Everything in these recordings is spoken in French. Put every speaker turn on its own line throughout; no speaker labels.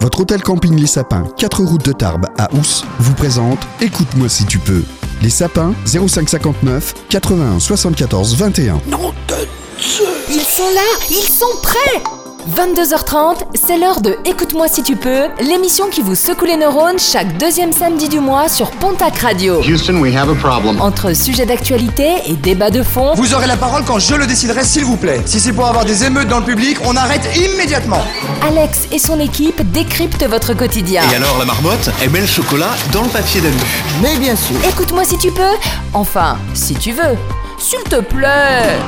Votre hôtel camping Les Sapins, 4 routes de Tarbes à Ous, vous présente Écoute-moi si tu peux. Les Sapins, 0559 81 74 21.
Ils sont là, ils sont prêts 22h30, c'est l'heure de Écoute-moi si tu peux, l'émission qui vous secoue les neurones chaque deuxième samedi du mois sur Pontac Radio.
Houston, we have a problem.
Entre sujets d'actualité et débats de fond,
Vous aurez la parole quand je le déciderai, s'il vous plaît. Si c'est pour avoir des émeutes dans le public, on arrête immédiatement.
Alex et son équipe décryptent votre quotidien.
Et alors la marmotte, elle met le chocolat dans le papier d'alu.
Mais bien sûr.
Écoute-moi si tu peux, enfin, si tu veux. S'il te plaît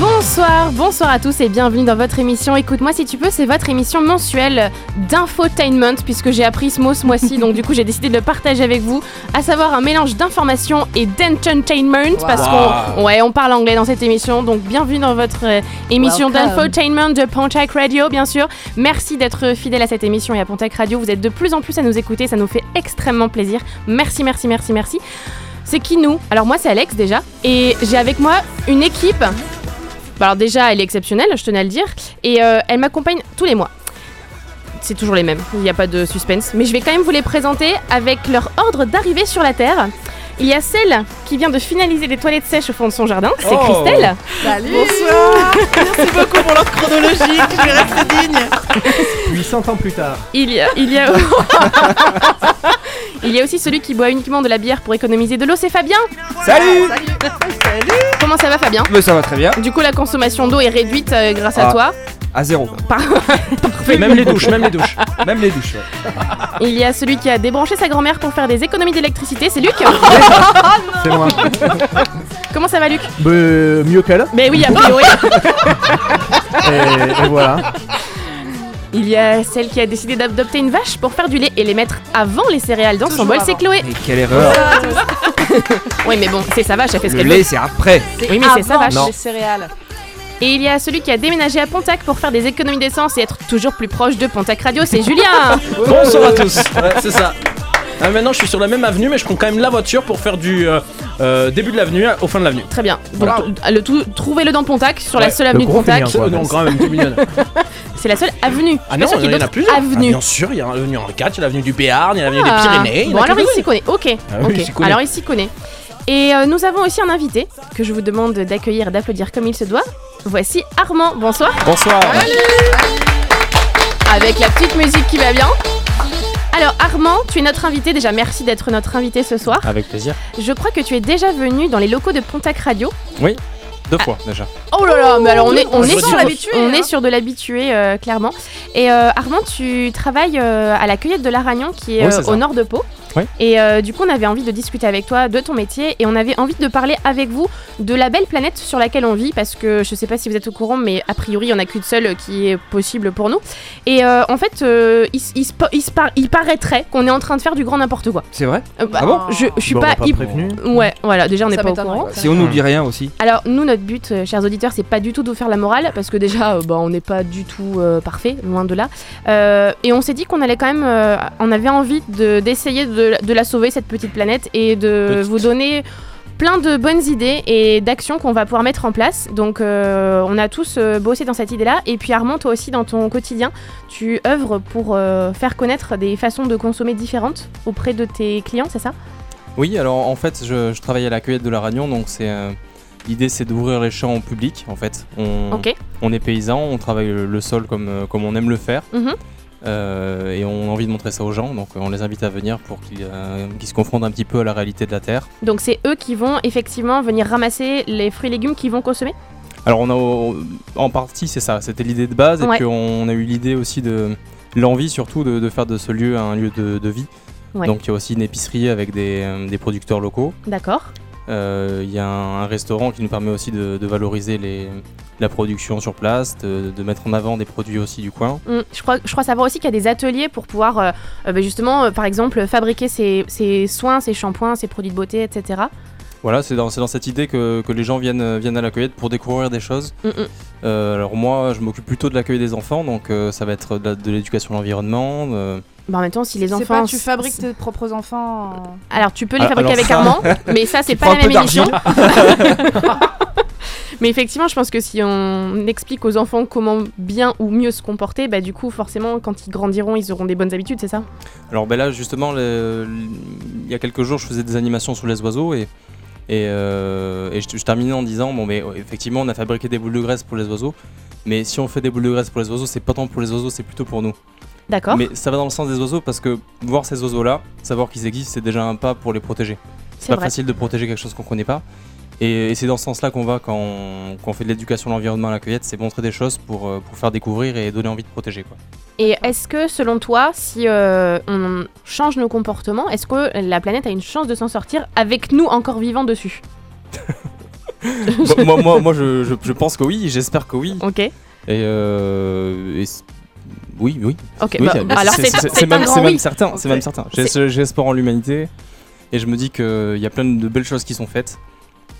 Bonsoir, bonsoir à tous et bienvenue dans votre émission. Écoute-moi si tu peux, c'est votre émission mensuelle d'infotainment puisque j'ai appris ce mot ce mois-ci, donc du coup j'ai décidé de le partager avec vous, à savoir un mélange d'information et d'entertainment parce qu'on ouais, on parle anglais dans cette émission, donc bienvenue dans votre euh, émission
Welcome.
d'infotainment de Pontac Radio bien sûr. Merci d'être fidèle à cette émission et à Pontac Radio, vous êtes de plus en plus à nous écouter, ça nous fait extrêmement plaisir. Merci, merci, merci, merci. C'est qui nous Alors moi c'est Alex déjà et j'ai avec moi une équipe. Bah, Alors déjà elle est exceptionnelle, je tenais à le dire, et euh, elle m'accompagne tous les mois. C'est toujours les mêmes, il n'y a pas de suspense. Mais je vais quand même vous les présenter avec leur ordre d'arrivée sur la Terre. Il y a celle qui vient de finaliser les toilettes sèches au fond de son jardin, c'est
Oh.
Christelle.
Merci beaucoup pour l'ordre chronologique, je vais rester digne. 800 ans plus tard.
Il y a, il y a... il y a aussi celui qui boit uniquement de la bière pour économiser de l'eau, c'est Fabien.
Salut
Comment ça va Fabien
Mais ça va très bien.
Du coup la consommation d'eau est réduite euh, grâce à
Ah.
toi.
À zéro.
Par-
Même les douches, même les douches. Même les douches. ouais.
Il y a celui qui a débranché sa grand-mère pour faire des économies d'électricité, c'est
Ah,
Luc.
C'est loin.
Comment ça va Luc
euh,
mieux qu'elle.
Mais oui, a priori.
Et, voilà.
Il y a celle qui a décidé d'adopter une vache pour faire du lait et les mettre avant les céréales dans son bol, c'est Chloé.
Mais quelle erreur.
Oui, mais bon, c'est sa vache, elle fait ce
Le
qu'elle
lait,
veut.
c'est après.
Oui, mais Ah c'est sa vache.
Non.
Les céréales.
Et il y a celui qui a déménagé à Pontac pour faire des économies d'essence et être toujours plus proche de Pontac Radio, c'est Julien.
Bonsoir à tous. Ouais, c'est ça. Ah, maintenant, je suis sur la même avenue, mais je prends quand même la voiture pour faire du euh, euh, début de l'avenue au fin de l'avenue.
Très bien. Donc, le tout, trouvez-le dans Pontac, sur la
Ouais,
seule avenue de
gros
Pontac.
fainéant, quoi.
Euh, non, quand même, deux millions.
C'est la seule avenue.
Ah non,
Je suis pas sûre
il
qu'il
y en a
d'autres
plusieurs. Ah,
avenues.
bien sûr, il y a l'avenue Henri IV, il y a l'avenue du Béarn, il y a l'avenue des
Ah.
Pyrénées. il y en a
Bon, alors
quelques-unes.
il s'y connaît. Ok.
Ah oui,
ok.
il s'y connaît.
Alors il s'y connaît. Et euh, nous avons aussi un invité que je vous demande d'accueillir et d'applaudir comme il se doit. Voici Armand. Bonsoir.
Bonsoir.
Avec la petite musique qui va bien. Alors Armand, tu es notre invité. Déjà, merci d'être notre invité ce soir.
Avec plaisir.
Je crois que tu es déjà venu dans les locaux de Pontac Radio.
Deux fois déjà.
Oh là là, mais alors on est, on
Je
est
sens
sur,
l'habitué,
on
hein.
est sur de l'habitué, euh, clairement. Et euh, Armand, tu travailles euh, à la cueillette de l'Aragnon, qui est,
Oui, c'est
euh,
ça.
au nord de Pau.
Oui.
Et euh, du coup, on avait envie de discuter avec toi de ton métier et on avait envie de parler avec vous de la belle planète sur laquelle on vit, parce que je sais pas si vous êtes au courant, mais a priori, il y en a qu'une seule qui est possible pour nous. Et euh, en fait, euh, il, s- il se pa- il se par- il paraîtrait qu'on est en train de faire du grand n'importe quoi.
C'est vrai
Euh, bah,
Ah bon
Je, je suis pas, hyp-
prévenu.
Ouais, voilà, déjà on n'est
Ça
pas au
m'étonnerait.
courant.
Si on nous dit rien aussi.
Alors nous notre but euh, chers auditeurs c'est pas du tout de vous faire la morale parce que déjà euh, bah, on n'est pas du tout euh, parfait loin de là Euh, et on s'est dit qu'on allait quand même euh, on avait envie de- d'essayer de, de la sauver cette petite planète et de
Petite.
vous donner plein de bonnes idées et d'actions qu'on va pouvoir mettre en place donc euh, on a tous euh, bossé dans cette idée là et puis Armand toi aussi dans ton quotidien tu œuvres pour euh, faire connaître des façons de consommer différentes auprès de tes clients c'est ça
Oui, alors en fait, je, je travaille à la cueillette de la Ragnon, donc c'est euh, l'idée, c'est d'ouvrir les champs au public. En fait, on,
ok
on est paysan, on travaille le, le sol comme euh, comme on aime le faire,
Mhm.
Euh, et on a envie de montrer ça aux gens. Donc, euh, on les invite à venir pour qu'ils euh, qu'ils se confrontent un petit peu à la réalité de la terre.
Donc c'est eux qui vont effectivement venir ramasser les fruits et légumes qu'ils vont consommer.
Alors, on a au- en partie, c'est ça, c'était l'idée de base, et
Ouais.
puis on a eu l'idée aussi de l'envie surtout de, de faire de ce lieu un lieu de, de vie.
Ouais.
Donc, il y a aussi une épicerie avec des, euh, des producteurs locaux.
D'accord.
Euh, Il y a un, un restaurant qui nous permet aussi de, de valoriser les, la production sur place, de, de mettre en avant des produits aussi du coin.
Mm, Je crois, je crois savoir aussi qu'il y a des ateliers pour pouvoir euh, euh, bah, justement, euh, par exemple, fabriquer ses, ses soins, ses shampoings, ses produits de beauté, etc.
Voilà, c'est dans, c'est dans cette idée que, que les gens viennent, viennent à la cueillette pour découvrir des choses.
Mm, mm.
Euh, alors moi, je m'occupe plutôt de l'accueil des enfants, donc euh, ça va être de, la- de l'éducation à l'environnement. euh,
Bah, en même temps, si les
C'est
enfants...
pas tu fabriques tes propres enfants. euh. Ah,
Ah, Alors tu peux les
Alors-
fabriquer
alors
avec
ça-
Armand, mais ça c'est
Tu
pas la
prends un
même
peu
émission. Mais effectivement, je pense que si on explique aux enfants comment bien ou mieux se comporter, bah du coup, forcément, quand ils grandiront, ils auront des bonnes habitudes, c'est ça
Alors ben là justement, le- le- il y a quelques jours, je faisais des animations sur les oiseaux et, et, euh, et je, je terminais en disant, bon mais euh, effectivement on a fabriqué des boules de graisse pour les oiseaux, mais si on fait des boules de graisse pour les oiseaux, c'est pas tant pour les oiseaux, c'est plutôt pour nous.
D'accord
Mais ça va dans le sens des oiseaux parce que voir ces oiseaux-là, savoir qu'ils existent, c'est déjà un pas pour les protéger.
C'est
C'est pas
vrai.
facile de protéger quelque chose qu'on connaît pas. Et, et c'est dans ce sens-là qu'on va quand on, quand on fait de l'éducation à l'environnement à la cueillette, c'est montrer des choses pour, euh, pour faire découvrir et donner envie de protéger. Quoi.
Et est-ce que, selon toi, si euh, on change nos comportements, est-ce que la planète a une chance de s'en sortir avec nous encore vivants dessus
moi, moi, moi je, je- je pense que oui, j'espère que oui.
Ok
Et, euh, et c- oui, oui.
Ok,
Oui,
bah,
c'est-
alors c'est- c'est un
même,
grand
c'est même
oui.
certain, c'est même certain. J'ai- J'ai espoir en l'humanité et je me dis qu'il y a plein de belles choses qui sont faites.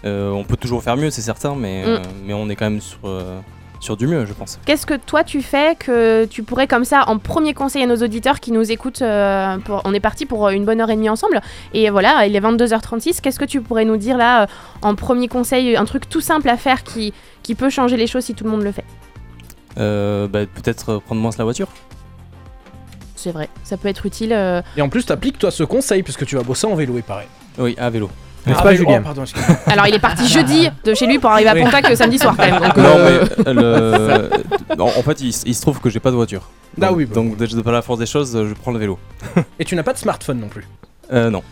Euh, on peut toujours faire mieux, c'est certain, mais,
Mm.
euh, mais on est quand même sur, euh, sur du mieux, je pense.
Qu'est-ce que toi tu fais que tu pourrais comme ça en premier conseil à nos auditeurs qui nous écoutent euh, pour- On est parti pour euh, une bonne heure et demie ensemble et voilà il est 22h36. Qu'est-ce que tu pourrais nous dire là euh, en premier conseil un truc tout simple à faire qui qui peut changer les choses si tout le monde le fait
Euh, bah, Peut-être euh, prendre moins la voiture.
C'est vrai, ça peut être utile. euh,
Et en plus, t'appliques toi ce conseil puisque tu vas bosser en vélo, il paraît.
Oui, à vélo.
N'est-ce
Ah,
pas,
mais- oh,
Julien
pardon, excuse-moi.
Alors il est parti jeudi de chez lui pour arriver à
Oui.
Pontac le samedi soir quand même. donc,
Non,
euh,
mais euh, le- en en fait, il, s- il se trouve que j'ai pas de voiture.
Ah
donc,
oui, bah.
donc, de, de par la force des choses, euh, je prends le vélo.
Et tu n'as pas de smartphone non plus.
Euh, non.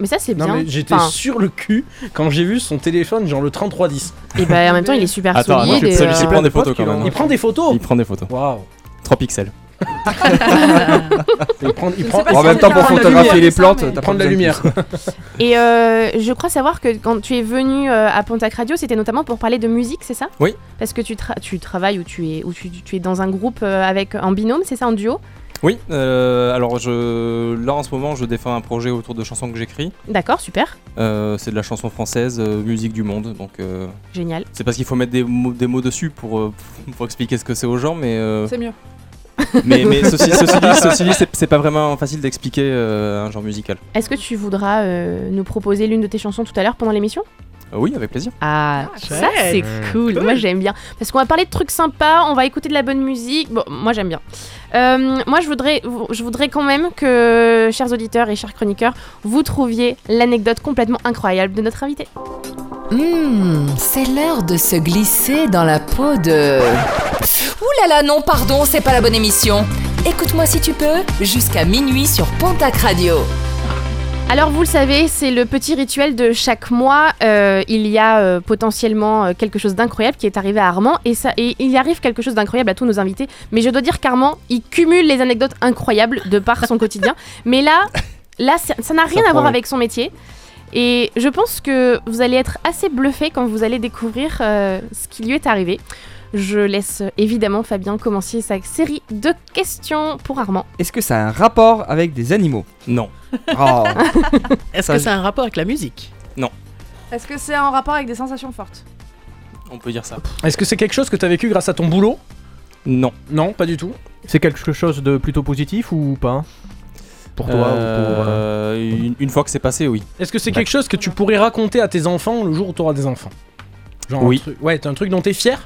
mais ça c'est
Non,
bien.
mais j'étais
Enfin,
sur le cul quand j'ai vu son téléphone, genre le 3310.
et bah, en même temps il est super
Attends,
solide.
attends,
et,
celui-ci
euh,
prend des
de potes
photos
qui
quand
l'ont-
même. hein.
Il prend des photos
Il prend des photos.
Waouh
3 pixels.
Il prend, il
Je
prend,
sais pas
en
si
même
on
temps
peut
pour
faire la
photographier
lumière,
les
ça,
plantes,
mais-
t'as prendre de la lumière.
Et euh, je crois savoir que quand tu es venu euh, à Pontac Radio, c'était notamment pour parler de musique, c'est ça
Oui.
Parce que tu, tra- tu travailles ou tu es, ou tu, tu es dans un groupe euh, avec en binôme, c'est ça, en duo
Oui, euh, alors je, là en ce moment, je défends un projet autour de chansons que j'écris.
D'accord, super,
Euh, c'est de la chanson française, euh, musique du monde. Donc euh,
génial.
c'est parce qu'il faut mettre des mots, des mots dessus pour, euh, pour expliquer ce que c'est aux gens, mais euh,
C'est mieux.
mais, mais ceci, ceci dit, ceci dit, c'est- c'est pas vraiment facile d'expliquer euh, un genre musical.
Est-ce que tu voudras euh, nous proposer l'une de tes chansons tout à l'heure pendant l'émission
Euh, oui, avec plaisir.
Ah, ça c'est
Mmh.
cool.
cool.
Moi j'aime bien. Parce qu'on va parler de trucs sympas, on va écouter de la bonne musique. Bon, moi j'aime bien. Euh, moi je voudrais, je voudrais quand même que, chers auditeurs et chers chroniqueurs, vous trouviez l'anecdote complètement incroyable de notre invité.
Hmm, c'est l'heure de se glisser dans la peau de. Ouh là là, non, pardon, c'est pas la bonne émission. Écoute-moi si tu peux, jusqu'à minuit sur Pontac Radio.
Alors vous le savez, c'est le petit rituel de chaque mois. Euh, il y a euh, potentiellement euh, quelque chose d'incroyable qui est arrivé à Armand et, ça, et il arrive quelque chose d'incroyable à tous nos invités. Mais je dois dire qu'Armand, il cumule les anecdotes incroyables de par son quotidien. Mais là, là, ça ça n'a rien à
prend,
voir
oui.
avec son métier. Et je pense que vous allez être assez bluffé quand vous allez découvrir euh, ce qui lui est arrivé. Je laisse euh, évidemment Fabien commencer sa série de questions pour Armand.
Est-ce que ça a un rapport avec des animaux
Non.
Oh,
Est-ce
Ça,
que
je-
ça a un rapport avec la musique
Est-ce que c'est en rapport avec des sensations fortes
On peut dire ça.
Est-ce que c'est quelque chose que t'as vécu grâce à ton boulot
Non.
Non, pas du tout.
C'est quelque chose de plutôt positif ou pas Pour toi ou pour. euh,
Euh, une, une fois que c'est passé, oui.
Est-ce que c'est quelque chose que tu pourrais raconter à tes enfants le jour où t'auras des enfants Genre un
Oui.
truc- ouais, t'as un truc dont t'es fier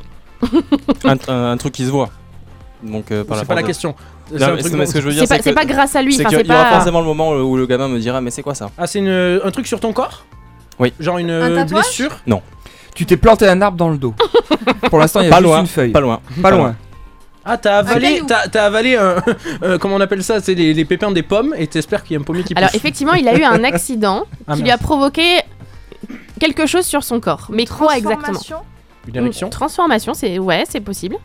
un, un- un truc qui se voit. Donc euh, par
C'est pas la
force-
question. C'est
Non,
un
mais
truc
c'est- mais ce
dont-
que je veux dire,
C'est pas,
c'est
c'est
que-
pas grâce à lui.
c'est
enfin,
qu'il
c'est
y aura
pas-
forcément le moment où le gamin me dira mais c'est quoi ça
Ah, c'est une- un truc sur ton corps
Oui.
Genre une
euh,
Un tatouage
blessure
tu t'es planté un arbre dans le dos. Pour l'instant, il y a
Pas
juste
loin,
une feuille.
Pas loin.
Pas
loin.
loin.
Ah, t'as avalé,
caillou.
t'as, t'as avalé un, euh, comment on appelle ça, c'est les, les pépins des pommes, et t'espères qu'il y a un pommier qui
Alors
pousse.
effectivement, il a eu un accident
Ah,
qui lui a
merde.
provoqué quelque chose sur son corps. Mais quoi exactement
Transformation
Une éruption.
Une transformation, c'est ouais, c'est possible.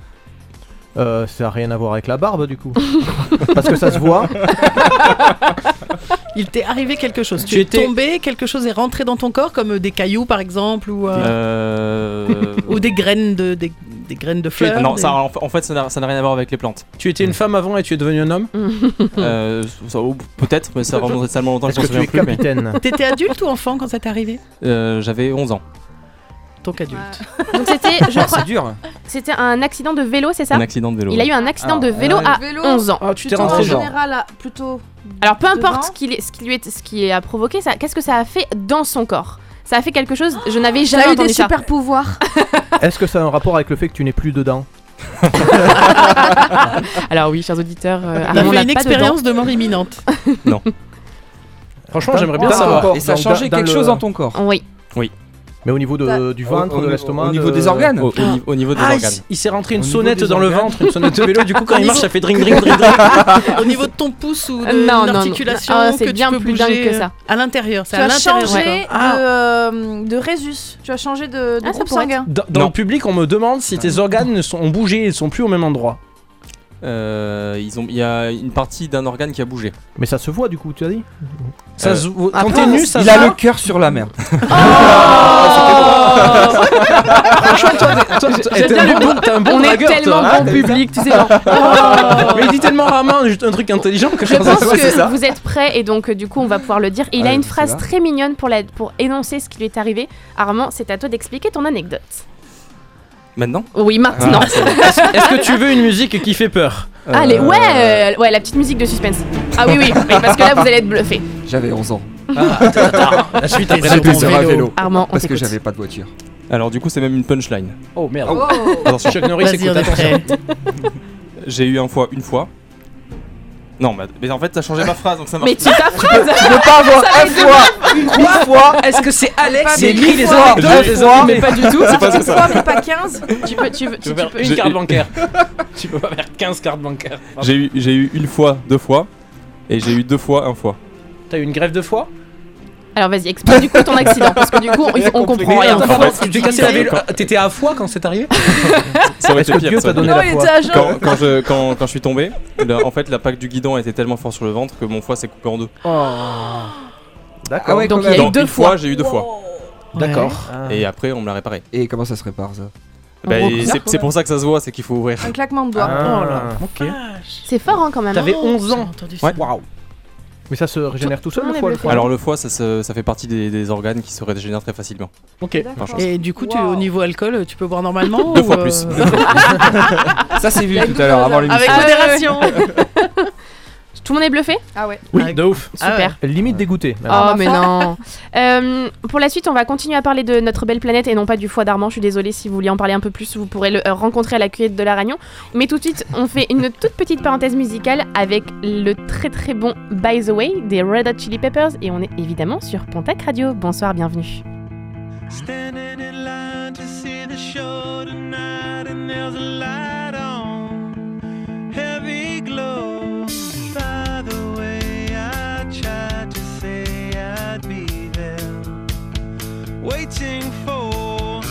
euh, ça a rien à voir avec la barbe du coup. Parce que ça se voit.
Il t'est arrivé quelque chose. Tu,
Tu
es
étais-
tombé, quelque chose est rentré dans ton corps, comme euh, des cailloux par exemple, ou, euh,
Euh...
ou des graines de des, des graines de fleurs.
Non,
des-
ça, en fa- en fait, ça n'a ça n'a rien à voir avec les plantes.
Tu étais une femme avant et tu es devenue un homme
Euh, ça- ou Peut-être, mais ça remonte tellement longtemps que
Est-ce
je m'en
que tu
souviens
es
plus. mais-
capitaine
T'étais adulte ou enfant quand ça t'est arrivé
Euh, J'avais 11 ans.
Donc adulte.
Donc c'était,
Ah,
je
C'est
crois,
dur.
c'était un accident de vélo, c'est ça
Un accident de vélo.
Il a eu un accident
Ah,
de vélo
ouais.
à
Vélo.
11 ans.
Ah, tu t'es
Plutôt en
rentré genre.
général, à- plutôt.
Alors peu importe
Devant.
ce qui, ce qui lui est, ce qui a provoqué ça, qu'est-ce que ça a fait dans son corps Ça a fait quelque chose. Je n'avais
T'as
jamais
eu
entendu
des
ça.
super pouvoirs.
Est-ce que ça a un rapport avec le fait que tu n'es plus dedans
Alors oui, chers auditeurs, euh,
T'as
Armand
fait
n'a
une
pas de
expérience
dents.
de mort imminente.
Franchement,
Dans-
j'aimerais bien
dans ton
savoir.
corps,
Et ça a
dans-
changé
dans
quelque
le-
chose en ton corps
Oui.
Oui.
Mais au niveau
Bah,
de- Euh, du ventre,
au-
de l'estomac.
au niveau
de-
des organes Au- au
Ah.
ni- au niveau des
Ah, il
organes.
s- il s'est rentré une
Au niveau
sonnette
des
dans le
organes.
ventre, une sonnette de vélo, du coup quand
Au
il marche
niveau-
ça fait dring dring dring dring.
Au niveau de ton pouce ou de
Euh, non,
une
non, non.
articulation
Ah,
que
c'est
tu
bien
peux
plus
bouger,
dingue que
euh,
ça.
À l'intérieur,
Tu
c'est à
as
l'intérieur.
changé
ouais. Ah,
de,
Ah.
euh, de Résus. Tu as changé de, de
Ah, ça
groupe
pourrait être.
sanguin.
Dans, dans
Non.
le public on me demande si tes organes ne sont, ont bougé et sont plus au même endroit.
Euh, ils ont, il y a une partie d'un organe qui a bougé.
Mais ça se voit du coup, tu as dit
Ça
Euh,
se- quand
après,
t'es nu, ça
Il
se
a
voit.
le cœur sur la mer.
Franchement, toi, t'es- toi, t'es-
J'aime
t'es
bien
un
le
bon-
bon-
t'es un bon
on est
dragueur, toi,
tellement
hein.
bon public, tu sais. genre,
Mais il dit tellement rarement juste un truc intelligent que
Je
Oh. pense
pense
c'est
que
ça.
vous êtes prêts et donc euh, du coup on va pouvoir le dire. Et il a
Ouais,
une
c'est
phrase
là.
très mignonne pour, la, pour énoncer ce qui lui est arrivé. Armand, c'est à toi d'expliquer ton anecdote.
Maintenant
Oui, maintenant.
Ah, c'est bon.
Est-ce est-ce que tu veux une musique qui fait peur
Euh,
Allez, ouais, euh, ouais, la petite musique de suspense. Ah oui, oui, oui, parce que là vous allez être bluffé.
J'avais 11 ans.
Ah, La suite
après la
peur.
peur à vélo.
Armand, on
Parce que
t'écoute.
j'avais pas de voiture.
Alors du coup, c'est même une punchline.
Oh merde.
Oh.
Attention, Chuck Norris,
Vas-y,
écoute,
on est
attention.
prêt.
J'ai eu un fois, une fois. Non, mais, mais en fait, ça changeait ma phrase, donc ça marche.
Mais tu ta phrase
Je veux pas avoir un fois, une fois,
Est-ce que c'est Alex
Pas
et
mille
lui les
fois,
anecdotes
deux
des
fois.
autres, mais pas du tout
C'est pas ça.
Toi, mais pas 15.
Tu peux, tu veux,
Tu
tu, tu
peux faire
peux.
une
J'ai-
carte bancaire. tu peux pas faire 15 cartes bancaires.
J'ai eu, j'ai eu une fois, deux fois, et j'ai eu deux fois, un fois.
T'as eu une grève de foie
Alors vas-y, explique Ah, du coup ton accident parce que du coup on, on comprend
Mais
rien.
attends,
en fait,
Tu t'es cassé la vélo. T'étais à foie quand c'est arrivé
Ça aurait
Est-ce
été
que
pire,
Dieu
ça
t'a
aurait
Non,
été
donné la
il
foi
était à jeun.
quand, quand je, quand, quand je suis tombé, là, en fait, la plaque du guidon était tellement fort sur le ventre que mon foie s'est coupé en deux.
D'accord.
Oh. Ah ouais,
Donc il
quand
y a
même.
eu
Dans
deux
une
fois.
j'ai eu deux fois.
D'accord. Ah.
Et après, on me l'a réparé.
Et comment ça se répare ça
Bah,
gros,
et
bizarre,
c'est c'est pour ça que ça se voit, c'est qu'il faut ouvrir.
Un claquement de doigts.
Ah,
Oh là.
ok.
C'est fort hein, quand même.
T'avais
hein.
11
J'ai
ans.
entendu ça.
Ouais.
Mais ça se régénère tout seul
Tout
le
le
foie,
monde
le
est
foie
Alors le foie, ça, se- ça fait partie des, des organes qui se régénèrent très facilement.
Ok.
D'accord.
Et du coup, tu,
Wow.
au niveau alcool, tu peux boire normalement
Deux
ou,
fois
euh,
plus.
Ça c'est vu tout à l'heure avant l'émission.
Avec
Ah ouais,
modération.
Tout le monde est bluffé
Ah ouais.
Oui, de ouf.
Ah ouais.
Super.
Limite dégoûté.
Oh mais non Euh, Pour la suite, on va continuer à parler de notre belle planète et non pas du foie d'Armand. Je suis désolée si vous voulez en parler un peu plus, vous pourrez le euh, rencontrer à la cueillette de la Ragnon. Mais tout de suite, on fait une toute petite parenthèse musicale avec le très très bon By the Way des Red Hot Chili Peppers et on est évidemment sur Pontac Radio. Bonsoir, bienvenue.
Standing in line to see the show tonight, and there's a light on, heavy glow. By the way, I tried to say I'd be there, waiting for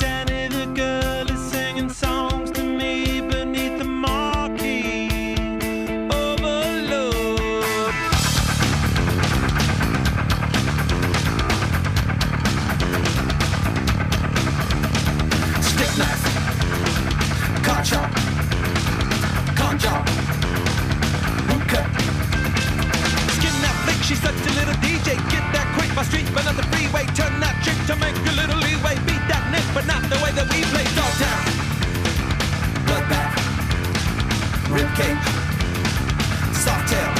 Danny the girl is singing songs to me beneath the marquee. Overload. stick knife, car chop, con job, boot cut. Skin that flick, she such a little DJ. Get that quick, my street, but not the freeway. Turn that chick to make a little leeway. Beat that nick, but not the way that we play. Dogtown, bloodbath, ribcage, soft tail.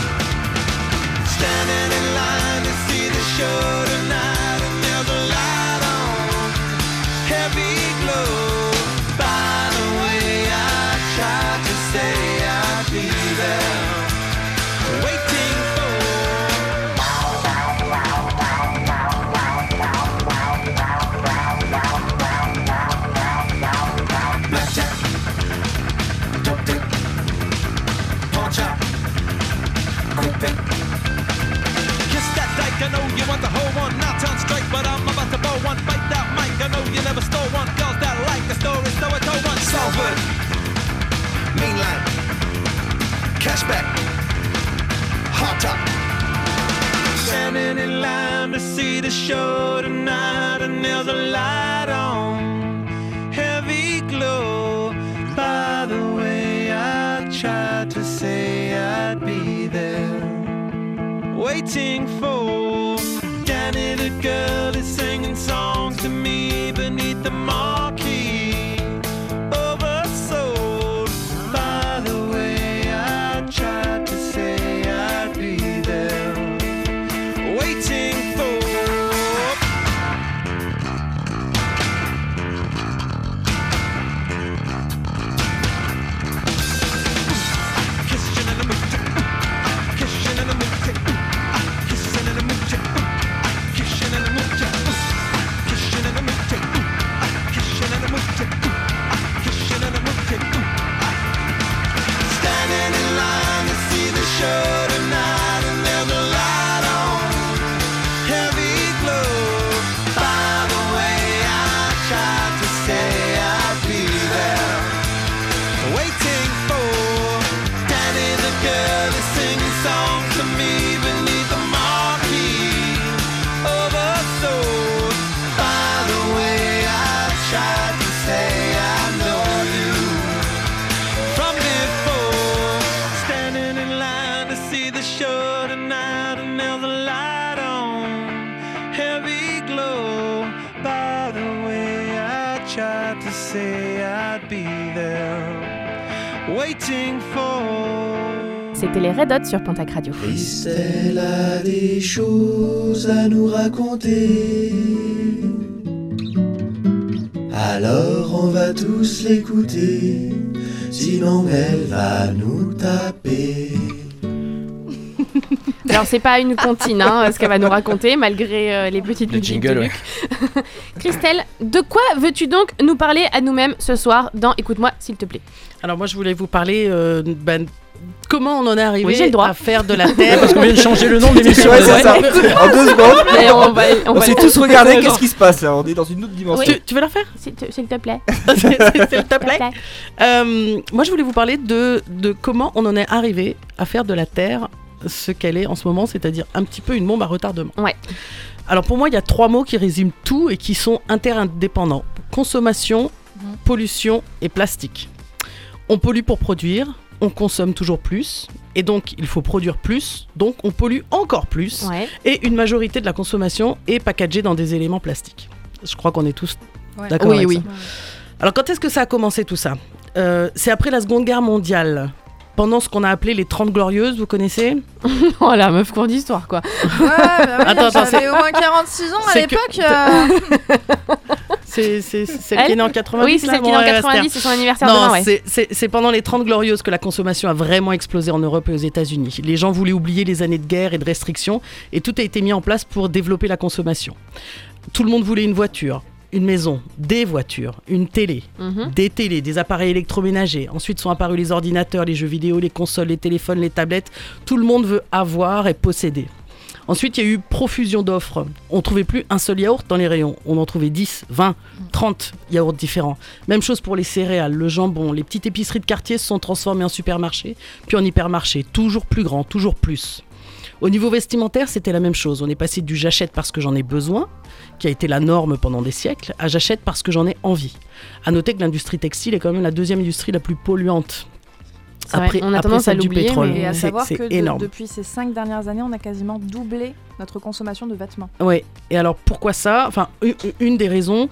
Standing in line to see the show tonight, and there's a light on heavy glow. By the way, I tried to say I'd be there, waiting for. Blackjack, dope dick, pawn shop, quick pick. Kiss that dyke, I know you want the whole one. Not on strike, but I'm about to blow one. Bite that mic, I know you never stole one. Girls that like the story, so I told one. Salford, mean line, cashback, hot top. Standing in line to see the show tonight, and there's a light on, heavy glow. By the way, I tried to say I'd be there waiting for. Danny the girl is singing songs to me beneath the marquee. Oversold. By the way, I tried to say I'd be there, waiting for. Ah,
see the show tonight and there's a light on, heavy glow. By the way, I tried to say I'd be there, waiting for.
C'était les Red Hot sur Pontac Radio.
Christelle a des choses à nous raconter.
Alors on va tous l'écouter, sinon elle va nous taper.
Alors c'est pas une comptine hein, ce qu'elle va nous raconter malgré euh, les petites
Le
musiques
jingle,
de
ouais.
Luc. Christelle, de quoi veux-tu donc nous parler à nous-mêmes ce soir dans Écoute-moi s'il te plaît
Alors moi je voulais vous parler euh, ben, comment on en est arrivé
Oui, j'ai le droit.
à faire de la Terre.
Parce qu'on vient de changer le nom de l'émission.
Ouais, c'est ça. En deux secondes,
Mais on va-
on,
on va-
s'est tous regardé. Qu'est-ce qui se passe là On est dans une autre dimension.
Tu, tu veux la refaire
S'il te, s'il te plaît.
S'il te plaît. Euh, moi je voulais vous parler de, de comment on en est arrivé à faire de la Terre ce qu'elle est en ce moment, c'est-à-dire un petit peu une bombe à retardement.
Ouais.
Alors pour moi il y a trois mots qui résument tout et qui sont interindépendants. Consommation,
Mhm.
pollution et plastique. On pollue pour produire, on consomme toujours plus, et donc il faut produire plus, donc on pollue encore plus,
Ouais.
et une majorité de la consommation est packagée dans des éléments plastiques. Je crois qu'on est tous
Ouais.
d'accord
Oui,
avec
oui.
ça. Alors quand est-ce que ça a commencé tout ça Euh, C'est après la Seconde Guerre mondiale. Pendant ce qu'on a appelé les 30 glorieuses, vous connaissez
Oh la meuf, cours d'histoire quoi.
Attends, attends,
bah J'avais
c'est-
au moins 46 ans à
c'est que-
l'époque. euh,
C'est c'est- c'est celle qui est
euh. Elle
née en 90.
Oui, c'est
là,
celle qui est née en
bon, elle reste
90,
terre.
c'est son anniversaire
Non,
demain, ouais.
c'est- c'est c'est pendant les 30 glorieuses que la consommation a vraiment explosé en Europe et aux États-Unis. Les gens voulaient oublier les années de guerre et de restrictions et tout a été mis en place pour développer la consommation. Tout le monde voulait une voiture. Une maison, des voitures, une télé,
Mhm.
des télés, des appareils électroménagers. Ensuite sont apparus les ordinateurs, les jeux vidéo, les consoles, les téléphones, les tablettes. Tout le monde veut avoir et posséder. Ensuite, il y a eu profusion d'offres. On trouvait plus un seul yaourt dans les rayons. On en trouvait 10, 20, 30 yaourts différents. Même chose pour les céréales, le jambon. Les petites épiceries de quartier se sont transformées en supermarchés, puis en hypermarchés. Toujours plus grand, toujours plus. Au niveau vestimentaire, c'était la même chose. On est passé du j'achète parce que j'en ai besoin, qui a été la norme pendant des siècles, à j'achète parce que j'en ai envie. À noter que l'industrie textile est quand même la deuxième industrie la plus polluante.
C'est vrai, on a tendance à
celle du
l'oublier,
pétrole.
mais-
Et à
C'est-
savoir
c'est
que de-
énorme.
depuis ces 5 dernières années, on a quasiment doublé notre consommation de vêtements.
Ouais. Et alors pourquoi ça Enfin, u- u- une des raisons,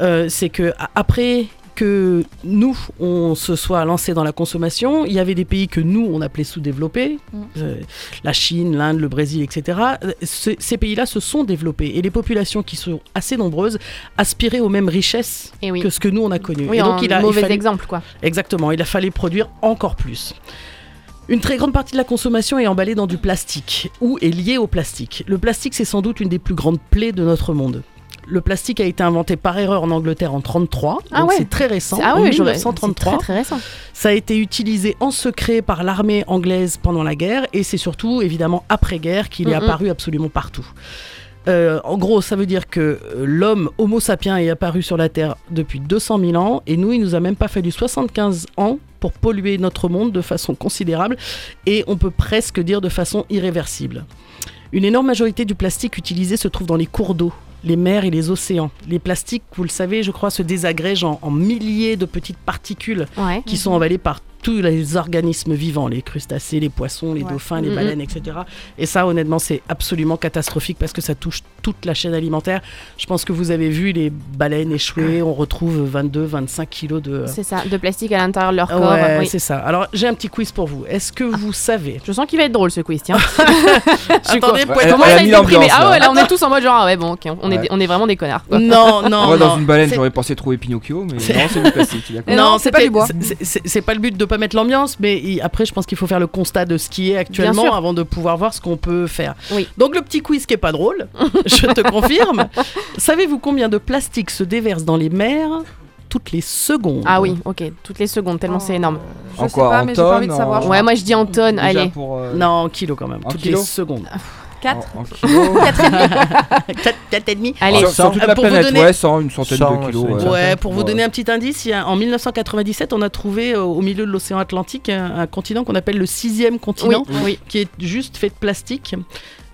euh, c'est que a- après que nous on se soit lancé dans la consommation, il y avait des pays que nous on appelait sous-développés,
Mm.
euh, la Chine, l'Inde, le Brésil, etc. Euh, ce- ces pays-là se sont développés et les populations qui sont assez nombreuses aspiraient aux mêmes richesses
Eh oui.
que ce que nous on a connu.
Oui,
et
en
donc il a il
mauvais
fallait-
exemple quoi.
Exactement, il a fallu produire encore plus. Une très grande partie de la consommation est emballée dans du plastique ou est liée au plastique. Le plastique, c'est sans doute une des plus grandes plaies de notre monde. Le plastique a été inventé par erreur en Angleterre en 1933,
Ah
donc
ouais.
c'est très récent.
Ah
en
ouais, j'aurais- c'est
1933,
très, très récent.
ça a été utilisé en secret par l'armée anglaise pendant la guerre et c'est surtout évidemment après-guerre qu'il est
Mm,
Mhm.
apparu absolument partout. Euh, en gros, ça veut dire que euh, l'homme Homo sapiens est apparu sur la Terre depuis 200 000 ans et nous, il nous a même pas fallu 75 ans pour polluer notre monde de façon considérable et on peut presque dire de façon irréversible. Une énorme majorité du plastique utilisé se trouve dans les cours d'eau, les mers et les océans. Les plastiques, vous le savez, je crois, se désagrègent en, en milliers de petites particules
Ouais. Mhm.
qui sont emballées par tous les organismes vivants, les crustacés, les poissons, les
Ouais.
dauphins, les
Mhm.
baleines, etc. Et ça, honnêtement, c'est absolument catastrophique parce que ça touche toute la chaîne alimentaire. Je pense que vous avez vu les baleines échouées, on retrouve 22-25 kilos de... Ah
C'est ça, de plastique à l'intérieur de leur corps.
Ouais,
oui.
c'est ça. Alors, j'ai un petit quiz pour vous. Est-ce que vous savez
Je sens qu'il va être drôle ce quiz, tiens.
Attendez,
quoi-
poète-
Comment
elle a
ça va
mis
être déprimé
l'ambiance,
Ah ouais,
là.
là on est tous en mode genre, ah ouais, bon, ok, on,
Ouais.
est, on est vraiment des connards. quoi.
Non, non,
Moi, dans
non,
une baleine,
c'est-
j'aurais pensé trouver Pinocchio, mais
C'est-
non, c'est du plastique. d'accord.
Non, c'est pas du bois. C'est pas le but de pas mettre l'ambiance, mais il- après, je pense qu'il faut faire le constat de ce qui est
sûr.
actuellement avant de pouvoir voir ce qu'on peut faire. Donc le petit quiz qui est pas drôle, je te confirme. Savez-vous combien de plastique se déverse dans les mers toutes les secondes
Ah oui, ok, toutes les secondes, tellement c'est énorme.
Euh, Je En sais quoi, pas, en mais j'ai pas envie de tonnes, savoir, en- je
Ouais,
crois.
moi je dis en tonnes,
Déjà
allez. Ah,
pour, euh, Non, en kilos quand même,
En
toutes
kilos
les secondes.
4
4,5
Allez. Sur- sur
Euh,
toute la
Pour vous
planète, ouais, 100, une centaine de 100, kilos, ouais.
Ouais,
ouais.
pour vous donner un petit indice, il y a- en 1997, on a trouvé euh, au milieu de l'océan Atlantique un, un continent qu'on appelle le sixième continent,
Oui, oui.
qui est juste fait de plastique.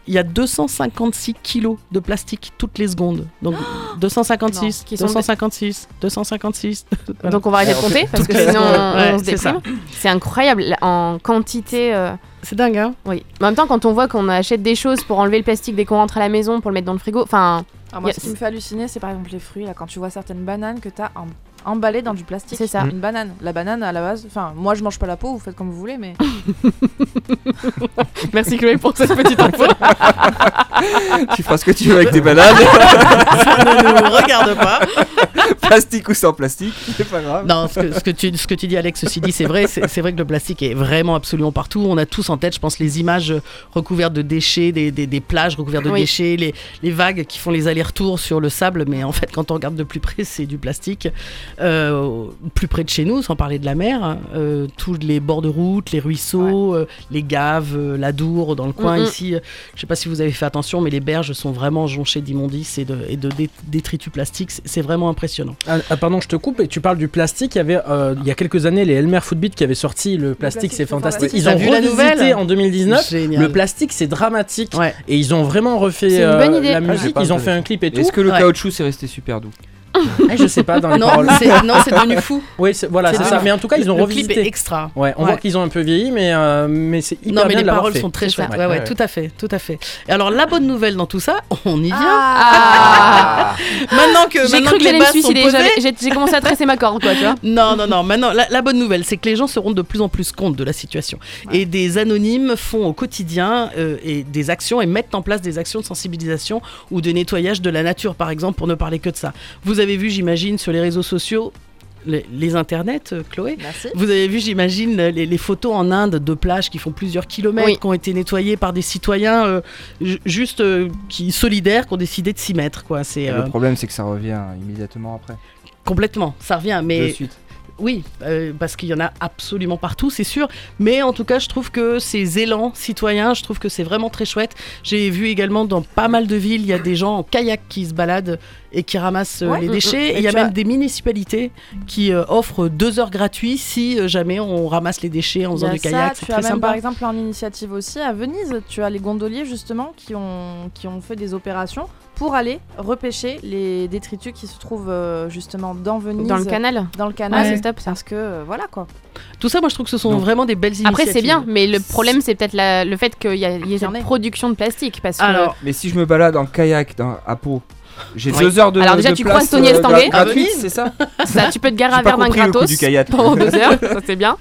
il y a 256 kilos de plastique toutes les secondes. Donc 256,
qui sont-
256, 256.
Donc on va arrêter de compter parce que
Toutes les
sinon
secondes.
on,
Ouais,
on se
c'est ça.
déprime. C'est incroyable la- en quantité. euh,
C'est dingue, hein
Oui. Mais en même temps, quand on voit qu'on achète des choses pour enlever le plastique dès qu'on rentre à la maison, pour le mettre dans le frigo, enfin.
Ah,
Alors Ah, moi,
y a-
ce qui me fait halluciner, c'est par exemple les fruits. Là, quand tu vois certaines bananes que t'as em- emballées dans du plastique.
C'est ça.
Une banane. La banane, à la base. Enfin, moi, je mange pas la peau. Vous faites comme vous voulez, mais.
Merci Chloé pour cette petite info.
tu feras ce que tu veux avec des bananes.
ne nous regarde pas.
Plastique ou sans plastique, c'est pas grave.
Non, ce que, ce que tu, ce que tu dis, Alex, ceci dit, c'est vrai. C'est c'est vrai que le plastique est vraiment absolument partout. On a tous en tête, je pense, les images recouvertes de déchets, des, des- des plages recouvertes de
Oui.
déchets, les, les vagues qui font les allers-retours sur le sable. Mais en fait, quand on regarde de plus près, c'est du plastique. Euh, plus près de chez nous, sans parler de la mer, hein, euh, tous les bords de route, les ruisseaux, euh, les gaves, euh, la Dour, dans le coin
Mhm.
ici. euh, Je sais pas si vous avez fait attention, mais les berges sont vraiment jonchées d'immondices et de, et de dé- détritus plastiques. C'est- C'est vraiment impressionnant.
Ah, ah, pardon, je te coupe. Et tu parles du plastique. Il y avait euh, il y a quelques années les Elmer Footbeat qui avaient sorti le plastique,
plastique,
c'est
c'est
fantastique.
fantastique.
Ils
T'as
ont
vu la
revisité
nouvelle
en 2019.
Génial.
Le plastique, c'est dramatique.
Ouais.
Et ils ont vraiment refait
C'est une
euh,
bonne idée.
la
Ah, j'ai
musique.
pas
Ils ont
entendu.
fait un clip et tout.
Est-ce que le
Ouais.
caoutchouc c'est resté super doux
Ah, Je sais pas dans les
Non,
paroles.
c'est- non, c'est devenu fou.
Oui, c'est- voilà,
C'est
c'est ça.
devenu
Mais en tout cas,
fou.
ils ont
Le clip
revisité.
est extra.
Ouais, on
Ouais.
voit qu'ils ont un peu vieilli, mais euh, mais c'est hyper
Non, mais
bien
les
de l'avoir
paroles
fait.
sont très chouettes. Ouais, ouais, tout à fait, tout à fait. Et alors, la bonne nouvelle dans tout ça, on y vient. Ah. maintenant que,
J'ai
maintenant que
cru que
les
j'allais me
bases sont
suicider.
posées,
j'avais- J'ai j'ai commencé à tresser ma corde, quoi, tu vois.
Non, non, non. Maintenant, la, la bonne nouvelle, c'est que les gens se rendent de plus en plus compte de la situation. Et des anonymes font au quotidien euh, et des actions et mettent en place des actions de sensibilisation ou de nettoyage de la nature, par exemple, pour ne parler que de ça. Vous avez vu, j'imagine, sur les réseaux sociaux. Les, les internets, euh, Chloé. Vous avez vu, j'imagine, euh, les, les photos en Inde de plages qui font plusieurs kilomètres, qui ont été nettoyées par des citoyens euh, ju- juste euh, qui, solidaires, qui ont décidé de s'y mettre. Quoi. C'est,
Et
euh,
Le problème c'est que ça revient immédiatement après.
Complètement, ça revient, mais
De suite.
oui, euh, parce qu'il y en a absolument partout, c'est sûr. Mais en tout cas, je trouve que ces élans citoyens, je trouve que c'est vraiment très chouette. J'ai vu également dans pas mal de villes, il y a des gens en kayak qui se baladent et qui ramassent euh,
Ouais.
les
Mm,
déchets.
mm.
Et
Et
il y a
tu
même
as-
des municipalités qui euh, offrent deux heures gratuites si euh, jamais on ramasse les déchets en
Il y
faisant
a
du
ça,
kayak. C'est
tu as
très
même
sympa.
par exemple en initiative aussi à Venise, tu as les gondoliers justement qui ont, qui ont fait des opérations pour aller repêcher les détritus qui se trouvent euh, justement dans Venise.
Dans le canal.
Dans le canal.
Ouais, c'est
Parce que euh, voilà quoi.
Tout ça, moi, je trouve que ce sont vraiment des belles initiatives.
Après, c'est bien, mais le problème, c'est peut-être la- le fait qu'il y a- il y ait cette production de plastique. Parce que
Mais si je me balade en kayak dans, à Pau, j'ai
Oui.
deux heures de.
Alors déjà,
de
tu
place,
croises Tony
euh,
Estanguet.
gra- gratuite, c'est ça
Ça, tu peux te garer
J'ai
à
pas
Verdun
compris le coup
gratos
du kayak.
pendant deux heures. Ça, c'est bien.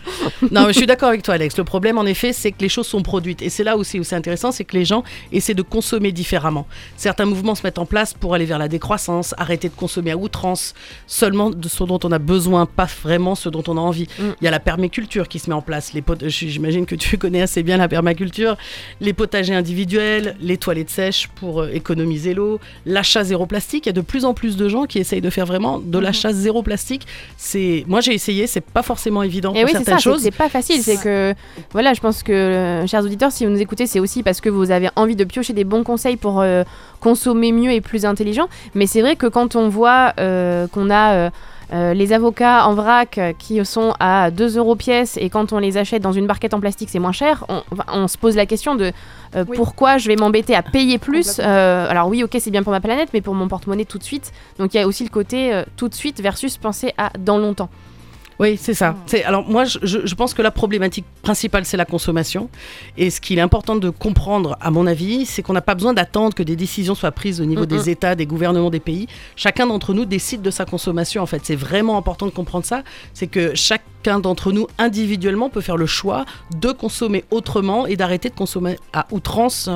non, mais je suis d'accord avec toi, Alex. Le problème, en effet, c'est que les choses sont produites. Et c'est là aussi où c'est intéressant, c'est que les gens essaient de consommer différemment. Certains mouvements se mettent en place pour aller vers la décroissance, arrêter de consommer à outrance, seulement de ce dont on a besoin, pas vraiment ce dont on a envie. Il y a la permaculture qui se met en place. Les pot- j- J'imagine que tu connais assez bien la permaculture. Les potagers individuels, les toilettes sèches pour euh, économiser l'eau, l'achat zéro plastique. Il y a de plus en plus de gens qui essayent de faire vraiment de l'achat zéro plastique. C'est, Moi, j'ai essayé, c'est pas forcément évident pour
Et Eh oui, c'est
certaines
ça, c'est
choses.
c'est pas facile. C'est que, voilà, je pense que, euh, chers auditeurs, si vous nous écoutez, c'est aussi parce que vous avez envie de piocher des bons conseils pour euh, consommer mieux et plus intelligent. Mais c'est vrai que quand on voit euh, qu'on a. euh, euh, les avocats en vrac euh, qui sont à 2 euros pièce et quand on les achète dans une barquette en plastique c'est moins cher, on, enfin, on se pose la question de euh, pourquoi je vais m'embêter à payer plus. Euh, alors oui ok c'est bien pour ma planète mais pour mon porte-monnaie tout de suite. Donc il y a aussi le côté euh, tout de suite versus penser à dans longtemps.
Oui, c'est
Hmm.
ça. C'est- alors moi, je, je- je pense que la problématique principale, c'est la consommation. Et ce qu'il est important de comprendre, à mon avis, c'est qu'on n'a pas besoin d'attendre que des décisions soient prises au niveau
Mm,
des
mm.
États, des gouvernements, des pays. Chacun d'entre nous décide de sa consommation, en fait. C'est vraiment important de comprendre ça. C'est que chacun d'entre nous, individuellement, peut faire le choix de consommer autrement et d'arrêter de consommer à outrance.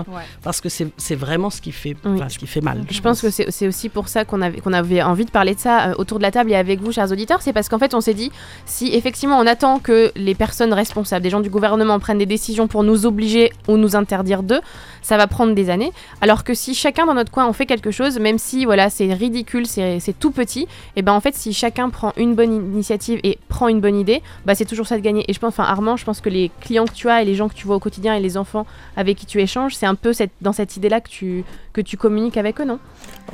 Parce que c'est c'est vraiment ce qui fait, enfin, ce qui fait mal.
Je pense que c'est c'est aussi pour ça qu'on avait, qu'on avait envie de parler de ça euh, autour de la table et avec vous, chers auditeurs. C'est parce qu'en fait, on s'est dit, si effectivement on attend que les personnes responsables, des gens du gouvernement, prennent des décisions pour nous obliger ou nous interdire d'eux, ça va prendre des années. Alors que si chacun dans notre coin on fait quelque chose, même si voilà c'est ridicule, c'est c'est tout petit, et ben en fait, si chacun prend une bonne initiative et prend une bonne idée, bah c'est toujours ça de gagner. Et je pense, enfin Armand, je pense que les clients que tu as et les gens que tu vois au quotidien et les enfants avec qui tu échanges, c'est un peu cette, dans cette idée-là que tu, que tu communiques avec eux, non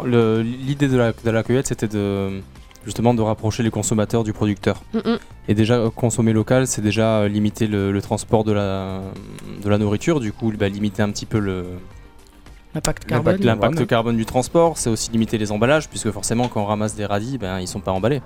Le- L'idée de la, de la cueillette, c'était de justement de rapprocher les consommateurs du producteur.
Mm-mm.
Et déjà, euh, consommer local, c'est déjà euh, limiter le, le transport de la, de la nourriture, du coup, bah, limiter un petit peu le,
L'impact
L'impact-
carbone.
L'impact carbone du transport, c'est aussi limiter les emballages, puisque forcément, quand on ramasse des radis, ben, ils sont pas emballés.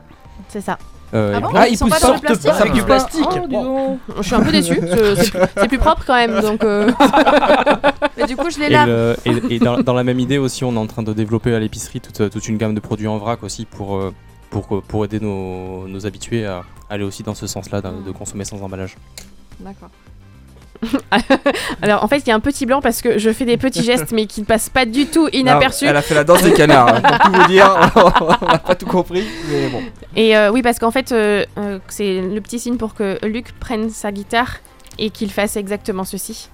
C'est ça. Ah
Euh, et
bon,
puis-
ils sont pas dans le plastique
avec du plastique.
Oh, dis donc. Je suis un peu déçue. c'est- c'est- C'est plus propre quand même, donc. euh,
Mais du coup, je les
Et,
lave.
le- et- et dans, dans la même idée aussi, on est en train de développer à l'épicerie toute, euh, toute une gamme de produits en vrac aussi pour, euh, pour, que- pour aider nos, nos habitués à aller aussi dans ce sens-là, de, de consommer sans emballage.
D'accord.
Alors en fait, il y a un petit blanc parce que je fais des petits gestes, mais qui ne passent pas du tout inaperçus.
Elle a fait la danse des canards, hein, pour tout vous dire. on n'a pas tout compris, mais bon.
Et euh, oui, parce qu'en fait, euh, euh, c'est le petit signe pour que Luc prenne sa guitare et qu'il fasse exactement ceci.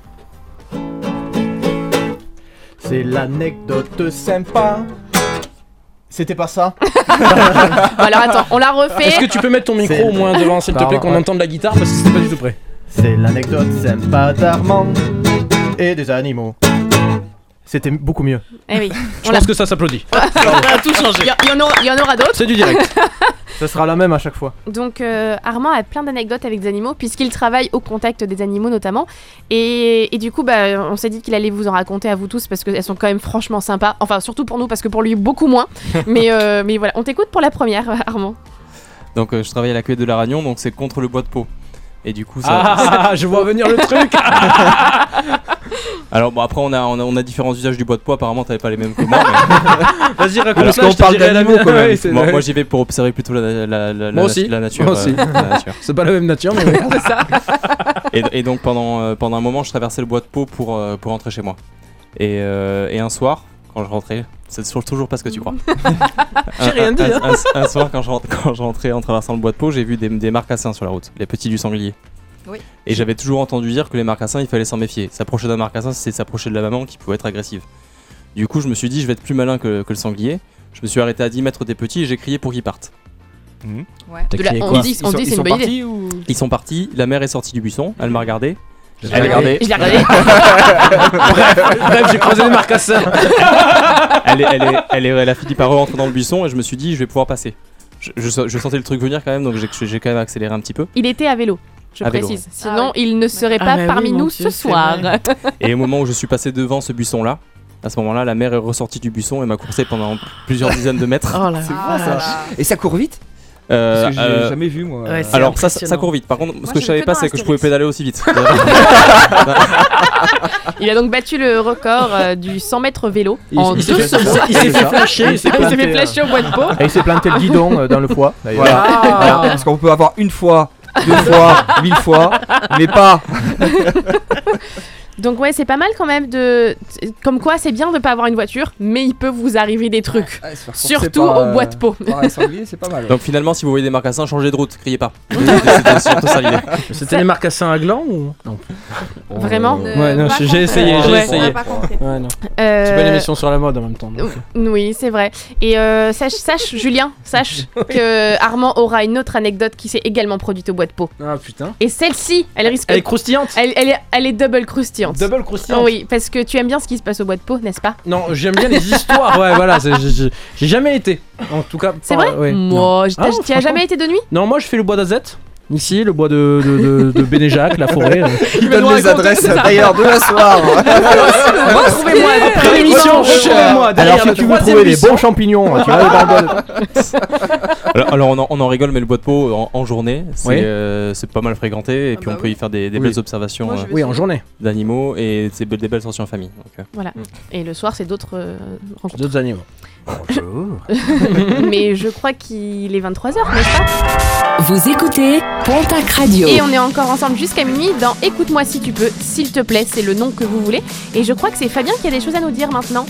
C'est l'anecdote sympa. C'était pas ça
Bon, alors attends, on la refait.
Est-ce que tu peux mettre ton micro
C'est-
au moins devant, s'il te
Pardon,
plaît, qu'on
ouais.
entende la guitare parce que c'était pas du tout prêt.
C'est l'anecdote sympa d'Armand et des animaux. C'était beaucoup mieux.
Eh oui,
Je
on l'a-
pense que ça s'applaudit.
a tout changé. Il y, en aura- il y en aura d'autres.
C'est du direct.
Ça sera la même à chaque fois.
Donc euh, Armand a plein d'anecdotes avec des animaux puisqu'il travaille au contact des animaux notamment. Et, et du coup, bah, on s'est dit qu'il allait vous en raconter à vous tous parce qu'elles sont quand même franchement sympas. Enfin, surtout pour nous parce que pour lui, beaucoup moins. mais, euh, mais voilà, on t'écoute pour la première, euh, Armand.
Donc euh, je travaille à la cueille de la Ragnon, donc c'est contre le bois de peau. Et du coup, ça.
Ah, je vois venir le truc.
Alors bon, après, on a, on a, on a différents usages du bois de peau, apparemment, t'avais pas les mêmes que moi. mais-
Vas-y, raconte
Ah,
Alors,
ça, je te dirai la mienne. Ouais, c'est-
moi, moi, j'y vais pour observer plutôt la, la- la- la-
Moi aussi.
la nature.
Moi aussi.
euh, la nature.
C'est pas la même nature, mais oui.
et, et donc pendant, euh, pendant un moment, je traversais le bois de peau pour, euh, pour rentrer chez moi. Et, euh, et un soir, quand je rentrais, c'est toujours- toujours pas ce que tu crois.
J'ai
Un-
rien
un-
dit,
Un,
hein.
un- un soir, quand je, rentrais, quand je rentrais en traversant le bois de peau, j'ai vu des, des marcassins sur la route, les petits du sanglier.
Oui.
Et j'avais toujours entendu dire que les marcassins, il fallait s'en méfier. S'approcher d'un marcassin, c'est s'approcher de la maman qui pouvait être agressive. Du coup, je me suis dit, je vais être plus malin que, que le sanglier. Je me suis arrêté à 10 mètres des petits et j'ai crié pour qu'ils partent.
Mmh.
Ouais.
T'as
De la-
crié
on
quoi
dit, on dit, c'est une bonne idée.
Ils sont partis, la mère est sortie du buisson, elle m'a regardé.
Je l'ai regardé. Je l'ai regardé.
bref, bref, j'ai croisé les marcassins.
elle, est- elle, est- elle, est- elle a fini par rentrer dans le buisson et je me suis dit, je vais pouvoir passer. Je, je sens- je sentais le truc venir quand même, donc j'ai- j'ai quand même accéléré un petit peu.
Il était à vélo, je
À vélo,
précise.
ouais.
Sinon, il ne serait
Ah,
pas
mais oui,
parmi
mon
nous
Dieu,
ce
c'est
soir.
vrai.
Et au moment où je suis passé devant ce buisson-là, à ce moment-là, la mère est ressortie du buisson et m'a coursé pendant plusieurs dizaines de mètres.
Oh là
C'est
là.
vrai, ça. Et ça court vite
Euh,
Parce que j'ai
euh,
jamais vu, moi.
Ouais, c'est
Alors ça, ça- ça
impressionnant.
court vite. Par contre,
Moi,
ce que
j'ai
je savais
que
pas,
dans
c'est que je
Astérix.
pouvais pédaler aussi vite.
Il a donc battu le record euh, du 100 mètres vélo
Il-
en
il s'est
deux
fait-
secondes.
il s'est fait
flasher,
il s'est euh. fait flasher au bois de peau.
Et Ah, il s'est planté le guidon euh, dans le foie. d'ailleurs.
Voilà.
Ah.
Voilà, Parce qu'on peut avoir une fois, deux fois, mille fois, mais pas.
Donc ouais, c'est pas mal quand même de c'est- comme quoi c'est bien de pas avoir une voiture, mais il peut vous arriver des trucs. Surtout
euh,
au bois de
euh,
peau.
Ouais, sanglier, c'est pas mal.
Donc finalement, si vous voyez des marcassins, changez de route, criez pas. C'était surtout ça l'idée.
C'était les marcassins à gland ou Non.
Vraiment
Ouais, non, j'ai essayé, j'ai
Ouais.
essayé.
On a
pas compris.
Ouais, non.
Euh,
C'est pas une émission sur la mode en même temps. donc. euh.
Oui, c'est vrai. Et euh, sache, sache, Julien, sache que Armand aura une autre anecdote qui s'est également produite au bois de peau.
Ah putain.
Et celle-ci, elle risque.
Elle est croustillante.
Elle, elle est, elle est double croustillante.
Double croustillante.
Oui, parce que tu aimes bien ce qui se passe au bois de peau, n'est-ce pas
Non, Oh, j'aime bien les histoires. Ouais, voilà, c'est- j'ai- j'ai j'ai jamais été. En tout cas,
C'est
pas-
vrai
ouais, non.
Moi, je-
Ah
t'as-
non,
tu as
franchement.
jamais été de nuit
Non, moi je fais le bois d'Azette. Ici, le bois de, de, de, de Bénéjac, la forêt. euh.
Il
va nous
donne les
raconter
adresses
tout ça.
d'ailleurs de la soirée.
Retrouvez-moi
Après l'émission, trouvez-moi
Alors
derrière
si
la
tu veux
troisième
trouver les
émission.
bons champignons, hein, tu vas aller dans le bon-
Alors, alors, on, en, on en rigole, mais le bois de peau en, en journée, c'est
Oui.
euh, c'est pas mal fréquenté et puis on peut y faire des, des
Oui.
belles observations
Moi, je
euh,
vais
Oui, en journée.
d'animaux et c'est be- des belles sorties en famille. donc, euh.
Voilà.
Mm.
Et le soir, c'est d'autres euh, rencontres.
D'autres animaux.
Mais je crois qu'il est 23h, n'est-ce pas
Vous écoutez Pontac Radio.
Et on est encore ensemble jusqu'à minuit dans Écoute-moi si tu peux, s'il te plaît, c'est le nom que vous voulez. Et je crois que c'est Fabien qui a des choses à nous dire maintenant.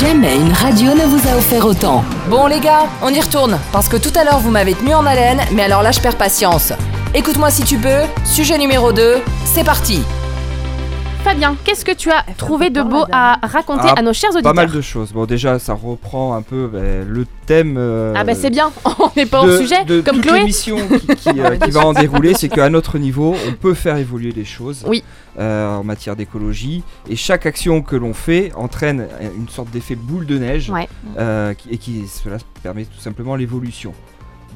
Jamais une radio ne vous a offert autant. Bon les gars, on y retourne, parce que tout à l'heure vous m'avez tenu en haleine, mais alors là je perds patience. Écoute-moi si tu peux, sujet numéro 2, c'est parti.
Fabien, qu'est-ce que tu as trouvé de
peur,
beau
la
à raconter
Ah,
à nos chers
Pas
auditeurs
mal de choses. Bon, déjà, ça reprend un peu ben, le thème. euh,
Ah bah c'est bien, on n'est pas
de-
au sujet,
de
comme
toute
Chloé.
l'émission qui, qui, euh, qui va en dérouler, c'est qu'à notre niveau, on peut faire évoluer les choses
Oui.
euh, en matière d'écologie. Et chaque action que l'on fait entraîne euh, une sorte d'effet boule de neige
Ouais.
euh, qui- et qui cela permet tout simplement l'évolution.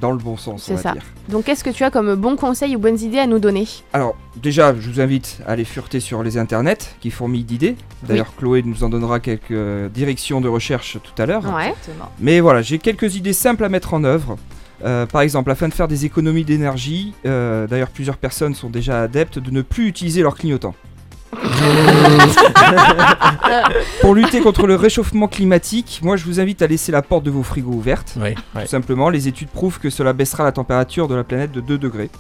dans le bon sens, on
C'est
va
ça.
dire.
Donc, qu'est-ce que tu as comme bons conseils ou bonnes idées à nous donner
Alors, déjà, je vous invite à aller fureter sur les internets qui fourmillent d'idées. D'ailleurs, Chloé nous en donnera quelques euh, directions de recherche tout à l'heure.
Ouais. Exactement.
Mais voilà, j'ai quelques idées simples à mettre en œuvre. Euh, par exemple, afin de faire des économies d'énergie, euh, d'ailleurs, plusieurs personnes sont déjà adeptes de ne plus utiliser leurs clignotants. Pour lutter contre le réchauffement climatique, moi je vous invite à laisser la porte de vos frigos ouverte.
Oui,
Tout simplement, les études prouvent que cela baissera la température de la planète de 2 degrés.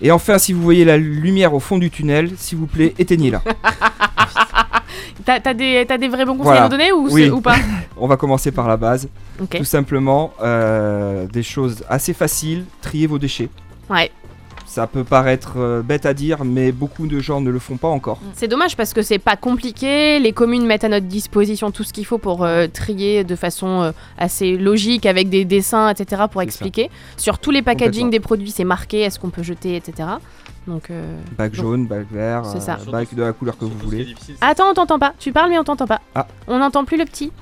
Et enfin, si vous voyez la lumière au fond du tunnel, s'il vous plaît, éteignez-la.
T'as t'as des, t'as des vrais bons conseils à
Voilà.
nous donner ou, c'est-
Oui.
ou pas
On va commencer par la base.
Ok.
Tout simplement, euh, des choses assez faciles, trier vos déchets.
Ouais.
Ça peut paraître euh, bête à dire, mais beaucoup de gens ne le font pas encore.
C'est dommage parce que c'est pas compliqué. Les communes mettent à notre disposition tout ce qu'il faut pour euh, trier de façon euh, assez logique avec des dessins, etc. pour expliquer. Sur tous les packaging
Complètement.
des produits, c'est marqué est-ce qu'on peut jeter, etc. Donc. euh,
Bac
donc-
jaune, bac vert,
C'est ça.
euh, bac de la couleur que vous voulez.
Attends, on t'entend pas. Tu parles mais on t'entend pas.
Ah.
On n'entend plus le petit.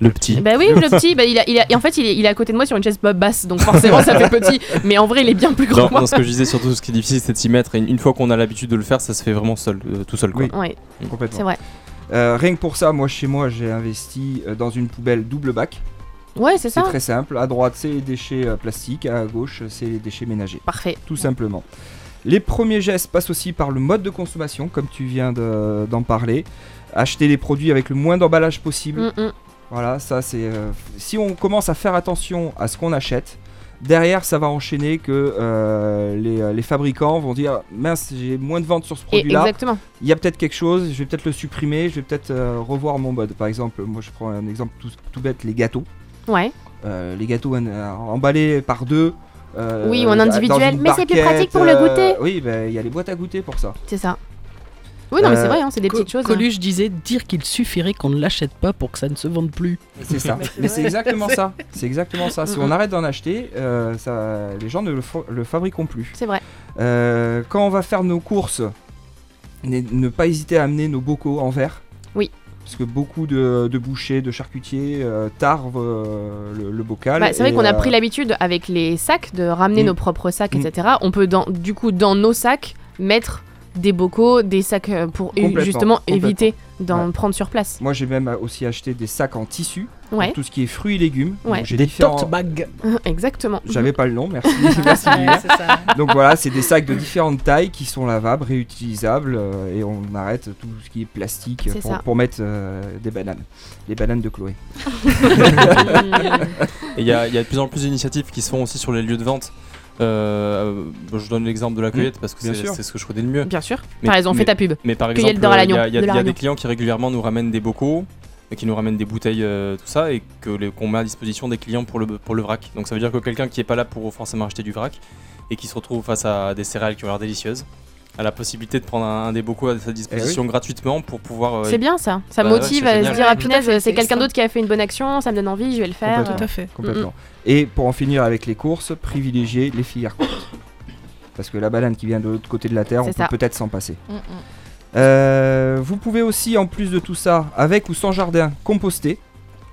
Le petit.
Bah oui, le petit, bah, il a- il a- et en fait, il est, il est à côté de moi sur une chaise ba- basse, donc forcément ça fait petit. Mais en vrai, il est bien plus grand
Non,
que moi.
non, ce que je disais surtout, ce qui est difficile, c'est de s'y mettre. Et une fois qu'on a l'habitude de le faire, ça se fait vraiment seul, euh, tout seul. Quoi.
Oui,
Ouais.
complètement.
C'est vrai.
Euh, rien que pour ça, moi chez moi, j'ai investi euh, dans une poubelle double bac.
Ouais, c'est ça.
C'est très simple. À droite, c'est les déchets euh, plastiques. À gauche, c'est les déchets ménagers.
Parfait.
Tout simplement. Les premiers gestes passent aussi par le mode de consommation, comme tu viens de- d'en parler. Acheter les produits avec le moins d'emballage possible.
Mm, mm.
Voilà, ça c'est. euh, si on commence à faire attention à ce qu'on achète, derrière ça va enchaîner que euh, les, les fabricants vont dire mince, j'ai moins de ventes sur ce
Et
produit-là.
exactement.
Il y a peut-être quelque chose, je vais peut-être le supprimer, je vais peut-être euh, revoir mon mode. Par exemple, moi je prends un exemple tout, tout bête les gâteaux.
Ouais.
Euh, les gâteaux en- euh, emballés par deux. euh,
Oui, ou en
dans
individuel,
une
mais c'est plus
barquette,
pratique pour le
euh,
goûter.
oui, ben, il y a les boîtes à goûter pour ça.
C'est ça. Oui, non, mais
Euh,
c'est vrai,
Ah,
hein, c'est des
Co-
petites choses.
Coluche disait dire qu'il suffirait qu'on ne l'achète pas pour que ça ne se vende plus.
C'est ça. Mais c'est exactement ça. C'est exactement ça. Si on arrête d'en acheter, euh, ça, les gens ne le, fa- le fabriqueront plus.
C'est vrai.
Euh, quand on va faire nos courses, ne, ne pas hésiter à amener nos bocaux en verre.
Oui.
Parce que beaucoup de, de bouchers, de charcutiers euh, tarvent euh, le, le bocal.
Bah, c'est vrai
et,
qu'on a
euh,
pris l'habitude avec les sacs de ramener
Mm.
nos propres sacs, etc. On peut dans, du coup dans nos sacs mettre des bocaux, des sacs euh, pour é-
Complètement,
justement
complètement.
éviter d'en
Ouais.
prendre sur place.
Moi, j'ai même aussi acheté des sacs en tissu. pour
Ouais.
tout ce qui est fruits et légumes.
Ouais.
Donc, j'ai
Des
différents-
tote bags.
Exactement.
J'avais pas le nom, merci. merci
Ouais,
Lina.
c'est ça.
Donc voilà, c'est des sacs de différentes tailles qui sont lavables, réutilisables, euh, et on arrête tout ce qui est plastique
C'est
pour,
ça.
pour mettre euh, des bananes. Les bananes de Chloé.
Et il y, a il y a de plus en plus d'initiatives qui se font aussi sur les lieux de vente. Euh, bon, je donne l'exemple de la cueillette parce que
Mm. Bien
c'est
sûr.
c'est ce que je connais le mieux.
Bien sûr. Par exemple, fais ta pub.
Mais par
Cueillette
exemple,
d'or à
euh, il y
Lannion,
a, il y a-
de
il y a
Lannion.
des clients qui régulièrement nous ramènent des bocaux et qui nous ramènent des bouteilles, euh, tout ça, et que les- qu'on met à disposition des clients pour le, pour le vrac. Donc ça veut dire que quelqu'un qui n'est pas là pour forcément acheter du vrac et qui se retrouve face à des céréales qui ont l'air délicieuses a la possibilité de prendre un, un des bocaux à sa
Eh
disposition gratuitement pour pouvoir. euh,
C'est bien ça. Ça
Bah ouais,
motive
c'est
à se
génial.
dire ah
Tout à
punaise,
fait,
c'est quelqu'un
excellent.
d'autre qui a fait une bonne action, ça me donne envie, je vais le faire.
Complètement. Complètement.
Mm,
Et pour en finir avec les courses, privilégier les filières courtes. Parce que la banane qui vient de l'autre côté de la Terre, on
C'est ça.
peut peut-être s'en passer.
Mm, mm.
Euh, vous pouvez aussi, en plus de tout ça, avec ou sans jardin, composter.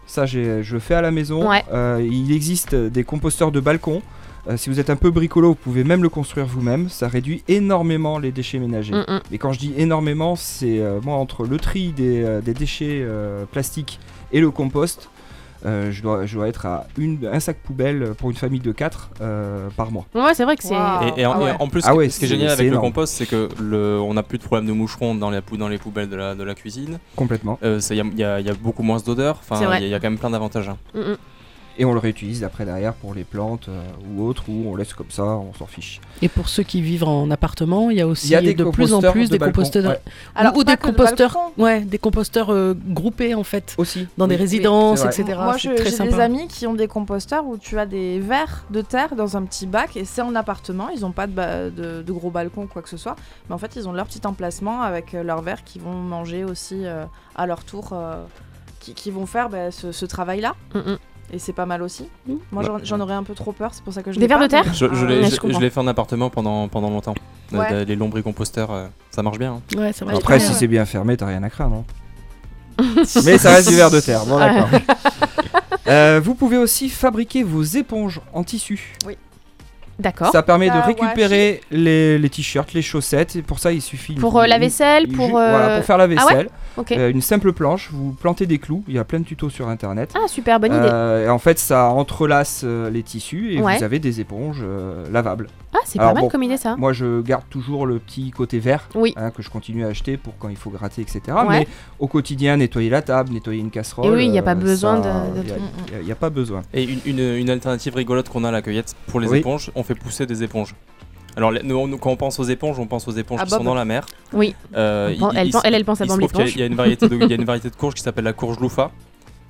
Ça, j'ai- je fais à la maison.
Ouais.
Euh, il existe des composteurs de balcon. Euh, si vous êtes un peu bricolo, vous pouvez même le construire vous-même. Ça réduit énormément les déchets ménagers.
Mmh,
Mm, mm.
Et quand je dis énormément, c'est euh, moi entre le tri des, euh, des déchets euh, plastiques et le compost. euh, je, dois, je dois être à une, un sac poubelle pour une famille de 4 par mois.
Ouais, c'est vrai que c'est.
Et, et en, et en plus,
Ah ouais,
ce qui est
c'est-
génial
c'est
avec le
énorme.
compost, c'est que le, on n'a plus de problème de moucherons dans, la pou- dans les poubelles de la, de la cuisine.
Complètement.
Il y, a- y a y a beaucoup moins d'odeur. Enfin,
C'est vrai.
il y, a quand même plein d'avantages. hein.
Mm, mm.
Et on le réutilise après derrière pour les plantes euh, ou autres, ou on laisse comme ça, on s'en fiche.
Et pour ceux qui vivent en appartement, il y a aussi
Il y a des
de plus en
composteurs
plus
de
des
balcon,
composteurs
ouais.
Alors,
ou, ou
pas
des
que de
composteurs, ouais, des composteurs euh, groupés en fait,
aussi
dans des
Oui,
résidences,
c'est vrai.
etc.
Moi,
C'est
je-
très
j'ai
sympa.
des amis qui ont des composteurs où tu as des verres de terre dans un petit bac et c'est en appartement. Ils n'ont pas de, ba- de- de gros balcon ou quoi que ce soit. Mais en fait, ils ont leur petit emplacement avec euh, leurs verres qui vont manger aussi euh, à leur tour, euh, qui, qui vont faire bah, ce, ce travail-là.
Mm,
Et c'est pas mal aussi. Moi, j'en-
Ouais.
j'en aurais un peu trop peur, c'est pour ça que je
Des
l'ai
verres
pas,
de terre
mais-
Je, je
Ah,
l'ai-
ouais,
je-
comprends.
je l'ai fait en appartement pendant, pendant longtemps. Euh,
Ouais.
Les lombricomposteurs, euh, ça marche bien. hein.
Ouais, ça marche
Après,
bien,
si
ouais.
c'est
Ah
bien fermé, t'as rien à craindre. hein. Mais ça reste du verre de terre, bon d'accord. Euh, vous pouvez aussi fabriquer vos éponges en tissu.
Oui.
mm. D'accord.
Ça permet de récupérer les, les t-shirts, les chaussettes. Et pour ça, il suffit.
Pour, euh, la vaisselle,
ju-
pour,
voilà,
euh,
pour faire la
ah ouais
vaisselle.
Ok.
Euh, une simple planche. Vous plantez des clous. Il y a plein de tutos sur internet.
Ah, super, bonne idée.
Euh, et en fait, ça entrelace euh, les tissus et
Ouais.
vous avez des éponges euh, lavables.
Ah, c'est pas mal comme idée, ça.
Moi, je garde toujours le petit côté vert
Oui.
hein, que je continue à acheter pour quand il faut gratter, etc.
Ouais.
Mais au quotidien, nettoyer la table, nettoyer une casserole.
Et oui, il y a pas
euh,
besoin
ça,
de- de
il y a-
trucs.
il y a- Il n'y a pas besoin.
Et une, une- une alternative rigolote qu'on a à la cueillette pour les
Oui.
éponges, on fait pousser des éponges. Alors les- nous, nous, quand on pense aux éponges, on pense aux éponges
À
qui
Ah, Bob.
sont dans la mer.
Oui.
Euh,
On
il-
pense- elle
il-
pense- elle, elle pense à
il se
Bob
trouve qu'il y a-
l'éponge.
Il y a une variété de, il y a une variété de courge qui s'appelle la courge loufa,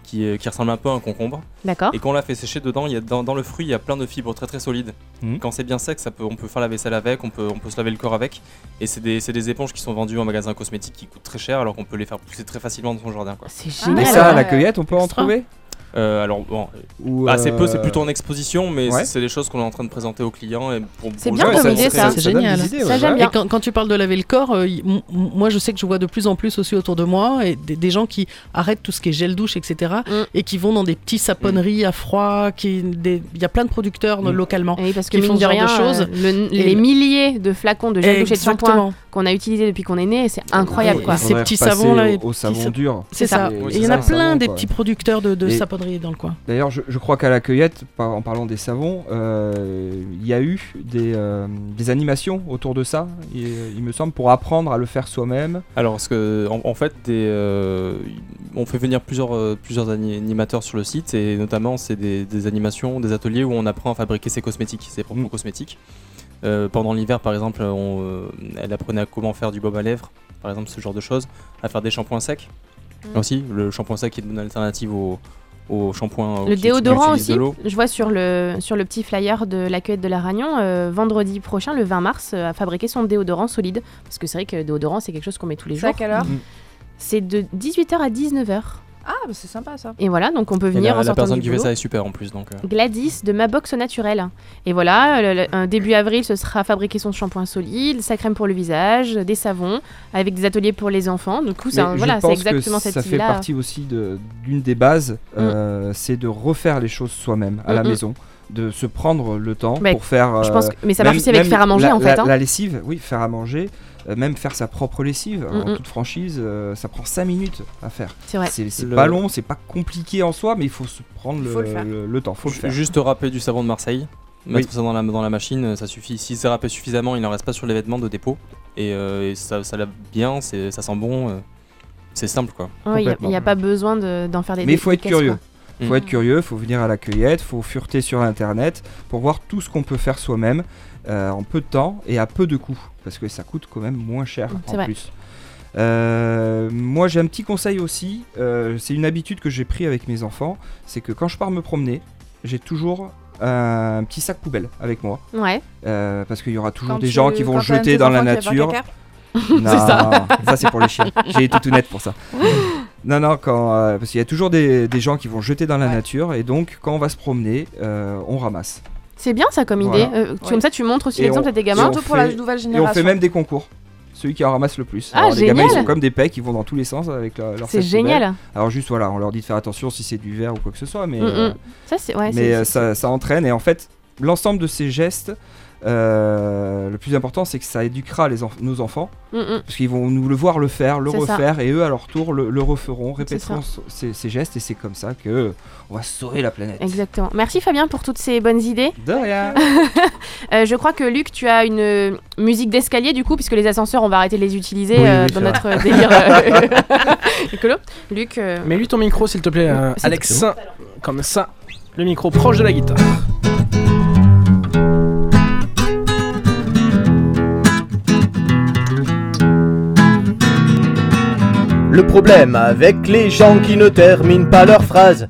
qui, est- qui ressemble un peu à un concombre.
D'accord.
Et quand on la fait sécher dedans, il y a, dans, dans le fruit, il y a plein de fibres très très solides.
Mhm.
Quand c'est bien sec, ça peut, on peut faire la vaisselle avec, on peut, on peut se laver le corps avec. Et c'est des, c'est des éponges qui sont vendues en magasin cosmétique qui coûtent très cher, alors qu'on peut les faire pousser très facilement dans son jardin. quoi.
C'est Ah
Mais ça, à la cueillette, on peut en trouver
Euh, alors bon,
Ou,
bah, c'est peu,
euh,
c'est plutôt en exposition, mais
Ouais.
c'est- c'est des choses qu'on est en train de présenter aux clients et pour.
C'est
pour
bien
les
comme
montrer.
idée, ça. C'est génial. Et quand, quand tu parles de laver le corps, euh, y- m- m- moi je sais que je vois de plus en plus aussi autour de moi et des, des gens qui arrêtent tout ce qui est gel douche, etc.
Mm.
et qui vont dans des petites saponneries à froid. qui- des- Il y a plein de producteurs euh, localement
Mm. Eh parce que
qui font
mine
ce
de
genre
rien,
de choses.
euh, le-
Et-
les milliers de flacons de gel douche et de shampoing
Exactement.
qu'on a utilisés depuis qu'on est né, c'est incroyable
Et
quoi.
Ces petits savons là. et
au
petits
savon
sa-
dur.
C'est ça.
Et-
Et
oui,
Il y
c'est
en a
ça,
plein
savon,
des
quoi.
petits producteurs de, de
Et-
saponneries dans le coin.
D'ailleurs, je, je crois qu'à la cueillette, par- en parlant des savons, euh, il y a eu des, euh, des animations autour de ça, il, il me semble, pour apprendre à le faire soi-même.
Alors, parce que en, en fait, des, euh, on fait venir plusieurs, euh, plusieurs ani- animateurs sur le site, et notamment, c'est des, des animations, des ateliers où on apprend à fabriquer ses cosmétiques, ses propres
Mm.
cosmétiques. Euh, pendant l'hiver, par exemple, on, euh, elle apprenait à comment faire du baume à lèvres, par exemple, ce genre de choses, à faire des shampoings secs.
Mm.
Aussi, le shampoing sec est une bonne alternative au, au shampoing.
Le
euh, qui- qui
déodorant
utilise de
aussi,
l'eau.
je vois sur le, sur le petit flyer de la cueillette de la Ragnon, euh, vendredi prochain, le 20 mars, euh, à fabriquer son déodorant solide. Parce que c'est vrai que le déodorant, c'est quelque chose qu'on met tous les
C'est
jours.
à quelle heure Mm.
C'est de 18h à 19h.
Ah, bah, c'est sympa ça.
Et voilà, donc on peut
Et la-
venir en
la,
sortant
personne
du
qui fait
boulot.
ça est super en plus, donc. euh.
Gladys de Ma Box au Naturel. Et voilà, le- le- un début avril, ce sera fabriquer son shampoing solide, sa crème pour le visage, des savons, avec des ateliers pour les enfants. Du coup, c'est
Mais
un-
je
voilà, c'est
pense que
exactement cette Mm.
ça fait
idée-là.
partie aussi de- d'une des bases, euh, c'est de refaire les choses soi-même à la
Mm, mm.
maison, de se prendre le temps
Mais
pour faire. euh,
je pense que- mais ça marche aussi avec
même
faire à manger,
la-
en fait,
La,
hein.
la lessive, oui, faire à manger, euh, même faire sa propre lessive
Mm,
en
mm.
toute franchise, euh, ça prend 5 minutes à faire.
C'est vrai.
C'est
Le-
pas long, c'est pas compliqué en soi, mais il faut se prendre le,
faut le faire.
le- le temps, faut le
Ju-
faire.
Juste râper du savon de Marseille, mettre
Oui.
ça dans la, dans la machine, euh, ça suffit. Si c'est râpé suffisamment, il n'en reste pas sur les vêtements de dépôt. Et, euh, et ça, ça lave bien, c'est- ça sent bon, euh, c'est simple quoi.
Il n'y a, pas besoin de- d'en faire des Mm.
Mais
des-
il faut
des
être
caisses,
curieux.
quoi.
Il faut être curieux, faut venir à la cueillette, faut fureter sur internet pour voir tout ce qu'on peut faire soi-même euh, en peu de temps et à peu de coûts parce que ça coûte quand même moins cher
C'est
en
vrai.
plus. Euh, moi j'ai un petit conseil aussi, euh, c'est une habitude que j'ai pris avec mes enfants, c'est que quand je pars me promener, j'ai toujours un petit sac poubelle avec moi.
Ouais.
Euh, parce qu'il y aura toujours
Quand
des
tu-
gens qui vont
quand
le
t'as un de
jeter
tes
dans la
enfants qui va faire
nature.
caca
Non,
C'est ça.
ça c'est pour les chiens. J'ai été tout net pour ça. Non, non, quand, euh, parce qu'il y a toujours des, des gens qui vont jeter dans la nature et donc quand on va se promener, euh, on ramasse.
C'est bien ça comme idée.
Voilà.
Euh, tu- Comme ça, tu montres aussi
Et
l'exemple
on-
à tes gamins.
et on fait- Et on fait même des concours. Celui qui en ramasse le plus.
Ah,
Alors, les gamins, ils
génial.
sont comme des pecs, ils vont dans tous les sens avec leur, leur
C'est
sac poubelle.
génial.
Alors juste voilà, on leur dit de faire attention si c'est du verre ou quoi que ce soit, mais
Mm, mm.
euh,
Ça, c'est- ouais, c'est-
mais euh,
c'est-
ça, ça entraîne et en fait l'ensemble de ces gestes. euh, le plus important, c'est que ça éduquera les enf- nos enfants,
Mm, mm.
parce qu'ils vont nous le voir le faire, le
C'est ça.
refaire, et eux à leur tour le, le referont,
C'est
répéteront
ça.
so- ces, ces gestes, et c'est comme ça que euh, on va sauver la planète.
Exactement. Merci Fabien pour toutes ces bonnes idées.
De rien.
Euh, je crois que Luc, tu as une euh, musique d'escalier du coup, puisque les ascenseurs, on va arrêter de les utiliser
Oui,
euh,
oui,
dans
c'est
notre
vrai.
euh, délire euh, écolo. Luc, euh,
Mais lui ton micro s'il te plaît, euh,
C'est-
Alex. Ça, Comme ça, le micro proche de la guitare.
Le problème avec les gens qui ne terminent pas leurs phrases.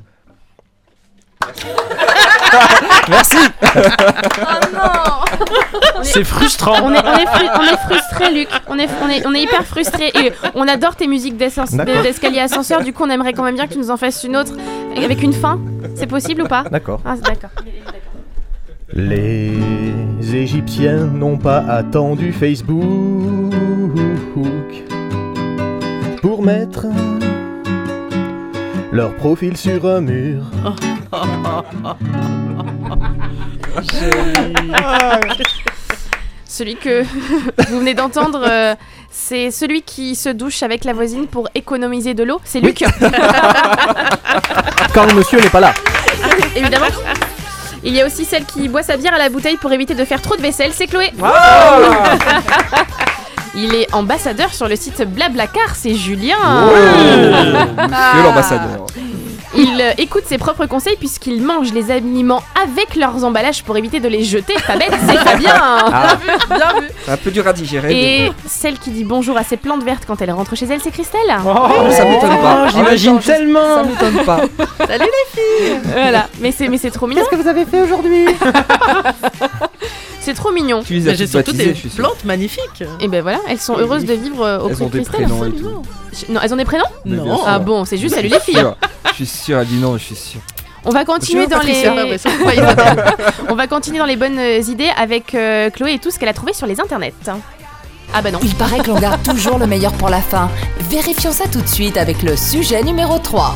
Merci.
C'est frustrant.
on est, on est, fru- on est frustré, Luc. On est, on est, on est hyper frustré et on adore tes musiques d'ascens-
D'accord.
d'escalier ascenseur. Du coup, on aimerait quand même bien que tu nous en fasses une autre avec une fin. C'est possible ou pas
D'accord.
Ah, d'accord.
Les Égyptiens n'ont pas attendu Facebook pour mettre leur profil sur un mur.
Celui que vous venez d'entendre, euh, c'est celui qui se douche avec la voisine pour économiser de l'eau. C'est Luc.
Quand le monsieur n'est pas là.
Évidemment. Il y a aussi celle qui boit sa bière à la bouteille pour éviter de faire trop de vaisselle. C'est Chloé. Il est ambassadeur sur le site Blablacar. C'est Julien.
Oh,
Ah.
Monsieur l'ambassadeur.
Il euh, écoute ses propres conseils puisqu'il mange les aliments avec leurs emballages pour éviter de les jeter. Pas bête, c'est Fabien.
Ah. C'est un peu dur à digérer.
Et celle qui dit bonjour à ses plantes vertes quand elle rentre chez elle, c'est Christelle. Oh,
mais ça m'étonne
Ah,
pas.
j'imagine tellement.
Ça m'étonne pas.
Salut les filles. Voilà, mais c'est mais c'est trop mignon. Qu'est-ce que vous avez fait aujourd'hui C'est trop mignon.
Tu les as Mais j'ai toutes surtout baptisées, des je suis sûr. plantes
magnifiques. Et ben voilà, elles sont heureuses de vivre euh, auprès
Elles ont
de
des
Christelle.
prénoms et tout.
Je- Non, elles ont des prénoms
Mais bien sûr.
Ah bon, c'est juste salut les filles.
Je suis sûr, elle dit non, je suis sûr.
On va continuer
Bonjour,
dans les.
Patricia. Ah ouais, sans
On va continuer dans les bonnes euh, idées avec euh, Chloé et tout ce qu'elle a trouvé sur les internets. Ah bah non.
Il paraît que l'on garde toujours le meilleur pour la fin. Vérifions ça tout de suite avec le sujet numéro 3.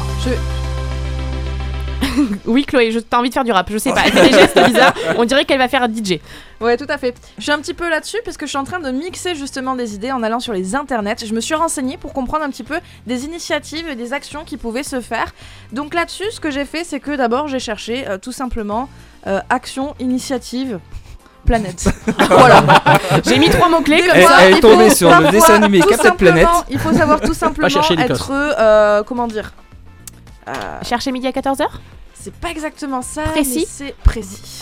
Oui, Chloé, je t'as envie de faire du rap, je sais pas. Elle fait des gestes bizarres. On dirait qu'elle va faire DJ.
Ouais, tout à fait. Je suis un petit peu là-dessus parce que je suis en train de mixer justement des idées en allant sur les internets. Je me suis renseignée pour comprendre un petit peu des initiatives et des actions qui pouvaient se faire. Donc là-dessus, ce que j'ai fait, c'est que d'abord j'ai cherché euh, tout simplement euh, action, initiative, planète.
J'ai mis trois mots-clés
Des
comme
fois,
ça.
il
Elle est tombée
faut
sur le
parfois,
dessin animé
tout
Captain Planet.
simplement, Il faut savoir tout simplement
chercher les
être.
codes.
euh, comment dire
euh, Chercher midi à 14h
C'est pas exactement ça.
Précis
mais C'est précis.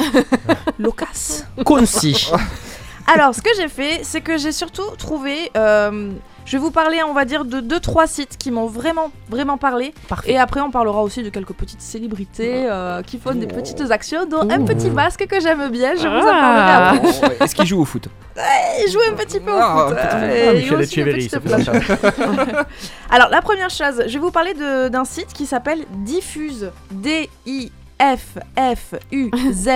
Locasse.
Concis.
Alors, ce que j'ai fait, c'est que j'ai surtout trouvé. euh, je vais vous parler, on va dire, de deux, trois sites qui m'ont vraiment, vraiment parlé. Et après, on parlera aussi de quelques petites célébrités euh, qui font des petites actions, dont un petit masque que j'aime bien. Je vous en parlerai après.
Ah. Est-ce qu'il joue au foot
Ouais, joue un petit peu au
Ah,
foot.
un petit peu.
euh,
Ah,
et
Michel
aussi des
Etcheverry,
petites
ça fait
places. Alors, la première chose, je vais vous parler de- d'un site qui s'appelle Diffuse. D-I-F-F-U-Z.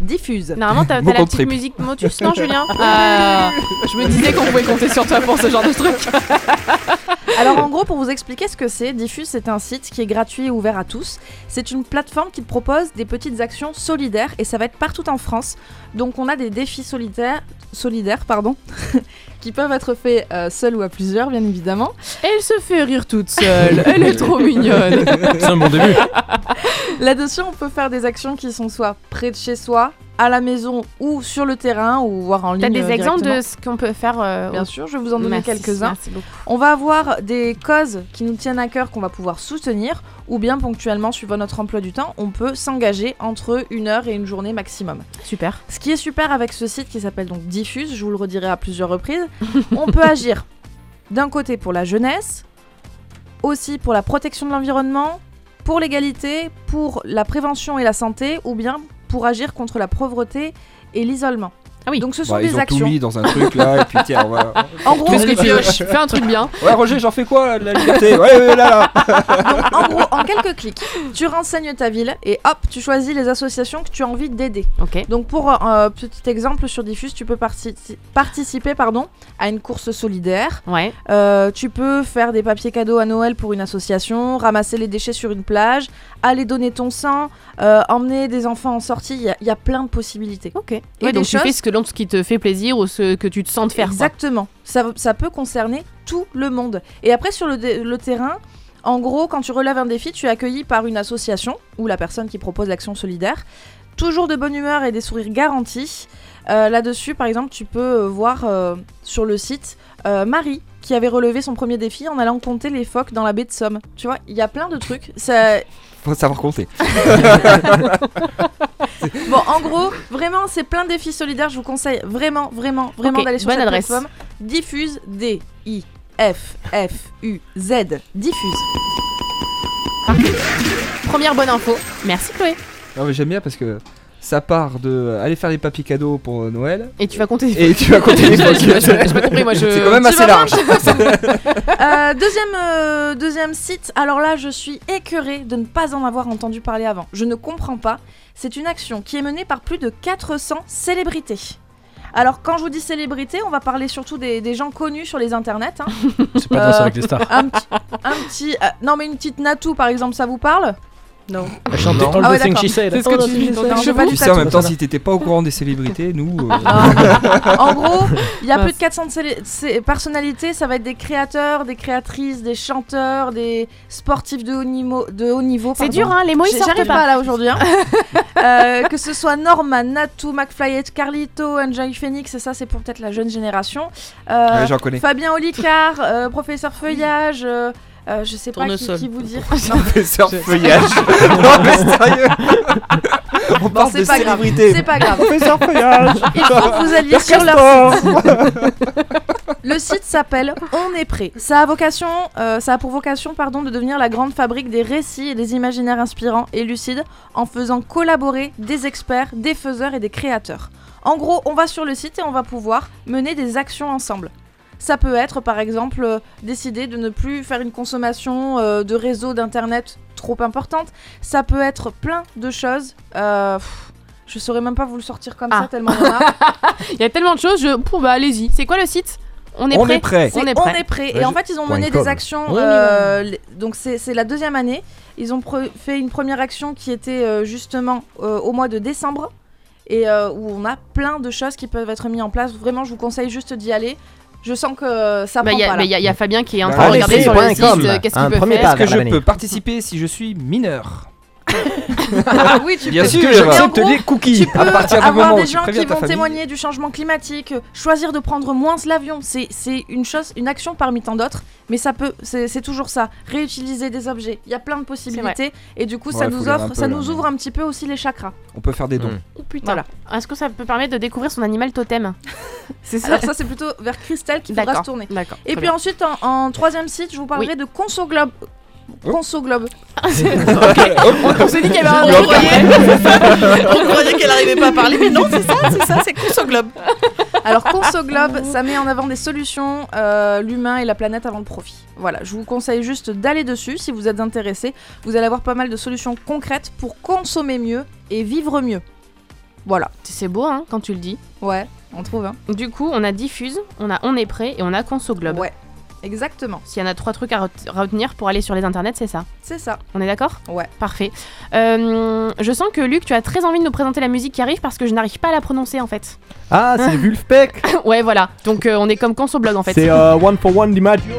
Diffuse.
Normalement, t'as
Mot
t'as la petite
compris.
musique Motus, non, Julien Ah, Je me disais qu'on pouvait compter sur toi pour ce genre de truc.
Alors en gros, pour vous expliquer ce que c'est, Diffuse, c'est un site qui est gratuit et ouvert à tous. C'est une plateforme qui te propose des petites actions solidaires et ça va être partout en France. Donc on a des défis solidaires, solidaires pardon, qui peuvent être faits euh, seuls ou à plusieurs, bien évidemment.
Elle se fait rire toute seule. Elle est trop mignonne.
C'est un bon début.
Là-dessus, on peut faire des actions qui sont soit près de chez soi, à la maison ou sur le terrain ou voir en ligne.
T'as
euh,
des exemples de
directement.
ce qu'on peut faire euh,
Bien
au-
sûr, je vais vous en donner
Merci,
quelques-uns.
merci beaucoup.
On va avoir des causes qui nous tiennent à cœur qu'on va pouvoir soutenir, ou bien ponctuellement, suivant notre emploi du temps, on peut s'engager entre une heure et une journée maximum.
Super.
Ce qui est super avec ce site qui s'appelle donc Diffuse, je vous le redirai à plusieurs reprises, on peut agir d'un côté pour la jeunesse, aussi pour la protection de l'environnement, pour l'égalité, pour la prévention et la santé, ou bien pour agir contre la pauvreté et l'isolement.
Ah oui.
Donc ce sont
Bah,
des
Ils ont
actions.
tout mis dans un truc là, et puis tiens, voilà.
En gros,
Qu'est-ce que tu veux
Fais un truc bien.
Ouais, Roger, j'en fais quoi là, de la liberté Ouais, ouais, là, là.
en gros, en quelques clics, tu renseignes ta ville et hop, tu choisis les associations que tu as envie d'aider. Donc pour euh, petit exemple sur Diffuse, tu peux parti- participer pardon, à une course solidaire.
Ouais.
Euh, tu peux faire des papiers cadeaux à Noël pour une association, ramasser les déchets sur une plage, aller donner ton sang, euh, emmener des enfants en sortie. Il y a- il y, a plein de possibilités.
Ok.
Et
Ouais,
des
donc tu
choses-
fais ce que l'autre qui te fait plaisir ou ce que tu te sens de faire. quoi.
Exactement. Ça, ça peut concerner tout le monde. Et après, sur le, dé- le terrain, en gros, quand tu relèves un défi, tu es accueilli par une association ou la personne qui propose l'action solidaire. Toujours de bonne humeur et des sourires garantis. Euh, Là-dessus, par exemple, tu peux euh, voir euh, sur le site euh, Marie qui avait relevé son premier défi en allant compter les phoques dans la baie de Somme. Tu vois, il y a plein de trucs. Ça,
Faut savoir compter.
Bon, en gros, vraiment, c'est plein de défis solidaires. Je vous conseille vraiment, vraiment, vraiment
Ok,
d'aller sur
bonne
cette
adresse.
plateforme. Diffuse, D-I-F-F-U-Z, diffuse.
Première bonne info. Merci Chloé.
Non, mais j'aime bien parce que ça part de euh, aller faire les papiers cadeaux pour euh, Noël.
Et tu vas compter les
Et
photos.
tu vas compter les
J'ai-
photos.
j'ai- j'ai- j'ai pas compris, moi, je-
C'est quand même
Tu
assez
vas voir,
large.
Euh, deuxième, euh, deuxième site, alors là, je suis écœurée de ne pas en avoir entendu parler avant. Je ne comprends pas. C'est une action qui est menée par plus de 400 célébrités. Alors, quand je vous dis célébrité, on va parler surtout des, des gens connus sur les internets. hein. Euh,
C'est pas de danser avec les stars.
Un, petit- un petit. euh, non, mais une petite Natou, par exemple, ça vous parle Non.
Elle chante All the things she said.
Ah C'est ce que tu dis.
Tu sais, en même temps, si t'étais pas au courant des célébrités, nous. euh,
Ah. En gros, il y a plus de 400 célé- cé- personnalités. Ça va être des créateurs, des créatrices, des chanteurs, des sportifs de haut niveau. De haut niveau
C'est
pardon.
dur, hein, les mots, ils
J'ai-
sortent
J'arrive
pas.
pas. là aujourd'hui. hein. Euh, que ce soit Norman, Natou, McFly, Ed Carlito, Enjoy Phoenix, et ça c'est pour peut-être la jeune génération. Euh,
Ouais, Ah j'en connais.
Fabien Olicard, euh, Professeur Feuillage. euh, euh, je sais pas qui,
Tournesol.
qui vous dire.
Professeur
Je-
Feuillage. Non, mais sérieux. On
Bon,
parle
c'est
de
pas grave,
célébrité.
C'est pas grave.
Professeur Feuillage.
Il faut que vous alliez
Le
sur leur
castor.
site. Le site s'appelle On est prêt. Ça a vocation, euh, ça a pour vocation, pardon, de devenir la grande fabrique des récits et des imaginaires inspirants et lucides, en faisant collaborer des experts, des faiseurs et des créateurs. En gros, on va sur le site et on va pouvoir mener des actions ensemble. Ça peut être par exemple euh, décider de ne plus faire une consommation euh, de réseaux d'internet trop importante. Ça peut être plein de choses. Euh, pff, je saurais même pas vous le sortir comme ça tellement il y en a.
Il y a tellement de choses, je. Pouh, bah allez-y. C'est quoi le site On est
On
prêt.
est prêt.
On est
C'est-
prêt.
on est prêt. Et en fait, ils ont mené des actions.
Oui, oui, oui.
euh, les- donc, c'est c'est la deuxième année. Ils ont pre- fait une première action qui était euh, justement euh, au mois de décembre. Et euh, où on a plein de choses qui peuvent être mises en place. Vraiment, je vous conseille juste d'y aller. Je sens que euh, ça
Bah,
prend
y a-
pas. là.
mais y a- y a Fabien qui est en
Bah,
train de regarder
allez,
sur le
c'est
site
point com.
euh, qu'est-ce
Un
qu'il peut
premier
faire.
pas Est-ce que je peux participer si je suis mineur
Ah oui, tu
Bien
peux.
sûr,
Mais en
j'accepte
gros,
les cookies.
Tu peux
à partir du
avoir
moment
des
où tu
gens
préviens
qui
ta
vont
famille.
témoigner du changement climatique, euh, choisir de prendre moins l'avion. C'est c'est une chose, une action parmi tant d'autres, mais ça peut, c'est c'est toujours ça. Réutiliser des objets. Il y a plein de possibilités et du coup,
Ouais,
ça
faut
nous
lire un
offre,
peu,
ça
là,
nous
mais-
ouvre un petit peu aussi les chakras.
On peut faire des dons.
Oh putain. Est-ce que ça peut permettre de découvrir son animal totem C'est
Alors ça, c'est plutôt vers Christelle qu'il faudra
D'accord,
se tourner.
d'accord,
Et
très
puis
bien.
ensuite, en, en troisième site, je vous parlerai de Conso Globe.
Oh.
Conso Globe.
On s'est dit qu'il y avait un
On
croyait-
on croyait
qu'elle arrivait pas à parler, mais non, c'est ça,
c'est ça, c'est Conso Globe. Alors Conso Globe, ça met en avant des solutions, euh, l'humain et la planète avant le profit. Voilà, je vous conseille juste d'aller dessus si vous êtes intéressé. Vous allez avoir pas mal de solutions concrètes pour consommer mieux et vivre mieux. Voilà.
C'est beau, hein, quand tu le dis.
Ouais, on trouve, hein.
Du coup, on a diffuse, on a on est prêt et on a conso globe.
Ouais, exactement.
S'il y en a trois trucs à re- retenir pour aller sur les internets, c'est ça.
C'est ça.
On est d'accord
Ouais.
Parfait. Euh, je sens que Luc, tu as très envie de nous présenter la musique qui arrive parce que je n'arrive pas à la prononcer en fait.
Ah, c'est Vulfpeck
ouais, voilà. Donc euh, on est comme conso blog en fait.
C'est euh, One for One DiMaggio.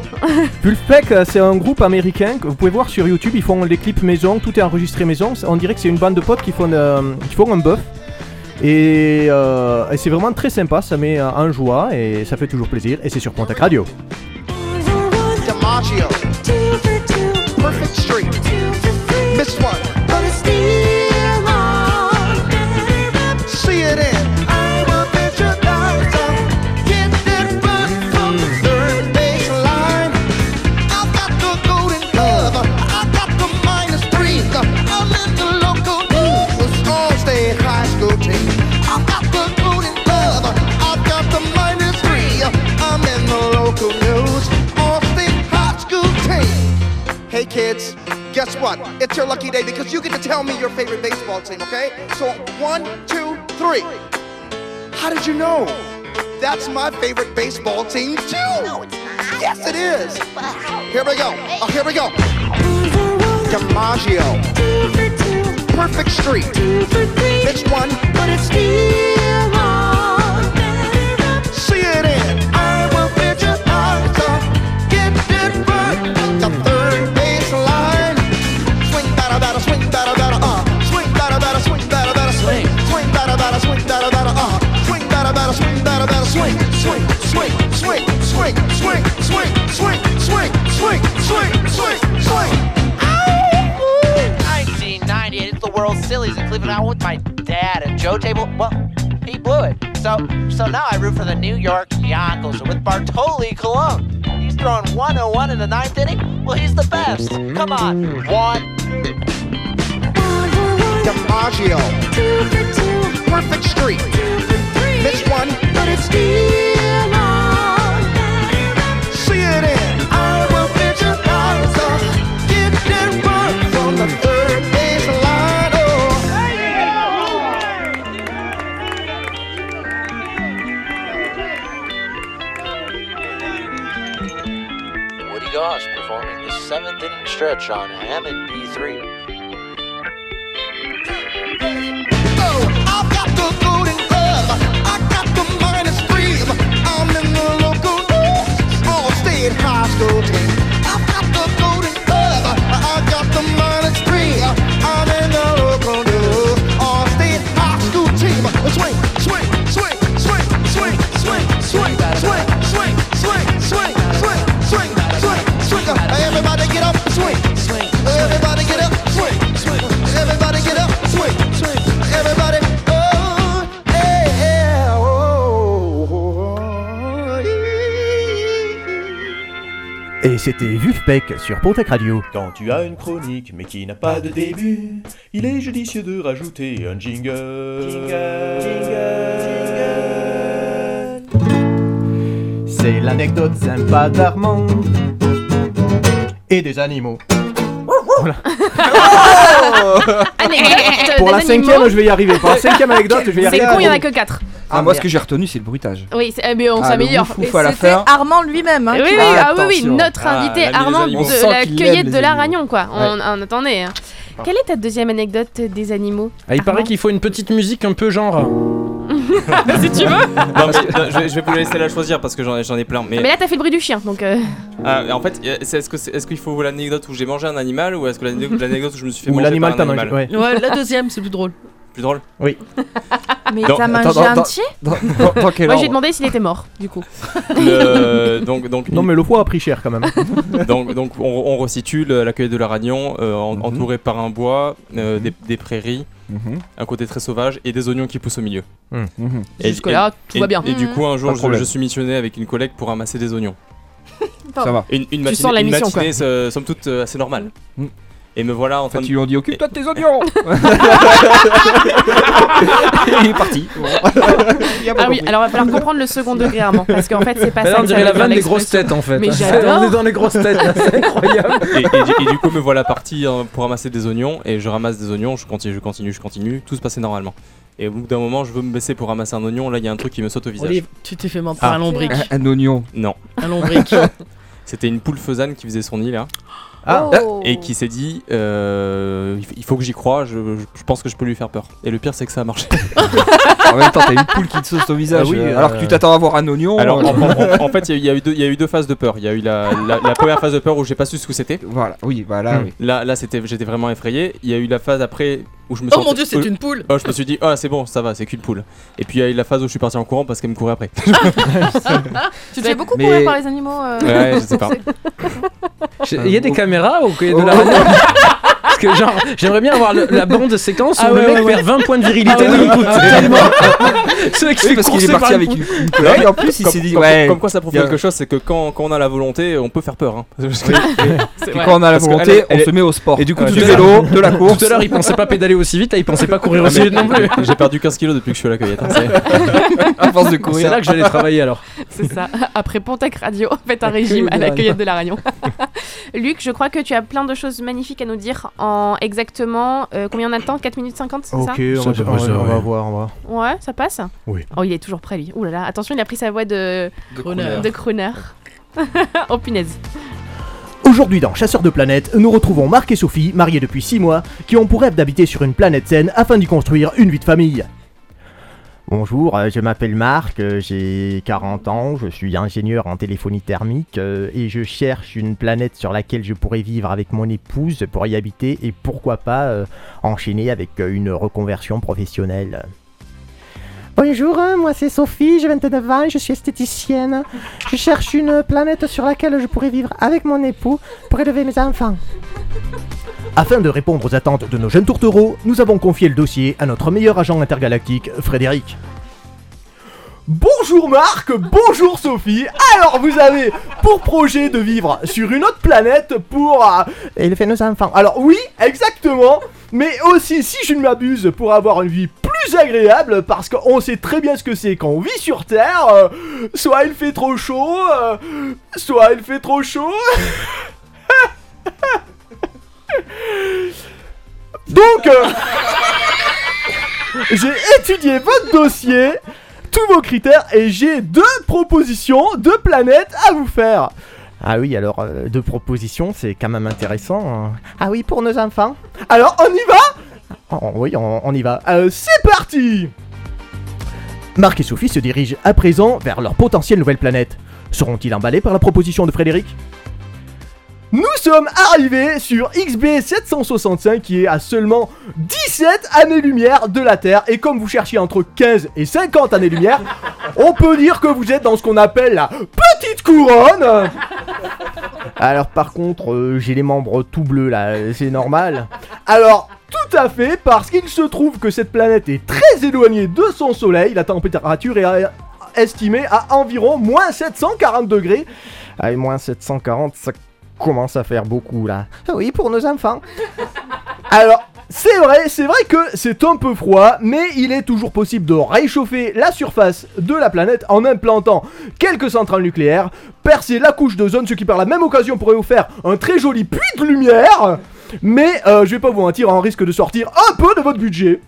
Vulfpeck, euh, c'est un groupe américain que vous pouvez voir sur YouTube. Ils font les clips maison, tout est enregistré maison. C'est- On dirait que c'est une bande de potes qui font, euh, qui font un bœuf. Et, euh, et c'est vraiment très sympa, ça met euh, en joie et ça fait toujours plaisir. Et c'est sur Pontac Radio.
DiMaggio. Two for two. Perfect Street. Two for three. Missed one. But it's still on. See it in. I will bet your dollars on. Get that bus from the third baseline. I've got the golden glove. I've got the minus threes. I'm in the local news. The all-state high school team. I've got the golden glove. I've got the minus three. I'm in the local news. All-state high school team. Hey kids, guess what? It's your lucky day because you get to tell me your favorite baseball team, okay? So one, two, three. How did you know? That's my favorite baseball team too. Yes, it is. Here we go. Oh, here we go. DiMaggio. Two for two. Perfect Street. Two for three. It's one, but it's still on. See it in. I will pitch a hard Get it right at the third baseline. Swing, batter, batter, swing, batter, batter, uh. Swing, batter, batter, swing, batter, batter, swing. Swing, batter, batter, swing, batter, batter, uh. Swing, batter, batter, swing, batter, batter, swing. Swing, swing, swing, swing, swing, swing, swing, swing, swing, swing, swing, swing.
1998, it's the World Sillies in Cleveland. I went with my dad and Joe Table. Well, he blew it. So, so now I root for the New York Yankees with Bartoli Colon. He's throwing 101 in the ninth inning. Well, he's the best. Come on, one.
DiMaggio. Two for two. Perfect Street. Two for three. Missed one, but it's still on. See it in. I will pitch a bowser. Get it right from the third base line. Oh.
Goss performing the seventh inning stretch on Hammond B3.
Oh, Everybody get up, swing, swing, everybody get up, swing, swing, everybody get up, swing, swing, everybody, oh, hey, hey, oh, oh, oh,
Et c'était Vufpec sur Pontac Radio.
Quand tu as une chronique mais qui n'a pas de début, il est judicieux de rajouter un jingle.
C'est l'anecdote sympa d'Armand et des animaux.
Anecdote
Pour
des
la
animaux.
cinquième, je vais y arriver. Pour la cinquième anecdote, je vais y arriver.
C'est con, il y en a que 4.
Ah, moi, ce que j'ai retenu, c'est le bruitage.
Oui, c'est- eh bien, on
Ah,
s'améliore.
le ouf, ouf à la fin.
Armand lui-même.
hein,
oui,
qui-
oui,
Ah,
ah, oui, oui,
attention.
notre
Ah,
invité
là, les
Armand
animaux.
de
On
la
sent qu'il aime
cueillette
les
de la
animaux.
Ragnon, quoi. On,
Ouais.
on attendait. hein. Quelle est ta deuxième anecdote des animaux
Ah, il paraît qu'il faut une petite musique un peu genre. euh,
Si tu veux.
Non, mais, non, je, vais, je vais vous laisser la choisir parce que j'en j'en ai plein. Mais,
Ah, Mais là, t'as fait le bruit du chien, donc. euh,
Ah, mais en fait, euh, c'est- est-ce que c'est- est-ce qu'il faut l'anecdote où j'ai mangé un animal ou est-ce que l'anecdote l'anecdote où je me suis fait
Ou
manger
l'animal
par
t'a
un
mangé,
animal
ouais.
Ouais, la deuxième, c'est plus drôle.
Plus drôle
Oui.
Mais
Non.
t'as mangé
Attends,
un
dans-
petit
dans-
dans- dans quel
Moi, j'ai
ordre
demandé s'il était mort, du coup.
Le- donc, donc,
Non, mais le foie a pris cher quand même.
donc, donc on, on resitue le- la cueillette de la Ragnon euh, en- entourée par un bois, euh, des, des prairies,
Mhm.
un côté très sauvage et des oignons qui poussent au milieu.
Mhm. Mhm.
Et-
Jusque-là,
et-
tout va
et-
bien.
Et, du
Mhm.
coup, un
Pas
jour,
de
je,
problème.
je suis missionné avec une collègue pour ramasser des oignons.
Ça va.
Une, une
Tu
matinée,
sens la
une
mission,
matinée, euh, somme toute euh, assez normale. Et me voilà en train de.
Ils lui ont dit occupe-toi de tes oignons Il est parti.
Ah oui, alors va falloir comprendre le second degré, Armand, parce qu'en fait, c'est pas
Bah
ça.
là, on
que
dirait
ça
la
veut dire
vanne des
l'expression.
grosses têtes en fait.
Mais
on est
j'adore.
dans les grosses têtes, là, c'est incroyable.
et, et du- et du coup, me voilà parti hein, pour ramasser des oignons. Et je ramasse des oignons, je continue, je continue, je continue. Tout se passait normalement. Et au bout d'un moment, je veux me baisser pour ramasser un oignon. Là, il y a un truc qui me saute au visage. Ah.
Olive, tu t'es fait mordre par un lombric.
Un, un oignon.
Non.
Un lombric.
C'était une poule faisane qui faisait son nid là.
Ah. Oh.
Et qui s'est dit euh, il f- il faut que j'y croie, je, je- je pense que je peux lui faire peur. Et le pire, c'est que ça a marché. Ah
En même temps, t'as une poule qui te saute au visage, euh, alors que tu t'attends à voir un oignon,
Alors,
euh.
en, en- en- en fait, il y, a eu- il y a eu deux- il y a eu deux phases de peur. Il y a eu la, la- la première phase de peur où j'ai pas su ce que c'était. Hmm.
Voilà, oui, voilà. oui.
Là, là c'était, j'étais vraiment effrayé. Il y a eu la phase après où je me
Oh
sentais-
mon Dieu, c'est
où-
une poule
Oh, je me suis dit, ah, c'est bon, ça va, c'est qu'une poule. Et puis il y a eu la phase où je suis parti en courant parce qu'elle me courait après.
Tu te fais Ah, beaucoup
Mais-
courir par les animaux. euh,
Ouais, je sais pas.
Il y a des caméras au cueillette
Oh.
de la Ragnon Parce que genre, j'aimerais bien avoir le- la bande séquence où
Ah
le
ouais,
mec
ouais, ouais.
perd 20 points de virilité
Ah ouais,
de
ouais,
l'input.
ouais, ouais.
Tellement. Ce mec se
Oui,
fait
parce qu'il est
courser
parti
par une
avec
poule.
une- une
Non,
collègue.
mais
En plus, il
comme-
s'est dit,
comme-
ouais,
Comme quoi, ça prouve
il y a-
quelque
chose, c'est que quand, quand on a la volonté, on peut faire peur. Hein.
Et quand on a la volonté, on se met au sport.
Et du coup,
Ouais,
tout
du
à l'heure-
vélo, de la course.
Tout à l'heure, il pensait pas pédaler aussi vite, là, il pensait pas courir
Ah,
aussi
mais-
vite non plus.
J'ai perdu 15 kilos depuis que je suis à la cueillette. hein, c'est-
À force de courir.
C'est là que j'allais travailler alors.
C'est ça. Après Pontac Radio, faites un
La
régime à la
cueillette
cueillette de la Ragnon. Luc, je crois que tu as plein de choses magnifiques à nous dire en exactement euh, combien on a de temps 4 minutes 50, c'est
Ok,
ça
on va, on va- on va voir, on va voir.
Ouais, ça passe
Oui.
Oh, il est toujours prêt, lui. Ouh là là, attention, il a pris sa voix de.
De crooner.
De crooner. oh punaise.
Aujourd'hui dans Chasseurs de planètes, nous retrouvons Marc et Sophie, mariés depuis 6 mois, qui ont pour rêve d'habiter sur une planète saine afin d'y construire une vie de famille.
Bonjour, euh, je m'appelle Marc, euh, j'ai 40 ans, je suis ingénieur en téléphonie thermique euh, et je cherche une planète sur laquelle je pourrais vivre avec mon épouse pour y habiter et pourquoi pas euh, enchaîner avec euh, une reconversion professionnelle.
Bonjour, hein, moi c'est Sophie, j'ai 29 ans, je suis esthéticienne. Je cherche une planète sur laquelle je pourrais vivre avec mon époux pour élever mes enfants.
Afin de répondre aux attentes de nos jeunes tourtereaux, nous avons confié le dossier à notre meilleur agent intergalactique, Frédéric.
Bonjour Marc, bonjour Sophie. Alors vous avez pour projet de vivre sur une autre planète pour euh, élever nos enfants. Alors oui, exactement. Mais aussi, si je ne m'abuse, pour avoir une vie plus agréable, parce qu'on sait très bien ce que c'est quand on vit sur Terre. euh, soit il fait trop chaud, euh, soit il fait trop chaud. Donc... euh, j'ai étudié votre dossier, tous vos critères, et j'ai deux propositions de planètes à vous faire.
Ah oui, alors euh, deux propositions, c'est quand même intéressant. hein.
Ah oui, pour nos enfants. Alors, on y va
Oh, oui, on, on y va.
Euh, C'est parti
Marc et Sophie se dirigent à présent vers leur potentielle nouvelle planète. Seront-ils emballés par la proposition de Frédéric
Nous sommes arrivés sur XB765 qui est à seulement 17 années-lumière de la Terre. Et comme vous cherchiez entre 15 et 50 années-lumière, on peut dire que vous êtes dans ce qu'on appelle la petite couronne.
Alors par contre, euh, j'ai les membres tout bleus là, euh, c'est normal.
Alors, tout à fait, parce qu'il se trouve que cette planète est très éloignée de son soleil, la température est euh, estimée à environ moins 740 degrés. Ah,
Allez, moins 740, ça commence à faire beaucoup là.
Ah Oui, pour nos enfants. Alors, c'est vrai, c'est vrai que c'est un peu froid, mais il est toujours possible de réchauffer la surface de la planète en implantant quelques centrales nucléaires, percer la couche d'ozone, ce qui par la même occasion pourrait vous faire un très joli puits de lumière. Mais euh, je vais pas vous mentir, on risque de sortir un peu de votre budget.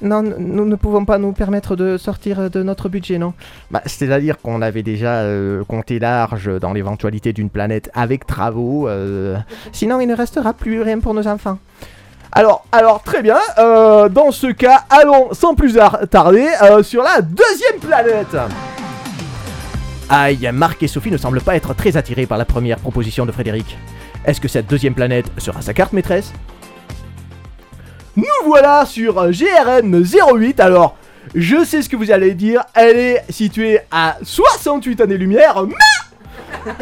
Non, nous ne pouvons pas nous permettre de sortir de notre budget, non Bah, c'est-à-dire qu'on avait déjà euh, compté large dans l'éventualité d'une planète avec travaux. euh.
Sinon, il ne restera plus rien pour nos enfants. Alors, alors très bien. euh, dans ce cas, allons sans plus ar- tarder euh, sur la deuxième planète.
Aïe, Marc et Sophie ne semblent pas être très attirés par la première proposition de Frédéric. Est-ce que cette deuxième planète sera sa carte maîtresse
Nous voilà sur euh, GRN 08. Alors, je sais ce que vous allez dire. Elle est située à 68 années-lumière, mais...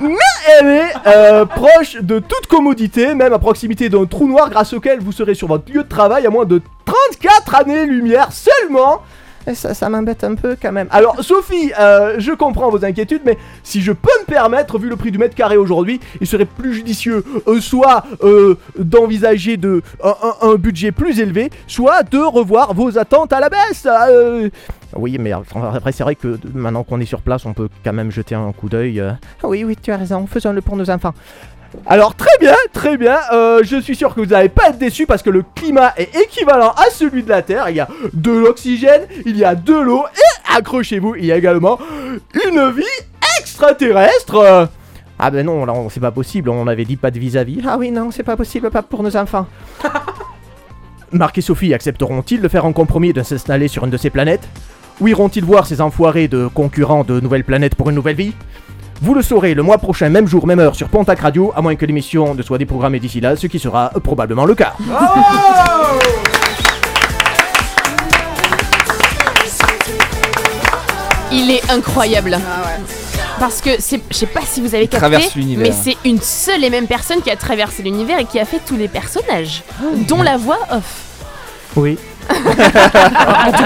mais elle est euh, proche de toute commodité, même à proximité d'un trou noir grâce auquel vous serez sur votre lieu de travail à moins de 34 années-lumière seulement. Et ça, ça m'embête un peu quand même. Alors, Sophie, euh, je comprends vos inquiétudes, mais si je peux me permettre, vu le prix du mètre carré aujourd'hui, il serait plus judicieux euh, soit euh, d'envisager de, un, un- un budget plus élevé, soit de revoir vos attentes à la baisse. euh.
Oui, mais après, c'est vrai que maintenant qu'on est sur place, on peut quand même jeter un coup d'œil. euh.
Oui, oui, tu as raison, faisons-le pour nos enfants. Alors très bien, très bien, euh, je suis sûr que vous n'allez pas être déçus parce que le climat est équivalent à celui de la Terre, il y a de l'oxygène, il y a de l'eau et accrochez-vous, il y a également une vie extraterrestre. euh.
Ah ben non, là, on- c'est pas possible, on avait dit pas de vis-à-vis.
Ah oui, non, c'est pas possible, pas pour nos enfants.
Marc et Sophie accepteront-ils de faire un compromis et de s'installer sur une de ces planètes Ou iront-ils voir ces enfoirés de concurrents de nouvelles planètes pour une nouvelle vie Vous le saurez le mois prochain, même jour, même heure, sur Pontac Radio, à moins que l'émission ne soit déprogrammée d'ici là, ce qui sera euh, probablement le cas.
Il est incroyable. Parce que c'est, je sais pas si vous avez capté,
traverse l'univers.
mais c'est une seule et même personne qui a traversé l'univers et qui a fait tous les personnages, dont la voix off.
Oui.
En tout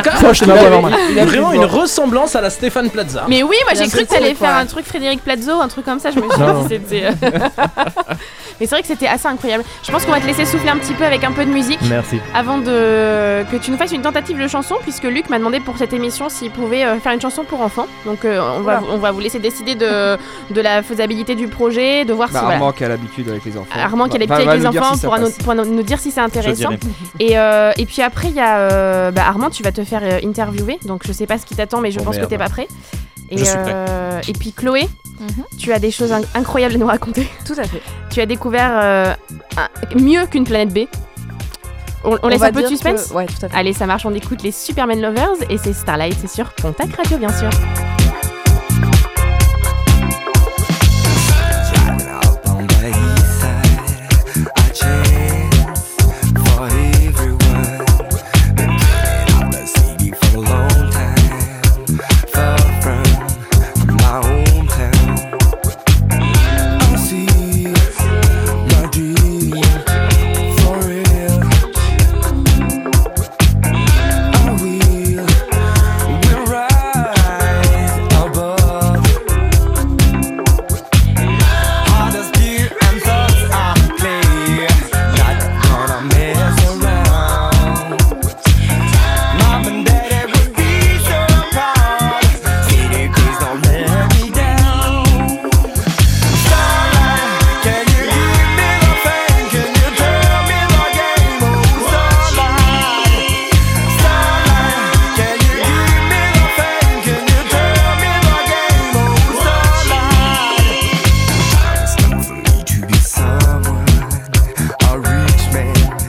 cas,
Ça, je te
il,
l'avoue,
a,
normal.
il a vraiment
Il
une
a-
ressemblance à la Stéphane Plaza.
Mais oui, moi j'ai cru que t'allais faire
un
un truc Frédéric Plazo, un truc comme ça. Je me suis
Non.
dit c'était. euh, mais c'est vrai que c'était assez incroyable. Je pense qu'on va te laisser souffler un petit peu avec un peu de musique.
Merci.
Avant de que tu nous fasses une tentative de chanson, puisque Luc m'a demandé pour cette émission s'il pouvait euh, faire une chanson pour enfants. Donc euh, on, va, on va vous laisser décider de, de la faisabilité du projet, de voir
Bah,
si. voilà.
Armand qui a l'habitude avec les enfants.
Armand qui a
Bah,
l'habitude
va- va
avec les
nous dire
enfants
si ça
pourra nous,
passe.
pourra nous- nous dire si c'est intéressant.
dirai.
Et, euh, et puis après, il y a euh, bah, Armand, tu vas te faire euh, interviewer, donc je sais pas ce qui t'attend, mais je
Oh
pense
merde.
que t'es pas prêt. Et,
Je suis prêt.
euh, et puis Chloé, tu as des choses in- incroyables à nous raconter.
Mhm. Tout à fait.
Tu as découvert euh, un- mieux qu'une planète B. On, on
On
laisse
va
un peu de
dire
suspense
que- ouais, tout à fait.
Allez, ça marche, on écoute les Superman Lovers et c'est Starlight, c'est sur Pontac Radio, bien sûr.
We'll ride Oh, Oh,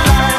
Oh,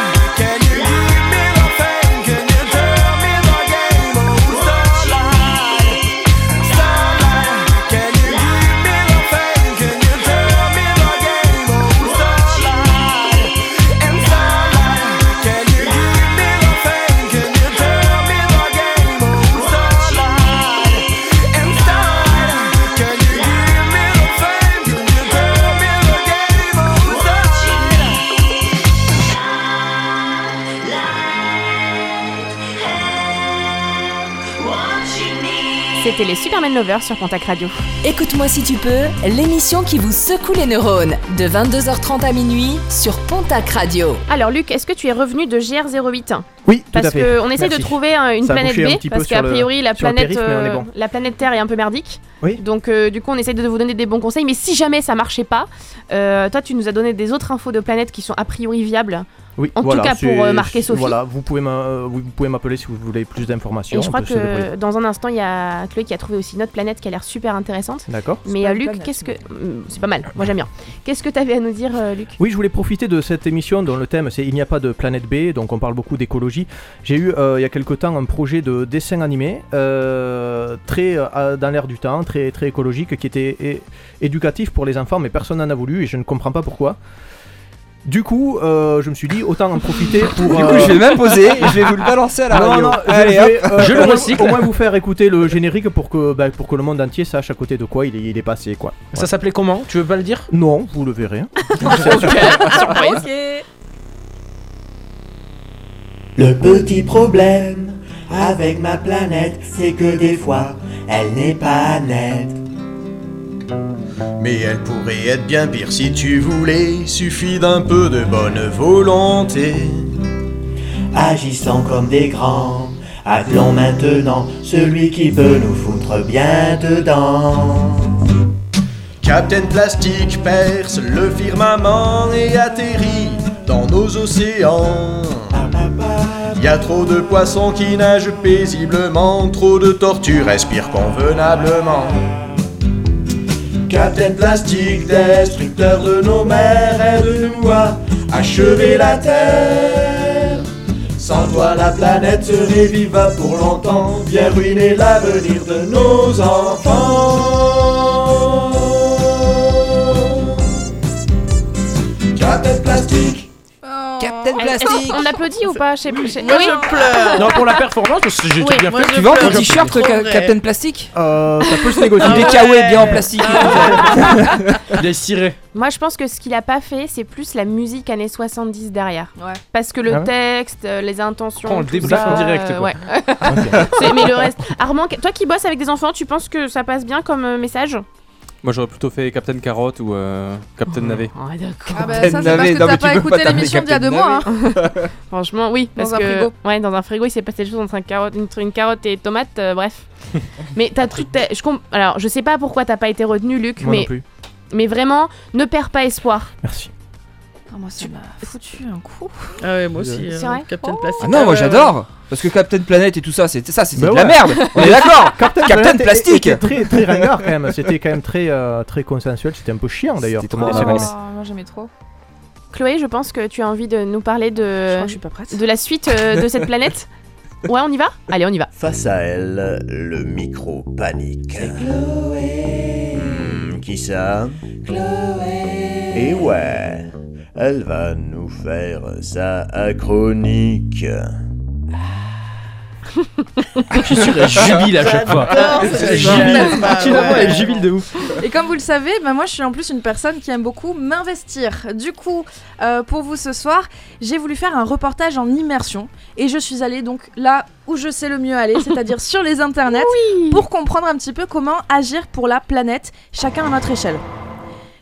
C'était les Superman Lovers sur Pontac Radio.
Écoute-moi si tu peux, l'émission qui vous secoue les neurones, de 22h30 à minuit sur Pontac Radio.
Alors Luc, est-ce que tu es revenu de GR08
Ah,
Oui, tout
Parce
à fait.
qu'on essaie de
Merci.
trouver hein, une
Ça a
planète
bouché un
B,
petit peu
parce
sur
qu'a
le-
priori la
sur le
planète,
périph', mais on est
euh,
bon.
la planète Terre est un peu merdique.
Oui.
Donc euh, du coup on essaie de vous donner des bons conseils, mais si jamais ça marchait pas, euh, toi tu nous as donné des autres infos de planètes qui sont a priori viables.
Oui,
en
voilà,
tout cas
c'est-
pour euh, marquer Sophie.
Voilà, vous pouvez m'a- euh, vous pouvez m'appeler si vous voulez plus d'informations.
Et je
on
crois
peut se débrouiller.
que dans un instant, il y a Chloé qui a trouvé aussi notre planète qui a l'air super intéressante.
D'accord. C'est
Mais
pas
euh,
une
Luc,
planète,
qu'est-ce que. Mm, C'est pas mal, moi j'aime bien. Qu'est-ce que t'avais à nous dire, euh, Luc
Oui, je voulais profiter de cette émission dont le thème c'est Il n'y a pas de planète B, donc on parle beaucoup d'écologie. J'ai eu euh, il y a quelque temps un projet de dessin animé euh, très euh, dans l'air du temps, très, très écologique, qui était é- éducatif pour les enfants, mais personne n'en a voulu et je ne comprends pas pourquoi. Du coup, euh, je me suis dit autant en profiter pour. euh,
Du coup, je vais m'imposer et je vais vous le balancer à la
Non,
radio.
non, je,
Allez,
je vais,
hop.
euh,
Je le
au moins-
recycle.
Au moins vous faire écouter le générique pour que, bah, pour que le monde entier sache à côté de quoi il est, il est passé. Quoi.
Ça s'appelait comment Tu veux pas le dire
Non, vous le verrez. hein.
Le petit problème avec ma planète, c'est que des fois, elle n'est pas nette.
Mais elle pourrait être bien pire si tu voulais, suffit d'un peu de bonne volonté.
Agissant comme des grands, attelons maintenant celui qui peut nous foutre bien dedans.
Captain Plastique perce le firmament et atterrit dans nos océans. Y a trop de poissons qui nagent paisiblement, trop de tortues respirent convenablement. Captain Plastique, destructeur de nos mers, aide-nous à achever la terre. Sans toi, la planète serait vivable pour longtemps, viens ruiner l'avenir de nos enfants. Captain Plastique,
Captain Plastique On Ah, applaudit ou pas Je sais plus. je-
Moi,
Oui.
je pleure.
Non, pour la performance, parce que j'ai
Oui,
bien
moi,
fait.
je pleure. Je trouve vrai.
Plastique
Euh, ça peut se
négocier.
Des
Ah
kawaii bien en plastique.
Il est ciré.
Moi je pense que ce qu'il a pas fait, c'est plus la musique années 70 derrière. Parce que le
Ah ouais
texte, euh, les intentions.
On le
tout
débriefe
ça,
en direct,
euh,
quoi.
ouais. C'est- Mais le reste. Armand, toi qui bosses avec des enfants, tu penses que ça passe bien comme euh, message
Moi j'aurais plutôt fait Captain Carotte ou euh, Captain Navet.
Ah
bah, ça, c'est parce que t'as pas écouté l'émission d'il y a deux mois. hein.
Franchement, oui.
Dans
Parce
un
que,
frigo.
Ouais, dans un frigo, il s'est passé des choses entre, un carotte, entre une carotte et tomate, euh, bref. mais t'as tout. t'as- je comp- Alors, je sais pas pourquoi t'as pas été retenu, Luc,
Moi
mais.
non plus.
Mais vraiment, ne perds pas espoir.
Merci.
Ah, moi, ça m'a foutu un coup.
Ah ouais, moi aussi.
C'est
euh,
vrai
Captain Plastic. Euh,
Ah non, moi j'adore Parce que Captain Planet et tout ça, c'est ça, c'est de la merde On est d'accord Captain, Plastique
C'était très, très ringard quand même. C'était quand même très, euh, très consensuel. C'était un peu chiant d'ailleurs.
C'était
pour
trop en
les séries.
avance.
Ah, moi, j'aimais trop.
Chloé, je pense que tu as envie de nous parler de.
crois que je suis pas prête.
De la suite euh, de cette planète. Ouais, on y va Allez, on y va.
Face à elle, le micro panique.
Hmm, qui ça Et ouais, elle va nous faire sa chronique.
Ah,
Je suis sûr, elle jubile à chaque fois. Elle jubile. Finalement, elle jubile de ouf.
Et comme vous le savez, bah, moi je suis en plus une personne qui aime beaucoup m'investir. Du coup, euh, pour vous ce soir, j'ai voulu faire un reportage en immersion et je suis allée donc là où je sais le mieux aller, c'est-à-dire sur les internets, pour comprendre un petit peu comment agir pour la planète, chacun à notre échelle.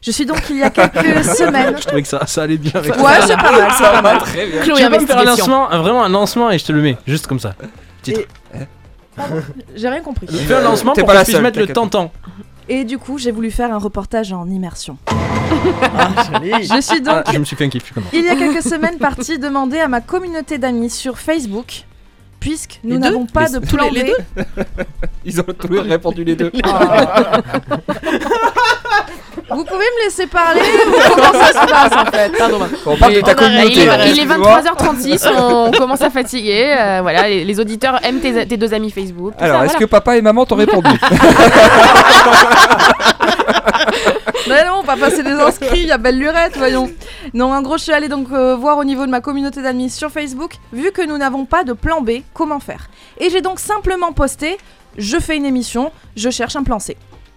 Je suis donc il y a quelques semaines.
Je trouvais que ça, ça allait bien avec
Ouais,
ça.
c'est pas mal, c'est pas mal.
Très bien.
Chloé,
tu peux me faire un
investigation.
lancement, un- vraiment un lancement et je te le mets, juste comme ça. Titre.
J'ai rien compris.
Fais un lancement
Eh. T'es
pour
pas
que je
la
puisse
seule,
mettre le
t'inquiète.
tentant.
Et du coup, j'ai voulu faire un reportage en immersion.
Je
suis
Ah,
donc-
je me suis fait un kiff, je suis content.
Il y a quelques semaines, partie demander à ma communauté d'amis sur Facebook, puisque nous n'avons pas de plan B.
Ils ont tous les répondu les deux.
Ah.
Vous pouvez me laisser parler ou Comment ça se passe en fait
On parle de ta communauté.
Il est, il est
Excuse-moi.
23h36, on commence à fatiguer. euh, voilà, les, les auditeurs aiment tes, tes deux amis Facebook. tout
Alors,
ça,
est-ce
voilà. Ah
que papa et maman t'ont répondu
Mais non, on va passer des inscrits, il y a belle lurette, voyons. Non, en gros, je suis allée donc euh, voir au niveau de ma communauté d'amis sur Facebook, vu que nous n'avons pas de plan B, comment faire Et j'ai donc simplement posté je fais une émission, je cherche un plan C.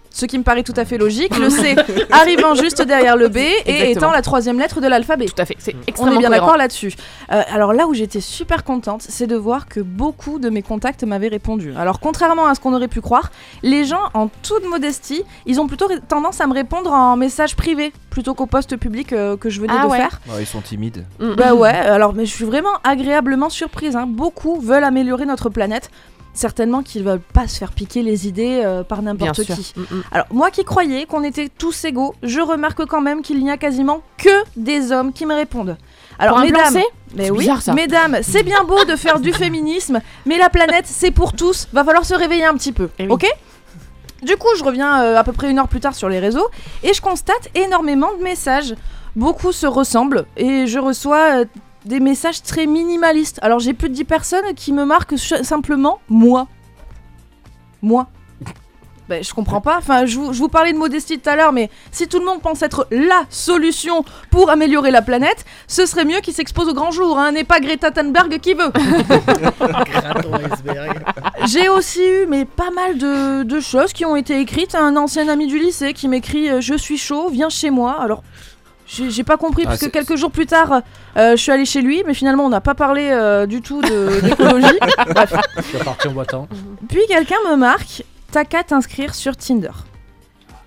Ce qui me paraît tout à fait logique. Le C arrivant juste derrière le B et
Exactement.
étant la troisième lettre de l'alphabet. Tout
à fait. C'est
On
extrêmement
est bien
cohérent.
d'accord là-dessus. Euh, alors là où j'étais super contente, c'est de voir que beaucoup de mes contacts m'avaient répondu. Alors contrairement à ce qu'on aurait pu croire, les gens, en toute modestie, ils ont plutôt ré- tendance à me répondre en message privé plutôt qu'au poste public euh, que je venais
Ah
de faire.
Ouais, ils sont timides.
Mm,
Bah ouais, alors mais je suis vraiment agréablement surprise. hein. Beaucoup veulent améliorer notre planète. Certainement qu'ils veulent pas se faire piquer les idées euh, par n'importe
Bien sûr.
qui.
Mm, mm.
Alors moi qui croyais qu'on était tous égaux, je remarque quand même qu'il n'y a quasiment que des hommes qui me répondent. Alors
Pour un plan
mesdames,
C
mais
C'est
oui,
bizarre, ça.
mesdames, c'est bien beau de faire du féminisme, mais la planète c'est pour tous. Va falloir se réveiller un petit peu,
Eh
ok du coup, je reviens euh, à peu près une heure plus tard sur les réseaux et je constate énormément de messages. Beaucoup se ressemblent et je reçois euh, des messages très minimalistes. Alors, j'ai plus de 10 personnes qui me marquent ch- simplement moi. Moi. Ben, je comprends pas. Enfin, je vous, je vous parlais de modestie tout à l'heure, mais si tout le monde pense être LA solution pour améliorer la planète, ce serait mieux qu'il s'expose au grand jour. Hein. N'est pas Greta Thunberg qui veut. J'ai aussi eu mais pas mal de, de choses qui ont été écrites. Un ancien ami du lycée qui m'écrit euh, Je suis chaud, viens chez moi. Alors, j'ai j'ai pas compris,
Ah,
parce que
c'est-
quelques jours plus tard, euh, je suis allée chez lui, mais finalement, on n'a pas parlé euh, du tout de- d'écologie.
Je suis parti en boitant.
Puis quelqu'un me marque T'as qu'à t'inscrire sur Tinder.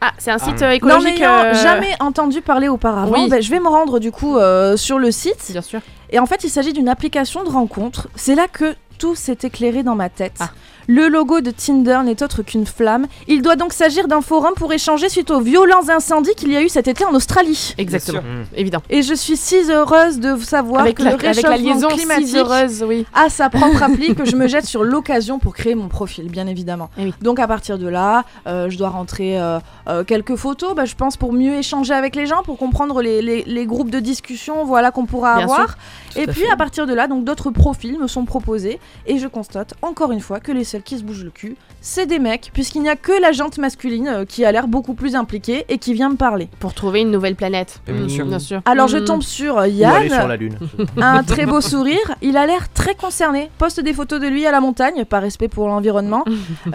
Ah, c'est un site
Ah.
euh, écologique.
N'en ayant
euh,
jamais entendu parler auparavant,
Oui.
ben, je vais me rendre du coup euh, sur le site. Bien sûr. Et en fait, il s'agit d'une application de rencontre. C'est là que tout s'est éclairé dans ma tête.
Ah.
Le logo de Tinder n'est autre qu'une flamme. Il doit donc s'agir d'un forum pour échanger suite aux violents incendies qu'il y a eu cet été en Australie.
Exactement. Bien sûr. Évident.
Et je suis si heureuse de savoir
Avec
que
la-
le
avec la
réchauffement
liaison, si
climatique
heureuse, oui.
a sa propre appli que je me jette sur l'occasion pour créer mon profil, bien évidemment.
Eh
Donc à partir de là, euh, je dois rentrer euh, euh, quelques photos, bah, je pense, pour mieux échanger avec les gens, pour comprendre les, les- les groupes de discussion voilà, qu'on pourra
Bien
avoir.
sûr. Tout
Et
à
puis
fait.
à partir de là, donc d'autres profils me sont proposés et je constate encore une fois que les seuls qui se bougent le cul, c'est des mecs, puisqu'il n'y a que la gente masculine euh, qui a l'air beaucoup plus impliquée et qui vient me parler.
Pour trouver une nouvelle planète.
Et
Mm,
bien sûr.
Bien sûr.
Alors je
Mm.
tombe sur euh, Yann,
sur la Lune.
un très beau sourire, il a l'air très concerné, poste des photos de lui à la montagne, par respect pour l'environnement,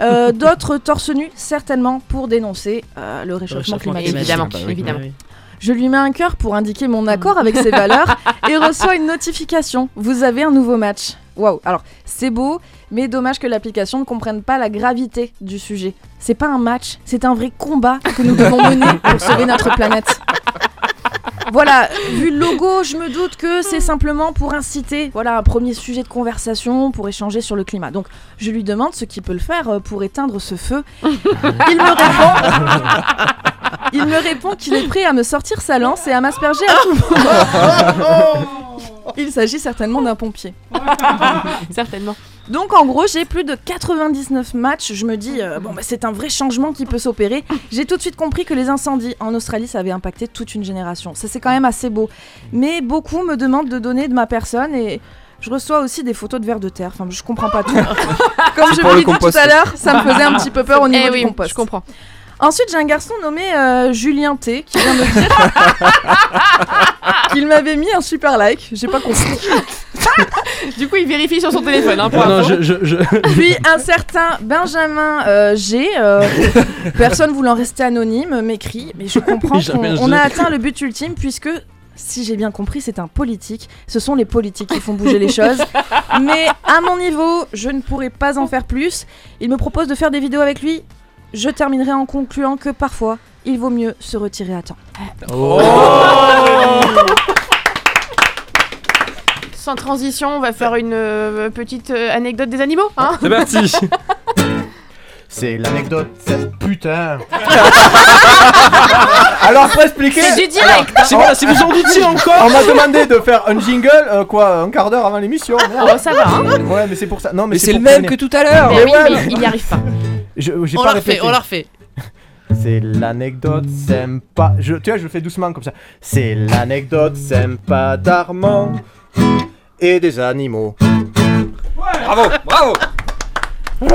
Euh, d'autres torse nu, certainement pour dénoncer euh, le réchauffement,
réchauffement
climatique.
climatique. Évidemment, Ah bah oui. évidemment. Mmh. Oui.
Je lui mets un cœur pour indiquer mon accord avec ses valeurs et reçois une notification. Vous avez un nouveau match. Waouh. Alors, c'est beau, mais dommage que l'application ne comprenne pas la gravité du sujet. C'est pas un match, c'est un vrai combat que nous devons mener pour sauver notre planète. Voilà, vu le logo, je me doute que c'est simplement pour inciter, voilà, un premier sujet de conversation pour échanger sur le climat. Donc, je lui demande ce qu'il peut le faire euh, pour éteindre ce feu. Il me répond Il me répond qu'il est prêt à me sortir sa lance et à m'asperger à tout
Oh.
moment. Il s'agit certainement d'un pompier.
Certainement.
Donc en gros, j'ai plus de 99 matchs. Je me dis, euh, bon, bah, c'est un vrai changement qui peut s'opérer. J'ai tout de suite compris que les incendies en Australie, ça avait impacté toute une génération. Ça, c'est quand même assez beau. Mais beaucoup me demandent de donner de ma personne et je reçois aussi des photos de vers de terre. Enfin, je comprends pas tout. Comme
C'est
je
Ah, pour
vous
le
l'ai dit tout
compost.
à l'heure, ça me faisait un petit peu peur au
Eh
niveau
oui,
du compost.
je comprends.
Ensuite, j'ai un garçon nommé euh, Julien T qui vient me dire qu'il m'avait mis un super like. J'ai pas compris.
Du coup, il vérifie sur son téléphone. Hein, pour
non,
info.
je, je, je-
Puis un certain Benjamin euh, G, euh, personne voulant rester anonyme, m'écrit, mais je comprends
Benjamin
qu'on on a
G.
atteint le but ultime puisque, si j'ai bien compris, c'est un politique. Ce sont les politiques qui font bouger les choses. Mais à mon niveau, je ne pourrais pas en faire plus. Il me propose de faire des vidéos avec lui. Je terminerai en concluant que parfois, il vaut mieux se retirer à temps.
Oh.
Oh. Sans transition, on va faire une euh, petite euh, anecdote des animaux. Hein
C'est parti. C'est l'anecdote, cette putain.
Alors, pour expliquer.
C'est du direct, hein.
on-
Voilà, si vous en doutiez encore.
On m'a demandé de faire un jingle, euh, quoi, un quart d'heure avant l'émission. merde.
Oh, ça va, hein.
Ouais, mais c'est pour ça. Non, mais,
Mais c'est
pour
le même
freiner.
que tout à l'heure.
Mais Ben oui,
ouais,
mais il n'y arrive pas.
Je- j'ai
On
pas
la refait,
répété.
on la refait.
C'est l'anecdote sympa. Je, tu vois, je le fais doucement comme ça.
C'est l'anecdote sympa d'Armand et des animaux.
Bravo, bravo.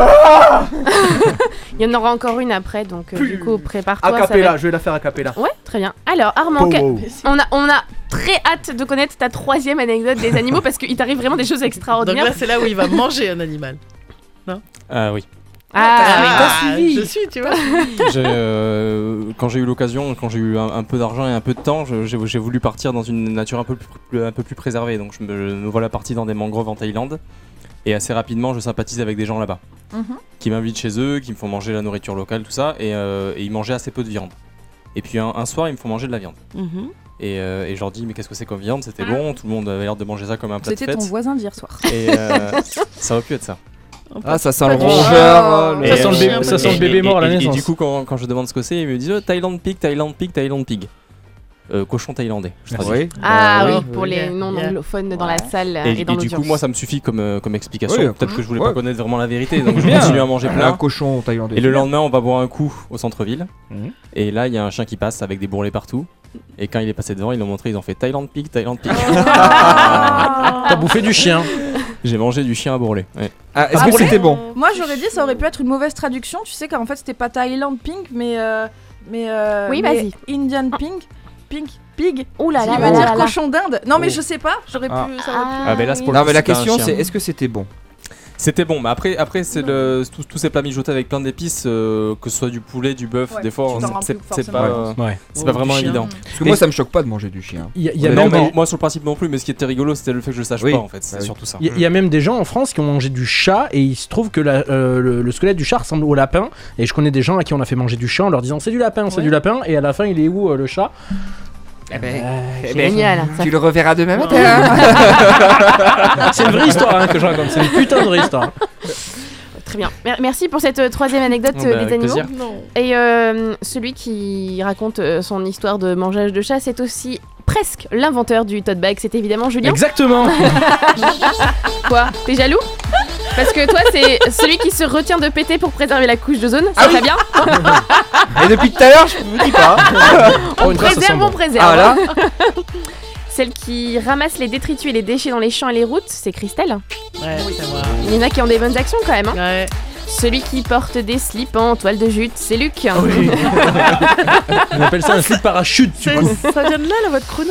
Il y en aura encore une après, donc euh, du coup, prépare-toi.
A
ça va
cappella,
être-
je vais la faire a cappella.
Ouais, très bien. Alors, Armand,
Pow
que-
wow.
on, a, on a très hâte de connaître ta troisième anecdote des animaux parce qu'il t'arrive vraiment des choses
Donc
extraordinaires.
là, c'est là où il va manger un animal.
Ah oui.
Ah,
t'as suivi. Je suis, tu vois.
J'ai, euh, quand j'ai eu l'occasion, quand j'ai eu un, un peu d'argent et un peu de temps, je- j'ai j'ai voulu partir dans une nature un peu plus, plus- un peu plus préservée. Donc je me, je me voilà parti dans des mangroves en Thaïlande. Et assez rapidement, je sympathise avec des gens là-bas
Mhm.
qui m'invitent chez eux, qui me font manger la nourriture locale, tout ça. Et, euh, et ils mangeaient assez peu de viande. Et puis un, un soir, ils me font manger de la viande.
Mhm.
Et, euh, et je leur dis, mais qu'est-ce que c'est comme viande C'était
Ah.
bon, tout le monde avait l'air de manger ça comme un plat de
C'était ton
fête.
voisin d'hier soir.
Et euh, ça aurait pu être ça.
Ah, ça sent le
Oh.
rongeur, euh, le- Ça sent le bé- ça sent le bébé mort à la
et- et-
naissance.
Et du coup, quand, quand je demande ce que c'est, ils me disent oh, Thaïlande pig, Thaïlande pig, Thaïlande pig. Euh, cochon thaïlandais. Je
Merci.
traduis.
Ah
Bah
Euh,
oui,
oui.
pour les non anglophones dans la salle euh,
Et,
et,
et
dans
du coup,
l'audience.
moi, ça me suffit comme, euh, comme explication.
Oui,
Peut-être que je voulais
ouais.
pas connaître vraiment la vérité, donc je
Bien.
continue à manger
Un
plein.
cochon thaïlandais.
Et le lendemain, on va boire un coup au centre-ville.
Mhm.
Et là, il y a un chien qui passe avec des bourrelets partout. Et quand il est passé devant, ils l'ont montré, ils ont fait Thaïlande pig, Thaïlande pig.
T'as bouffé du chien.
J'ai mangé du chien à bourrelet. ouais.
Ah, après, Moi j'aurais dit ça aurait pu être une mauvaise traduction. Tu sais qu'en fait c'était pas Thailand Pink mais. euh, mais euh,
Oui,
mais
vas-y. Ah.
Indian Pink. Pink. Pig. Ouh
là là
Il
là
va
là
dire
là.
cochon d'Inde. Non mais
Oh.
je sais pas. J'aurais pu.
Ah.
ça aurait pu-
Ah, mais là, c'est pour le
Non,
coup,
mais la
c'était un
question,
chien.
c'est est-ce que c'était bon
C'était bon, mais après, après c'est le tous, tous ces plats mijotés avec plein d'épices, euh, que ce soit du poulet, du bœuf,
Ouais,
des fois,
tu
on-
t'en rends
c'est
plus
c'est pas, euh,
Ouais.
c'est
Ou
pas
du
vraiment
chien.
évident.
Parce que moi, ça me choque pas de manger du chien.
Il y a- il y a
Non,
même
mais-
des- moi, sur le principe non plus, mais ce qui était rigolo, c'était le fait que je le sache
Oui.
pas, en
Ah
fait. Mm. C'est
Bah oui.
surtout ça.
Il y a- il y, a même des gens en France qui ont mangé du chat et il se trouve que la- euh, le, le squelette du chat ressemble au lapin. Et je connais des gens à qui on a fait manger du chat en leur disant c'est du lapin, c'est du lapin. Et à la fin, il est où euh, le chat Euh,
eh ben, Génial, ça-
Tu le reverras demain matin.
C'est une vraie histoire hein, que je raconte, c'est une putain de vraie histoire.
Très bien. Mer- merci pour cette euh, troisième anecdote
Ah
Oh,
euh,
bah,
des
avec
animaux.
plaisir.
Et euh, celui qui raconte euh, son histoire de mangeage de chat, c'est aussi presque l'inventeur du tote bag. C'est évidemment Julien.
Exactement
Quoi T'es jaloux Parce que toi, c'est celui qui se retient de péter pour préserver la couche d'ozone.
Ah
C'est très bien.
Et depuis tout à l'heure, je vous dis pas.
Ah
On préserve, on préserve.
Ah là
Celle qui ramasse les détritus et les déchets dans les champs et les routes, c'est Christelle.
Ouais, c'est moi.
Il y en a qui ont des bonnes actions quand même. hein. Celui qui porte des slips en toile de jute, c'est Luc.
Ah
On appelle ça un slip parachute, tu vois.
ça vient de là, la voix de crooner.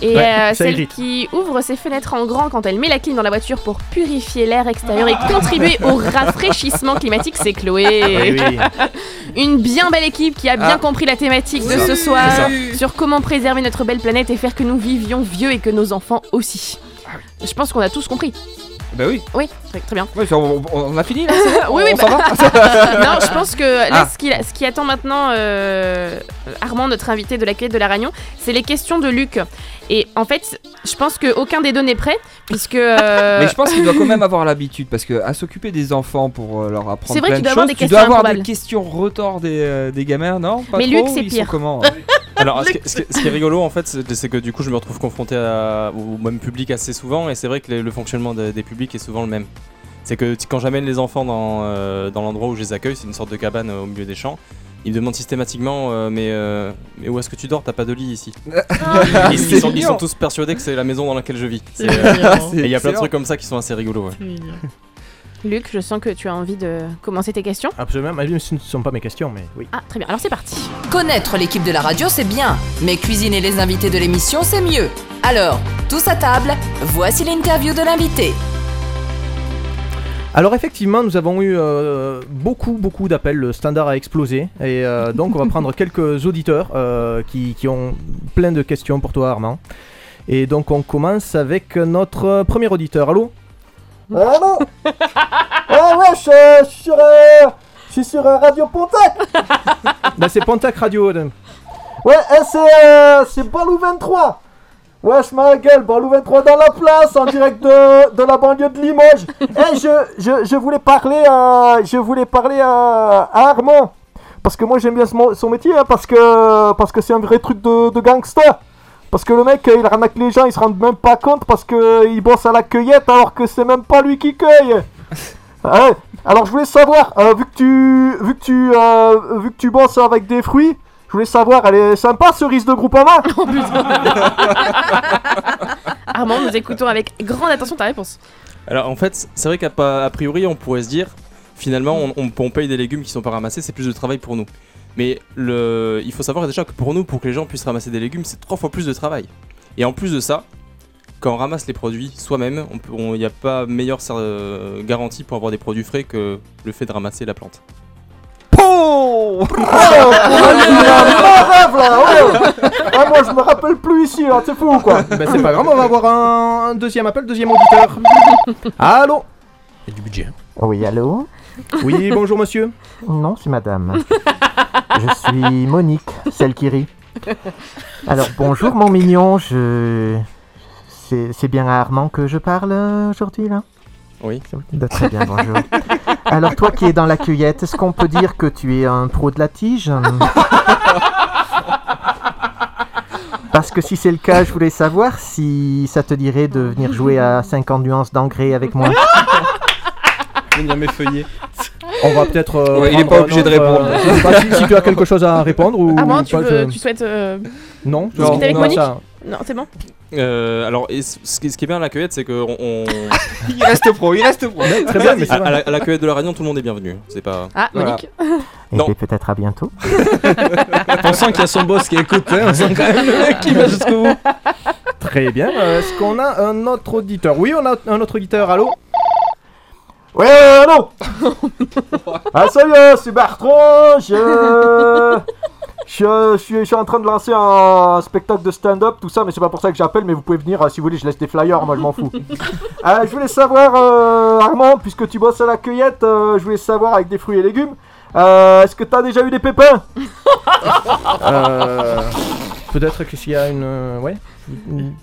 Et
Ouais,
euh,
ça
celle
irrite.
qui ouvre ses fenêtres en grand quand elle met la clim dans la voiture pour purifier l'air extérieur et contribuer au rafraîchissement climatique, c'est Chloé.
Eh oui.
Une bien belle équipe qui a bien
Ah.
compris la thématique de
Oui.
ce soir
C'est ça.
sur comment préserver notre belle planète et faire que nous vivions vieux et que nos enfants aussi.
Ah
Je pense qu'on a tous compris.
Bah oui.
Oui, très, très bien.
Ouais, ça, on, on- on a fini là c'est bon
oui, oui,
on s'en
bah-
va
non, je pense que là,
Ah.
ce, qui, ce qui attend maintenant euh, Armand, notre invité de la clé de la Ragnon, c'est les questions de Luc. Et en fait, je pense qu'aucun des deux n'est prêt, puisque. euh,
Mais je pense qu'il doit quand même avoir l'habitude parce que à s'occuper des enfants pour euh, leur apprendre
C'est vrai
plein
qu'il
de
doit avoir
choses,
des
tu
questions
dois avoir des
improbables.
questions retors des, euh, des gamins, non Pas
Mais
trop
Luc, c'est
Ils sont
pire.
comment euh,
Alors, ce, qui- ce qui- ce qui est rigolo en fait, c'est c'est que du coup, je me retrouve confronté à- au même public assez souvent, et c'est vrai que le, le fonctionnement de- des publics est souvent le même. C'est que t- quand j'amène les enfants dans, euh, dans l'endroit où je les accueille, c'est une sorte de cabane euh, au milieu des champs, ils me demandent systématiquement euh, mais, euh, mais où est-ce que tu dors T'as pas de lit ici. ils,
C'est
ils sont, ils
mignon.
sont tous persuadés que c'est la maison dans laquelle je vis.
C'est
C'est,
Ah,
euh,
mignon.
et il y a plein
Excellent.
de trucs comme ça qui sont assez rigolos. ouais.
Luc, je sens que tu as envie de commencer tes questions.
Absolument, mais ce ne sont pas mes questions, mais oui.
Ah, très bien, alors c'est parti.
Connaître l'équipe de la radio, c'est bien, mais cuisiner les invités de l'émission, c'est mieux. Alors, tous à table, voici l'interview de l'invité.
Alors effectivement, nous avons eu euh, beaucoup, beaucoup d'appels, le standard a explosé. Et euh, donc on va prendre quelques auditeurs euh, qui, qui ont plein de questions pour toi Armand. Et donc on commence avec notre premier auditeur. Allô
Allô Ah ouais, je je suis sur, euh, je suis sur euh, Radio Pontac
Là Bah, c'est Pontac Radio. là.
Ouais, eh, c'est euh, c'est Balou 23 Wesh ma gueule, Balou 23 dans la place, en direct de, de la banlieue de Limoges Eh, je, je, je voulais parler, à, je voulais parler à, à Armand Parce que moi j'aime bien ce mo- son métier, hein, parce que parce que c'est un vrai truc de, de gangster parce que le mec, euh, il arnaque les gens, il se rendent même pas compte parce que euh, il bosse à la cueillette alors que c'est même pas lui qui cueille. Ah ouais. Alors je voulais savoir, euh, vu que tu, vu que tu, euh, vu que tu bosses avec des fruits, je voulais savoir, elle est sympa cerise de Groupama
Armand, nous écoutons avec grande attention ta réponse.
Alors en fait, c'est vrai qu'à pa- a priori, on pourrait se dire, finalement, on, on- on paye des légumes qui sont pas ramassés, c'est plus de travail pour nous. Mais le, il faut savoir déjà que pour nous, pour que les gens puissent ramasser des légumes, c'est trois fois plus de travail. Et en plus de ça, quand on ramasse les produits soi-même, on peut- on- il n'y a pas meilleure euh, garantie pour avoir des produits frais que le fait de ramasser la plante.
Oh, oh, rêve là oh. Ah, Moi je me rappelle plus ici là, c'est fou quoi
Bah c'est pas grave, on va avoir un, un deuxième appel, deuxième auditeur. Allô
Il y a du budget.
Oui, allô
hein. Oui, bonjour monsieur.
Non, c'est madame. je suis Monique, celle qui rit. Alors bonjour mon mignon, je... C'est c'est bien à Armand que je parle euh, aujourd'hui là
Oui.
Très bien, bonjour. Alors toi qui es dans la cueillette, est-ce qu'on peut dire que tu es un pro de la tige Parce que si c'est le cas, je voulais savoir si ça te dirait de venir jouer à 50 nuances d'engrais avec moi.
Je viens mes feuillets. On va peut-être. euh,
Ouais, il est
prendre
pas
un
obligé de
autre,
répondre.
euh, je sais pas si, si tu as quelque chose à répondre ou.
Ah bon,
ou
tu,
pas,
veux,
je-
tu souhaites euh,
Non,
discuter avec
non,
Monique
ça-
Non, c'est bon.
Euh, alors, et ce ce qui ce qui est bien à la cueillette, c'est qu'on. On...
il reste pro, il reste pro.
Très
bien,
à, à la, à la cueillette de la Réunion, tout le monde est bienvenu. hein, C'est pas.
Ah,
Voilà.
Monique.
Et
Non.
puis Eh peut-être à bientôt.
On sent qu'il y a son boss qui écoute, hein, on sent quand même le mec qui va jusqu'au bout.
Très bien. euh, Est-ce qu'on a un autre auditeur Oui, on a un autre auditeur. Allô
Ouais, allô Ah ça y est, c'est Bertrand, je... Je suis, je suis en train de lancer un spectacle de stand-up, tout ça, mais c'est pas pour ça que j'appelle, mais vous pouvez venir, euh, si vous voulez, je laisse des flyers, moi je m'en fous. Euh, je voulais savoir, euh, Armand, puisque tu bosses à la cueillette, euh, je voulais savoir avec des fruits et légumes, euh, est-ce que t'as déjà eu des pépins
Euh, Peut-être que s'il y a une. euh, Ouais une-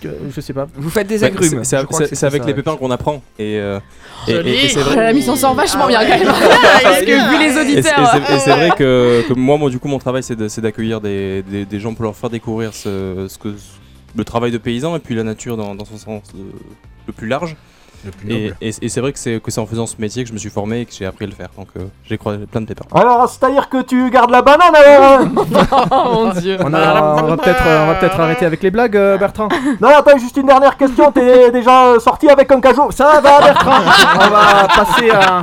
que- Je sais pas.
Vous faites
Bah, c'est- c'est- C'est c'est avec les pépins qu'on apprend. Et, euh, et- et- et c'est vrai.
La mission sort vachement bien quand même.
Ah,
Parce que vu les
Et c'est- et
auditeurs.
c'est- et c'est vrai que, que moi, moi, du coup, mon travail, c'est de- c'est d'accueillir des, des- des gens pour leur faire découvrir ce, ce que, le travail de paysan et puis la nature dans, dans son sens euh, le plus large.
Le plus
et
noble.
et- et c'est vrai que c'est que c'est en faisant ce métier que je me suis formé et que j'ai appris à le faire. Donc, euh, j'ai croisé plein de pépins.
Alors, c'est-à-dire que tu gardes la banane alors hein
Oh mon dieu
On, a- on va peut-être euh, on va peut-être arrêter avec les blagues, euh, Bertrand.
Non, attends, juste une dernière question. T'es déjà euh, sorti avec un cajot Ça va, Bertrand
on va passer à.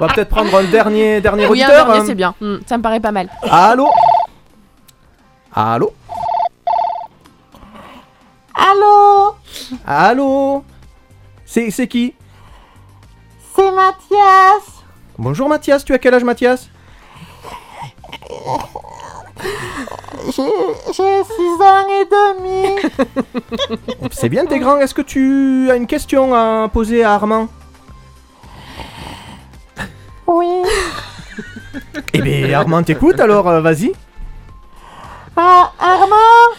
On va peut-être prendre un dernier dernier
Oui, un
auditeur.
dernier,
hein.
c'est Eh bien. Hmm, Ça me paraît pas mal.
Ah,
Allô Allô
Allô
Allô C'est c'est qui
C'est Mathias
Bonjour Mathias, tu as quel âge Mathias
J'ai 6 ans et demi
C'est bien t'es grand, est-ce que tu as une question à poser à Armand
Oui
Eh bien Armand t'écoute alors, euh, vas-y.
Ah, Armand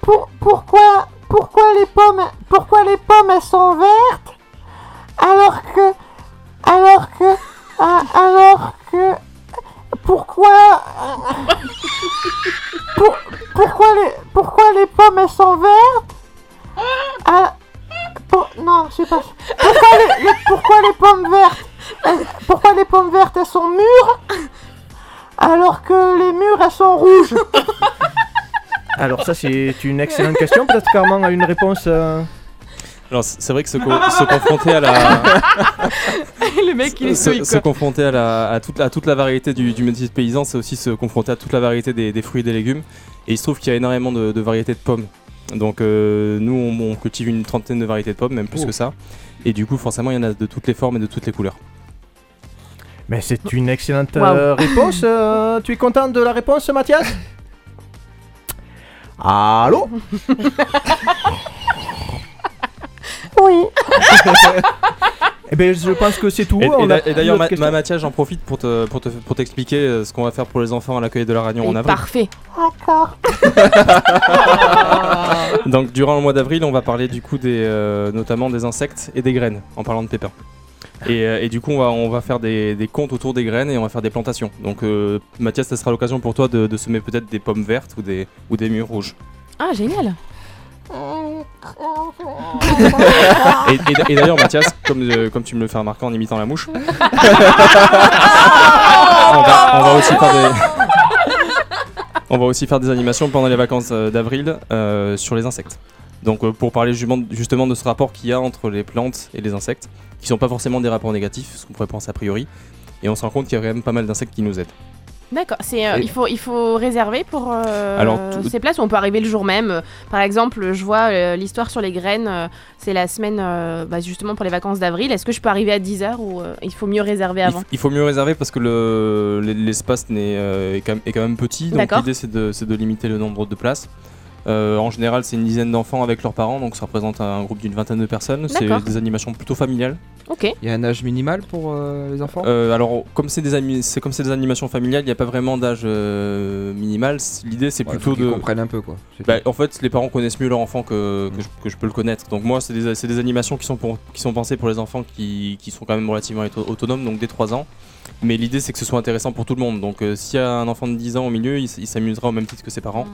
Pour- Pourquoi... Pourquoi les pommes... Pourquoi les pommes, elles sont vertes Alors que... Alors que... ah, alors que... Pourquoi... Pour- pourquoi les... Pourquoi les pommes, elles sont vertes Ah, pour- non, je sais pas. Pourquoi les, les- pourquoi les pommes vertes elles- Pourquoi les pommes vertes elles sont mûres alors que les murs elles sont rouges
Alors ça c'est une excellente question, peut-être qu'Armand a une réponse. euh,
Alors, c'est c'est vrai que se, co- se confronter à la.
Le mec, il est
Euh, se,
stoïque.
se confronter à, la, à, toute, à toute la variété du, du métier de paysan, c'est aussi se confronter à toute la variété des, des fruits et des légumes. Et il se trouve qu'il y a énormément de, de variétés de pommes. Donc euh, nous, on, on cultive une trentaine de variétés de pommes, même plus
Oh.
que ça. Et du coup, forcément, il y en a de toutes les formes et de toutes les couleurs.
Mais c'est une excellente euh, réponse. euh, tu es content de la réponse Mathias Allô
Oui.
eh ben je pense que c'est tout.
Et, et
on a
d'a-
plus
et d'ailleurs,
d'autres
ma,
questions.
ma Mathia, j'en profite pour te, pour te- pour t'expliquer euh, ce qu'on va faire pour les enfants à l'accueil de la Réunion en
Et
avril.
Parfait.
D'accord.
Donc durant le mois d'avril, on va parler du coup des, euh, notamment des insectes et des graines, en parlant de pépins. Et, euh, et du coup, on va, on va faire des, des comptes autour des graines et on va faire des plantations. Donc euh, Mathias, ça sera l'occasion pour toi de, de semer peut-être des pommes vertes ou des, ou des mûres rouges.
Ah, génial.
Et, et d'a- et d'ailleurs, Mathias, comme, euh, comme tu me le fais remarquer en imitant la mouche, on, va, on va aussi faire des... On va aussi faire des animations pendant les vacances euh, d'avril euh, sur les insectes. Donc euh, pour parler justement, justement de ce rapport qu'il y a entre les plantes et les insectes, qui sont pas forcément des rapports négatifs, ce qu'on pourrait penser a priori, et on se rend compte qu'il y a quand même pas mal d'insectes qui nous aident.
D'accord, c'est euh,
Et-
il faut il faut réserver pour euh,
Alors, tout-
ces places ou on peut arriver le jour même. euh, Par exemple, euh, je vois euh, l'histoire sur les graines, euh, c'est la semaine euh, bah, justement pour les vacances d'avril. Est-ce que je peux arriver à 10h ou euh, il faut mieux réserver
Il,
avant
f- il faut mieux réserver parce que le- l- l'espace n'est, euh, est, quand même, est quand même petit. Donc
D'accord.
l'idée c'est de, c'est de limiter le nombre de places. Euh, en général, c'est une dizaine d'enfants avec leurs parents, donc ça représente un groupe d'une vingtaine de personnes. C'est
D'accord.
des animations plutôt familiales.
OK.
Il y a un âge minimal pour euh, les enfants
Euh, alors, comme c'est des, ami- c'est comme c'est des animations familiales, il n'y a pas vraiment d'âge euh, minimal. C- L'idée, c'est
Ouais,
plutôt
faut qu'ils
de.
comprennent un peu, quoi. Mm.
Bah, en fait, les parents connaissent mieux leur enfant que, que, je, que je peux le connaître. Donc, moi, c'est des, c'est des animations qui sont, pour, qui sont pensées pour les enfants qui, qui sont quand même relativement auto- autonomes, donc dès 3 ans. Mais l'idée, c'est que ce soit intéressant pour tout le monde. Donc, euh, s'il y a un enfant de 10 ans au milieu, il, s- il s'amusera au même titre que ses parents.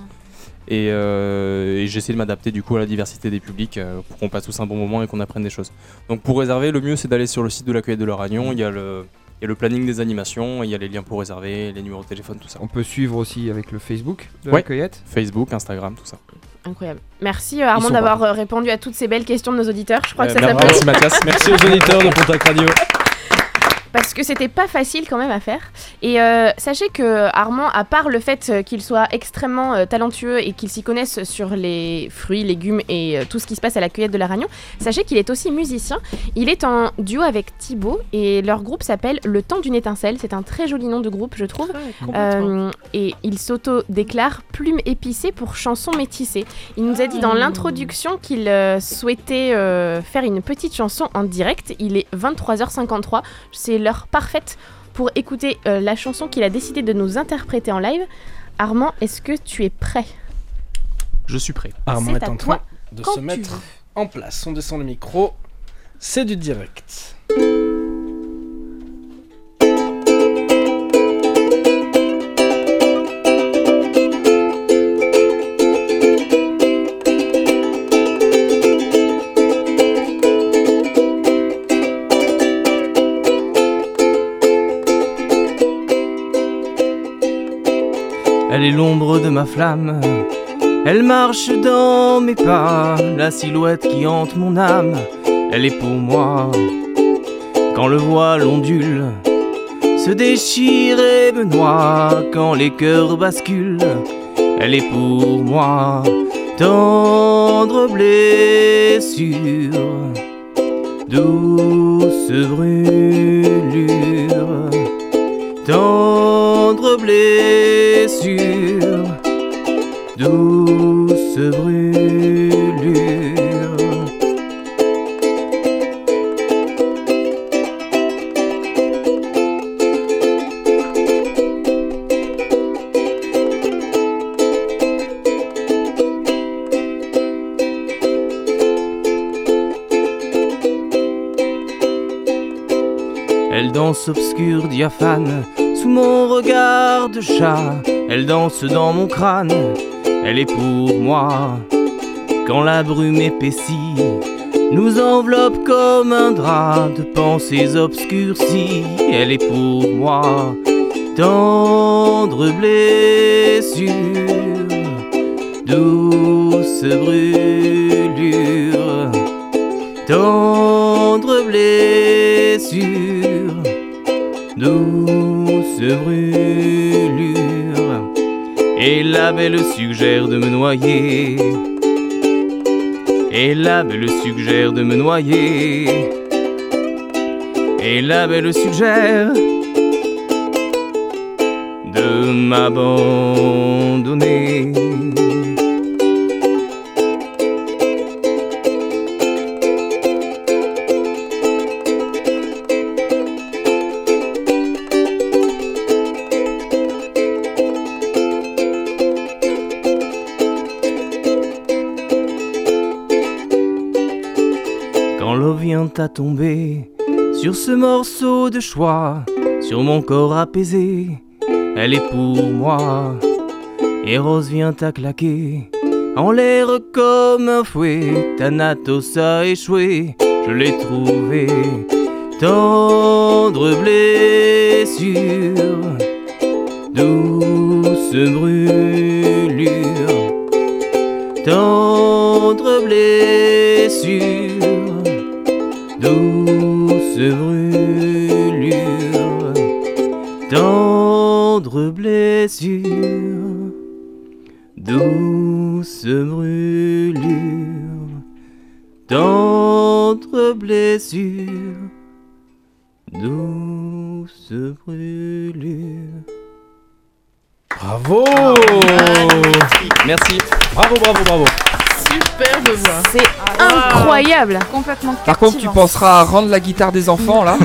Et, euh, et j'essaie de m'adapter du coup à la diversité des publics euh, pour qu'on passe tous un bon moment et qu'on apprenne des choses. Donc pour réserver, le mieux c'est d'aller sur le site de l'accueil de l'Oragnon. Il y a le il y a le planning des animations, il y a les liens pour réserver, les numéros de téléphone, tout ça.
On peut suivre aussi avec le Facebook de
Ouais.
la cueillette
Facebook, Instagram, tout ça.
Incroyable. Merci euh,
Ils
Armand
sont
d'avoir euh, répondu à toutes ces belles questions de nos auditeurs. Je crois que ça
Euh,
s'appelle
merci Mathias, merci aux auditeurs de Pontac Radio.
parce que c'était pas facile quand même à faire. Et euh, sachez que Armand, à part le fait euh, qu'il soit extrêmement euh, talentueux et qu'il s'y connaisse sur les fruits, légumes et euh, tout ce qui se passe à la cueillette de la Ragnon, sachez qu'il est aussi musicien. Il est en duo avec Thibaut et leur groupe s'appelle Le Temps d'une étincelle. C'est un très joli nom de groupe, je trouve. Euh, et il s'auto-déclare plume épicée pour chanson métissée. Il nous a dit dans
Ah. Mmh.
l'introduction qu'il euh, souhaitait euh, faire une petite chanson en direct. Il est 23h53, c'est l'heure parfaite pour écouter euh, la chanson qu'il a décidé de nous interpréter en live. Armand, est-ce que tu es prêt
Je suis prêt.
Armand
C'est
est,
à
en
toi
train de
quand
se
tu
mettre
veux.
en place. On descend le micro. C'est du direct.
Elle est l'ombre de ma flamme. Elle marche dans mes pas, la silhouette qui hante mon âme. Elle est pour moi. Quand le voile ondule, se déchire et me noie. Quand les cœurs basculent, elle est pour moi. Tendre blessure, douce brûlure tendre blessure, douce brûlure. Elle danse obscure, diaphane, sous mon regard de chat. Elle danse dans mon crâne, elle est pour moi. Quand la brume épaissit, nous enveloppe comme un drap de pensées obscurcies. Elle est pour moi, tendre blessure, douce brûlure, tendre blessure, douce brûlure. Et la belle suggère de me noyer. Et la belle suggère de me noyer. Et la belle suggère de m'abandonner. quand l'eau vient à tomber sur ce morceau de choix, sur mon corps apaisé, elle est pour moi. Et Rose vient à claquer en l'air comme un fouet. Thanatos a échoué, je l'ai trouvé. Tendre blessure, douce brûlure tendre blessure, douce brûlure, tendre blessures, douce brûlure, tendre blessure, douce brûlure.
Bravo
Merci.
Bravo, bravo, bravo.
Superbe voix.
C'est incroyable.
Ah, Complètement
Par contre, tu penseras à rendre la guitare des enfants là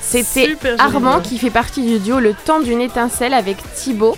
C'était
Super joli
Armand
voix.
qui fait partie du duo Le Temps d'une étincelle avec Thibaut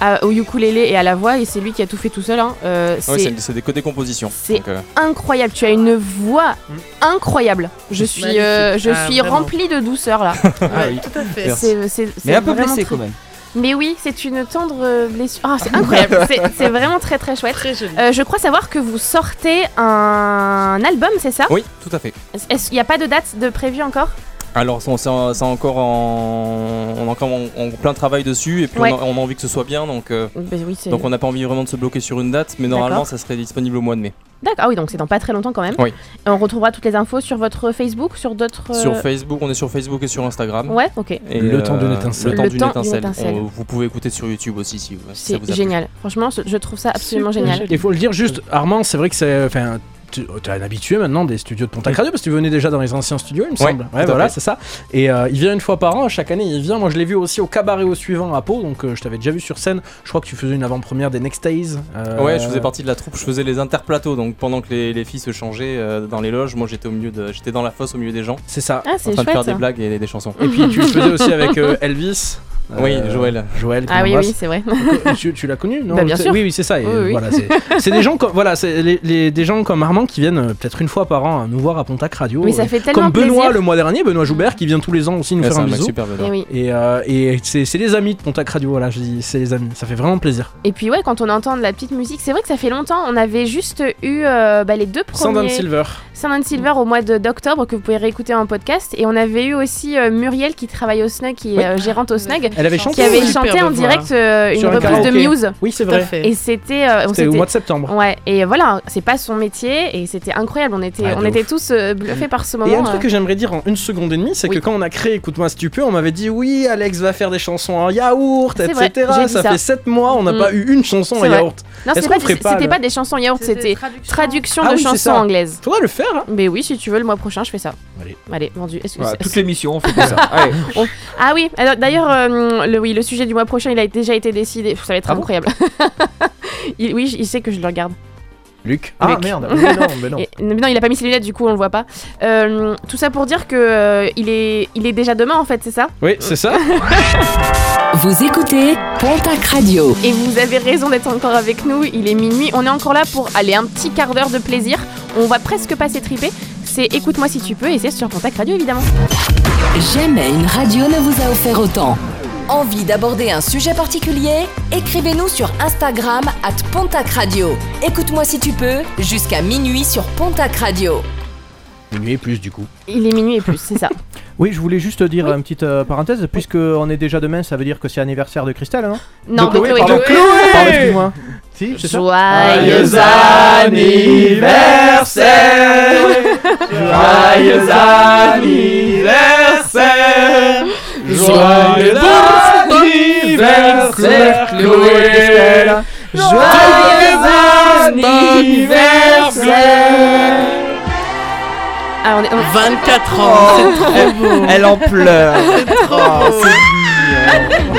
à- au ukulélé et à la voix et c'est lui qui a tout fait tout seul. hein. Euh,
Ouais,
c'est
c'est- c'est des côtés euh, composition.
c'est incroyable. Tu as une voix incroyable. Je suis,
Hmm. Magnifique.
euh, je
Ah,
suis
vraiment.
remplie de douceur là.
Ah oui. Tout à fait. Merci.
C'est- c'est-
Mais
c'est
un peu
vraiment
blessé
très-
quand même.
Mais oui, c'est une tendre euh, blessure. Ah, c'est incroyable. c'est c'est vraiment très très chouette. Euh, je crois savoir que vous sortez un album, c'est ça
Oui, tout à fait.
Il n'y a pas de date de prévu encore
Alors, c'est c'est en- c'est encore en, on est encore en, en plein travail dessus, et puis
Ouais.
on, a, on a envie que ce soit bien, donc, euh,
Ben oui, c'est-
donc on n'a pas envie vraiment de se bloquer sur une date, mais normalement,
D'accord.
ça serait disponible au mois de mai.
D'accord, ah oui, donc c'est dans pas très longtemps quand même.
Oui.
Et on retrouvera toutes les infos sur votre Facebook, sur d'autres.
Sur
euh,
Facebook, on est sur Facebook et sur Instagram. euh,
Ouais, ok.
Le temps d'une étincelle.
Le temps
Le
d'une
temps
étincelle.
d'une étincelle.
On- vous pouvez écouter sur YouTube aussi si, vous- si ça
C'est
vous a plu.
génial. Franchement, je je trouve ça absolument génial.
Il faut le dire juste, Armand, c'est vrai que c'est. Enfin, tu es un habitué maintenant des studios de Pontac Radio parce que tu venais déjà dans les anciens studios, il me
Ouais,
semble.
tout
Ouais,
à
voilà,
fait.
c'est ça. Et euh, il vient une fois par an, chaque année il vient. Moi je l'ai vu aussi au cabaret au suivant à Pau, donc euh, je t'avais déjà vu sur scène. Je crois que tu faisais une avant-première des Next Days. euh,
Ouais, je faisais partie de la troupe, je faisais les interplateaux, donc pendant que les, les filles se changeaient euh, dans les loges, moi j'étais au milieu de, j'étais dans la fosse au milieu des gens.
C'est ça.
Ah,
en
c'est
train de
chouette,
faire
ça.
des blagues et des, des chansons.
Et puis tu le faisais aussi avec euh, Elvis.
Oui,
euh,
Joël.
Joël. qu'on
Ah oui,
embrasse.
oui, c'est vrai.
euh, tu, tu l'as connu, non
Bah, bien
C'est-
sûr.
Oui, oui, c'est ça. et
Oui, oui.
voilà, c'est- c'est des gens comme voilà, c'est les, les- des gens comme Armand qui viennent euh, peut-être une fois par an à nous voir à Pontac Radio.
Mais ça
euh,
fait tellement
Comme Benoît
plaisir.
le mois dernier, Benoît Joubert qui vient tous les ans aussi nous
Ouais,
faire
c'est
un
un mec
bisou.
super, Benoît.
Eh oui.
Et, euh, et c'est c'est les amis de Pontac Radio. Voilà, je dis c'est les amis. Ça fait vraiment plaisir.
Et puis ouais, quand on entend de la petite musique, c'est vrai que ça fait longtemps. On avait juste eu euh, bah, les deux premiers.
Sandon Silver.
Sandon Silver au mois de- d'octobre que vous pouvez réécouter en podcast. Et on avait eu aussi euh, Muriel qui travaille au Snug, qui est
Oui.
euh, gérante au Snug,
Elle avait
qui
chanté.
avait
Superbe
chanté en
voix.
direct euh, une
Sur un
reprise de
karaoké.
Muse.
Oui, c'est Tout à vrai. fait.
Et c'était euh, on
C'était au
s'était-
mois de septembre.
Ouais. Et voilà, c'est pas son métier et c'était incroyable. On était
Ouais, de
on était
ouf.
tous euh, bluffés par ce moment.
Et un truc
euh.
que j'aimerais dire en une seconde et demie, c'est que quand on a créé Écoute-moi si tu peux, on m'avait dit oui, Alex va faire des chansons en yaourt,
C'est
etc.
vrai, j'ai dit
ça,
ça.
fait 7 mois, on n'a
Mm.
pas eu une chanson en
C'est vrai.
yaourt.
Non,
Est-ce
c'était
qu'on
pas,
ferait
des- c'était
le-
pas des chansons yaourt, c'était traduction,
Ah
de
oui, c'est
chansons
ça.
anglaises.
Faudrait le faire. hein.
Mais oui, si tu veux, le mois prochain, je fais ça.
Allez.
Allez, vendu. Est-ce que
Voilà,
c'est-
toute l'émission, on fait comme ça. Allez.
On- Ah oui, alors, d'ailleurs, euh, le, oui, le sujet du mois prochain, il a déjà été décidé. Pff, Ça va
Ah
être incroyable. Il- oui, il sait que je le regarde.
Luc.
Ah
Luc.
merde, mais non, mais non.
Et- mais non, il a pas mis ses lunettes, du coup, on le voit pas. Euh, tout ça pour dire que euh, il, est, il est déjà demain, en fait, c'est ça
Oui, c'est ça.
Vous écoutez Pontac Radio.
Et vous avez raison d'être encore avec nous, il est minuit, on est encore là pour aller un petit quart d'heure de plaisir, on va presque pas s'étriper, c'est écoute-moi si tu peux et c'est sur Contact Radio évidemment.
Jamais une radio ne vous a offert autant. Envie d'aborder un sujet particulier Écrivez-nous sur Instagram at Pontac Radio. Écoute-moi si tu peux, jusqu'à minuit sur Pontac Radio.
Minuit et plus du coup.
Il est minuit et plus, c'est ça.
Oui, je voulais juste dire une petite euh, parenthèse, puisque on est déjà demain, ça veut dire que c'est anniversaire de Christelle, non
Non,
de
de Chloé.
pardon.
De Chloé.
Pardon, excuse-moi. Si, c'est ça
Joyeux
Joyeux
anniversaire
Joyeux anniversaire, Chloé Joyeux anniversaire
Alors, Ah, on est,
24 ans,
Oh,
c'est trop beau.
elle en pleure.
C'est trop
Oh,
beau.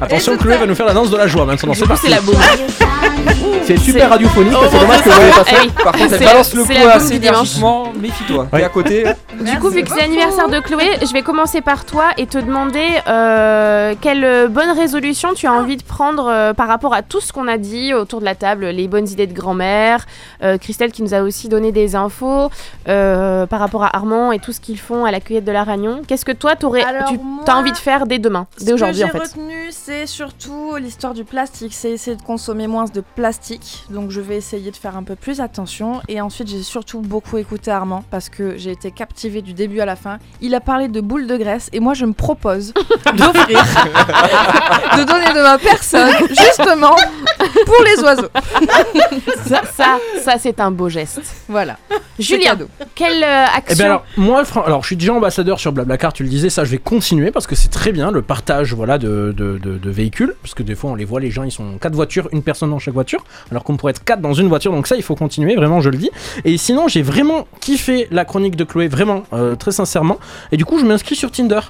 Attention, Chloé va nous faire la danse de la joie maintenant. C'est parti.
c'est la boum.
C'est super radiophonique,
Oh,
c'est
bon,
dommage
c'est
que vous voyez
ça.
pas ça.
Eh oui.
Par contre, elle
C'est-
balance le
c'est la
poids
boum
assez
du dimanche.
énergiquement, méfie-toi. T'es à côté.
Du coup, vu que c'est l'anniversaire de Chloé, je vais commencer par toi et te demander euh, quelle euh, bonne résolution tu as envie de prendre euh, par rapport à tout ce qu'on a dit autour de la table, les bonnes idées de grand-mère, euh, Christelle qui nous a aussi donné des infos euh, par rapport à Armand et tout ce qu'ils font à la cueillette de la Ragnon. Qu'est-ce que toi, t'aurais,
Alors,
tu
moi,
as envie de faire dès demain,
Ce
dès
que
aujourd'hui en
j'ai
fait
retenu, c'est surtout l'histoire du plastique. C'est essayer de consommer moins de plastique. Donc je vais essayer de faire un peu plus attention. Et ensuite, j'ai surtout beaucoup écouté Armand parce que j'ai été captivée captivé du début à la fin. Il a parlé de boules de graisse et moi je me propose d'offrir, de donner de ma personne, justement, pour les oiseaux.
ça, ça, ça, c'est un beau geste.
Voilà.
Julien, quelle euh, action
Eh bien alors, moi, fran- alors, je suis déjà ambassadeur sur Blablacar, tu le disais, ça je vais continuer parce que c'est très bien le partage voilà, de, de- de- de véhicules, parce que des fois on les voit, les gens ils sont quatre voitures, une personne dans chaque voiture, alors qu'on pourrait être quatre dans une voiture, donc ça il faut continuer, vraiment je le dis. Et sinon j'ai vraiment kiffé la chronique de Chloé, vraiment, euh, très sincèrement, et du coup je m'inscris sur Tinder.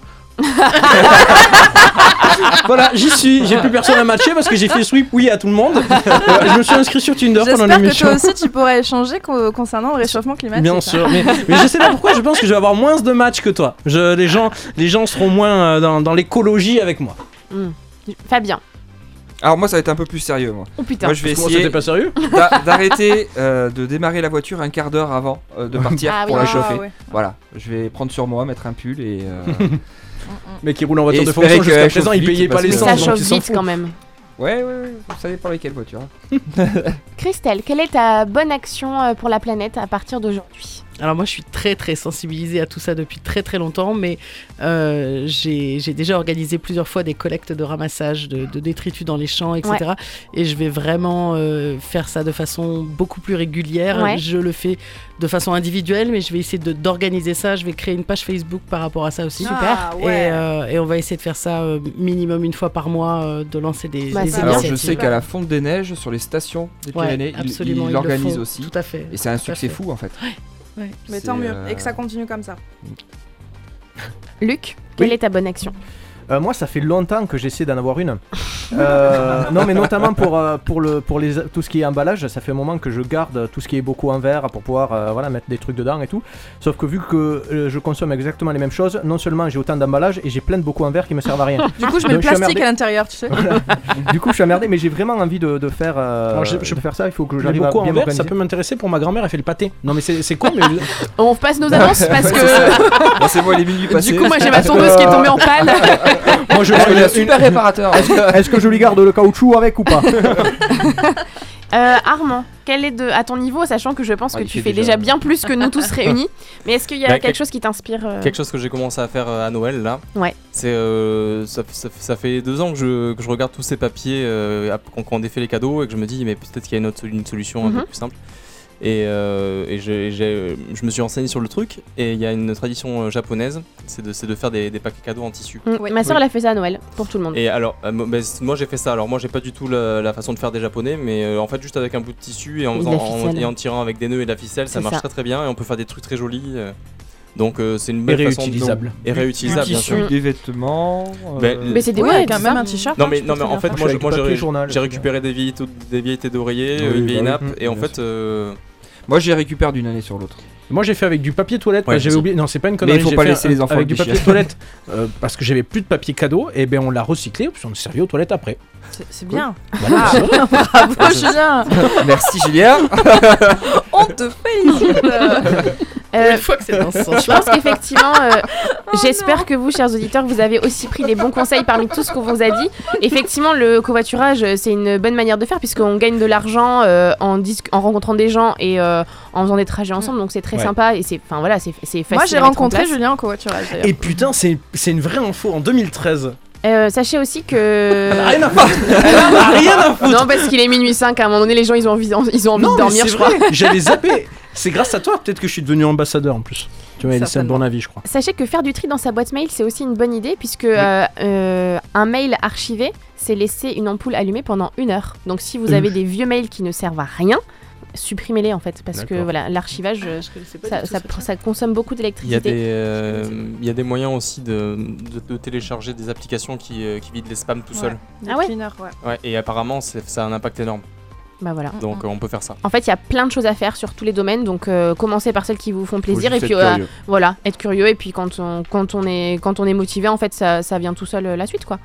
voilà, j'y suis, j'ai plus personne à matcher parce que j'ai fait sweep oui à tout le monde. Euh, je me suis inscrit sur Tinder pendant
J'espère que
l'émission.
toi aussi tu pourrais échanger co- concernant le réchauffement climatique.
Bien sûr, mais, mais je sais pas pourquoi je pense que je vais avoir moins de matchs que toi. Je, les, gens, les gens seront moins euh, dans, dans l'écologie avec moi.
Hmm. Fabien.
Alors moi ça va être un peu plus sérieux moi.
Oh, putain.
Moi je vais
Parce que moi,
essayer
c'était pas sérieux
d'a- d'arrêter euh, de démarrer la voiture un quart d'heure avant euh, de partir
Ah oui.
pour
Ah
la chauffer.
ouais. Mm,
Voilà, je vais prendre sur moi, mettre un pull et. euh,
Mais qui roule en voiture de fonction jusqu'à présent, il payait pas l'essence.
ça chauffe vite quand même.
Ouais, ouais, ouais, vous savez par lesquelles voitures.
Christelle, quelle est ta bonne action euh, pour la planète à partir d'aujourd'hui
Alors moi, je suis très très sensibilisée à tout ça depuis très très longtemps, mais euh, j'ai j'ai déjà organisé plusieurs fois des collectes de ramassage de, de détritus dans les champs, etc.
Ouais.
Et je vais vraiment euh, faire ça de façon beaucoup plus régulière.
Ouais.
Je le fais de façon individuelle, mais je vais essayer de- d'organiser ça. Je vais créer une page Facebook par rapport à ça aussi.
Super. Ah, ouais.
et, euh, et on va essayer de faire ça euh, minimum une fois par mois, euh, de lancer des,
Bah,
des
Alors je
initiatives.
sais qu'à la fonte des neiges, sur les stations des
Ouais,
Pyrénées, ils-
absolument, ils
ils
le
l'organisent
font,
aussi.
tout à fait,
Et c'est un
tout à
succès
fait.
fou en fait.
Mais
C'est,
tant mieux,
euh,
et que ça continue comme ça.
Luc, quelle est ta bonne action
Euh, moi, ça fait longtemps que j'essaie d'en avoir une. Euh, non, mais notamment pour, euh, pour, le, pour les, tout ce qui est emballage, ça fait un moment que je garde tout ce qui est beaucoup en verre pour pouvoir euh, voilà, mettre des trucs dedans et tout. Sauf que vu que euh, je consomme exactement les mêmes choses, non seulement j'ai autant d'emballages et j'ai plein de beaucoup en verre qui me servent à rien.
Du coup, je mets
Donc,
le
suis
plastique
emmerdé.
à l'intérieur, tu sais.
Du coup, je suis emmerdé, mais j'ai vraiment envie de, de faire, euh,
Alors, je- je-
de faire ça. Il faut que
Mais
j'arrive à
beaucoup en
bien
verre,
m'organiser.
ça peut m'intéresser pour ma grand-mère, elle fait le pâté. Non mais c'est c'est con, mais.
On passe nos annonces parce que.
c'est moi, les minutes passées.
Du coup, moi j'ai ma tondeuse qui est tombée en panne.
Moi, je
Est-ce que-
Il y a un super réparateur.
Est-ce que je lui garde le caoutchouc avec ou pas
Euh, Armand, quel est de, à ton niveau, sachant que je pense
Ah,
que
il
tu
fait
fais déjà...
déjà
bien plus que nous tous réunis, mais est-ce qu'il y a
Bah,
quelque
quel-
chose qui t'inspire euh,
Quelque chose que j'ai commencé à faire euh, à Noël là.
Ouais.
C'est euh, ça, ça- ça fait deux ans que je, que je regarde tous ces papiers euh, ap- quand, quand on défait les cadeaux et que je me dis mais peut-être qu'il y a une, autre, sol- une solution un
Mhm.
peu plus simple. Et, euh, et j'ai- j'ai- je me suis renseigné sur le truc et il y a une tradition euh, japonaise, c'est de, c'est de faire des, des paquets cadeaux en tissu.
Mm, Ma soeur, elle a fait ça à Noël, pour tout le monde.
Et alors, euh, mo- bah, c- moi j'ai fait ça. Alors, moi j'ai pas du tout la, la façon de faire des japonais, mais euh, en fait, juste avec un bout de tissu et
Et
en,
de
faisant-
la
en-
ficelle.
et en tirant avec des nœuds et de la ficelle, ça
C'est
marche
ça.
très très bien et on peut faire des trucs très jolis. euh. donc, euh, c'est une
Et
belle façon de-
réutilisable.
Et
Du-
réutilisable,
du
bien
tissu,
sûr.
des vêtements, euh,
Ben,
Mais c'est des
Ouais, boîtes, quand même, ça. un t-shirt,
Non,
hein,
mais,
tu
non,
peux
mais
très
en
bien
fait,
faire.
moi, je-
Avec
moi, j'ai
papier
ré-
journal,
j'ai récupéré des vieilles, taux- des vieilles têtes d'oreiller,
Oui,
une vieille
bah
nappe,
oui,
et en
bien
fait, euh,
Moi j'y récupère d'une année sur l'autre.
Moi j'ai fait avec du papier toilette,
Ouais,
parce que j'avais
c'est-
oublié. Non, c'est pas une
Mais
connerie.
il faut
j'ai
pas
fait
laisser
un-
les enfants
Avec du
réfléchir.
papier toilette, euh, parce que j'avais plus de papier cadeau, et ben on l'a recyclé, puis on le servi aux toilettes après.
C'est- C'est bien.
Voilà.
Ah, bravo, Julien.
Merci Julien.
On te félicite.
Euh,
une fois que c'est dans ce
Bah,
sens-là.
Je pense qu'effectivement, euh, j'espère que vous, chers auditeurs, vous avez aussi pris des bons conseils parmi tout ce qu'on vous a dit. Effectivement, le covoiturage, euh, c'est une bonne manière de faire puisqu'on gagne de l'argent euh, en, dis- en rencontrant des gens et euh, en faisant des trajets ensemble. Donc c'est très
Ouais.
sympa et c'est, enfin voilà, c'est, c'est facile.
Moi, j'ai
à mettre en
rencontré
place.
Julien en covoiturage d'ailleurs.
Et putain, c'est c'est une vraie info en 2013.
Euh, sachez aussi que.
Ah, bah, Rien à foutre Elle a rien à foutre
Non, parce qu'il est minuit 5, à un moment donné, les gens ils ont envie, ils ont envie de
Non, mais
dormir,
c'est
je crois.
vrai, j'avais zappé. C'est grâce à toi, peut-être que je suis devenu ambassadeur en plus. Tu m'as laissé un bon avis, je crois.
Sachez que faire du tri dans sa boîte mail, c'est aussi une bonne idée, puisque euh, euh, un mail archivé, c'est laisser une ampoule allumée pendant une heure. Donc si vous
Mmh.
Euh.
avez des vieux mails qui ne servent à rien, supprimez-les en fait, parce que
D'accord.
voilà, l'archivage, euh,
Ah, pas
ça,
du tout
ça- ça consomme beaucoup
il y, a des,
d'électricité.
euh, il y a des moyens aussi de, de- de télécharger des applications qui, euh, qui vident les spams tout seul.
Des Ah ouais cleaners, ouais.
Ouais, et apparemment, c'est- ça a un impact énorme.
Bah voilà.
Donc, euh, on peut faire ça.
En fait, il y a plein de choses à faire sur tous les domaines, donc euh, commencez par celles qui vous font plaisir
juste
et puis
être
euh,
curieux.
voilà, être curieux et puis quand on, quand on, est, quand on est motivé, en fait, ça, ça vient tout seul euh, la suite quoi.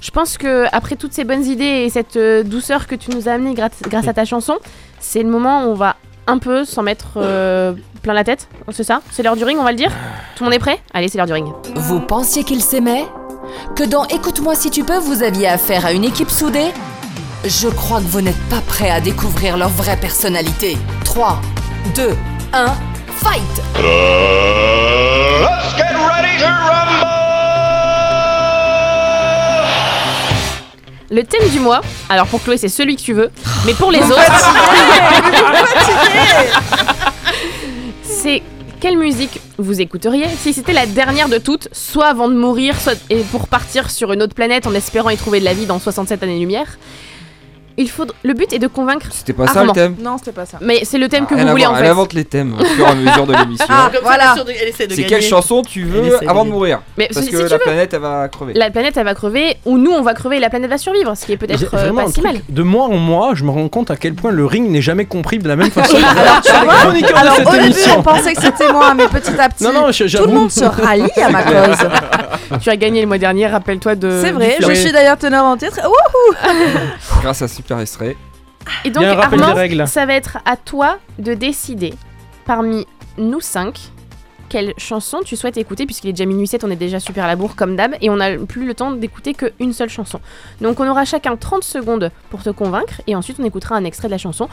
Je pense que après toutes ces bonnes idées et cette euh, douceur que tu nous as amenée grâce, grâce à ta chanson, c'est le moment où on va un peu s'en mettre euh, plein la tête, c'est ça C'est l'heure du ring, on va le dire Tout le monde est prêt Allez, c'est l'heure du ring.
Vous pensiez qu'ils s'aimaient Que dans Écoute-moi si tu peux, vous aviez affaire à une équipe soudée Je crois que vous n'êtes pas prêts à découvrir leur vraie personnalité. 3, 2, 1, fight
Ah Let's get ready to rumble!
Le thème du mois, alors pour Chloé c'est celui que tu veux, mais pour les
Vous me
autres... c'est quelle musique vous écouteriez si c'était la dernière de toutes, soit avant de mourir, soit et pour partir sur une autre planète en espérant y trouver de la vie dans 67 années-lumière il faut... Le but est de convaincre.
C'était pas ça, le
Armand.
thème Ah,
Non, c'était pas ça.
Mais c'est le thème que
elle
vous voulez
invente-
en
elle
fait.
invente les thèmes au fur et à mesure de l'émission.
Ah,
voilà.
C'est quelle chanson tu
Elle
veux
essaie de
avant de
gagner.
mourir
Mais
Parce
si-
que
si tu
la
veux.
planète elle va crever.
La planète, elle va crever, ou nous, on va crever et la planète va survivre, ce qui est peut-être euh,
Vraiment,
pas
un
si
truc-
mal.
de mois en mois, je me rends compte à quel point le ring n'est jamais compris de la même façon.
Bah, Alors,
Bah,
tu
Par les
vois,
chroniqueurs de
alors,
cette
au début,
émission.
on pensait que c'était moi, mais petit à petit,
Non, non, je-
tout
j'avoue.
le monde se rallie à ma cause.
tu as gagné le mois dernier, rappelle-toi de.
C'est vrai,
du
Eh, je
fleuret.
suis d'ailleurs teneur en titre. Wouhou
Grâce à Super Estrée.
Et donc,
Il y a un rappel des
Armand,
règles.
ça va être à toi de décider parmi nous cinq quelle chanson tu souhaites écouter, puisqu'il est déjà minuit 7, on est déjà super à la bourre comme d'hab, et on n'a plus le temps d'écouter qu'une seule chanson. Donc, on aura chacun 30 secondes pour te convaincre, et ensuite on écoutera un extrait de la chanson.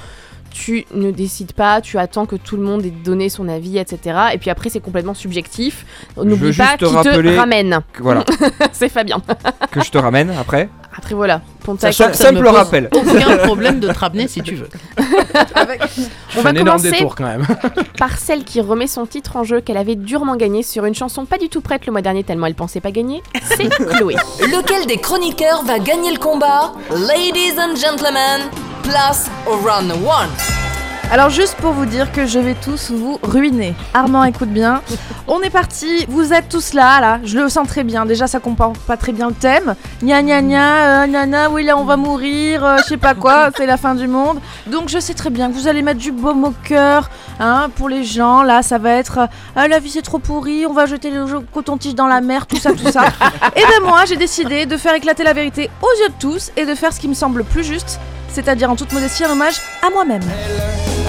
Tu ne décides pas, tu attends que tout le monde ait donné son avis, etc. Et puis après, c'est complètement subjectif.
Je veux
N'oublie pas
juste
qui
te rappeler
te ramène.
que- voilà.
c'est Fabien.
Que je te ramène après.
Après, voilà. Pontac,
Sachant que
ça me
simple
pose
rappel.
aucun problème
de te ramener si tu veux.
On
Fais
va
un énorme
commencer
détour quand même.
par celle qui remet son titre en jeu qu'elle avait durement gagné sur une chanson pas du tout prête le mois dernier tellement elle pensait pas gagner. C'est Chloé.
Lequel des chroniqueurs va gagner le combat Ladies and gentlemen, place au round 1.
Alors juste pour vous dire que je vais tous vous ruiner. Armand, écoute bien. On est parti. Vous êtes tous là, là. Je le sens très bien. Déjà, ça comprend pas très bien le thème. Gna gna gna, euh, gna gna. Oui, là, on va mourir. euh, je sais pas quoi. C'est la fin du monde. Donc, je sais très bien que vous allez mettre du baume au cœur, hein, pour les gens. Là, ça va être euh, Ah, la vie c'est trop pourri. On va jeter le jo- coton-tige dans la mer. Tout ça, tout ça. et ben moi, j'ai décidé de faire éclater la vérité aux yeux de tous et de faire ce qui me semble le plus juste, c'est-à-dire en toute modestie un hommage à moi-même.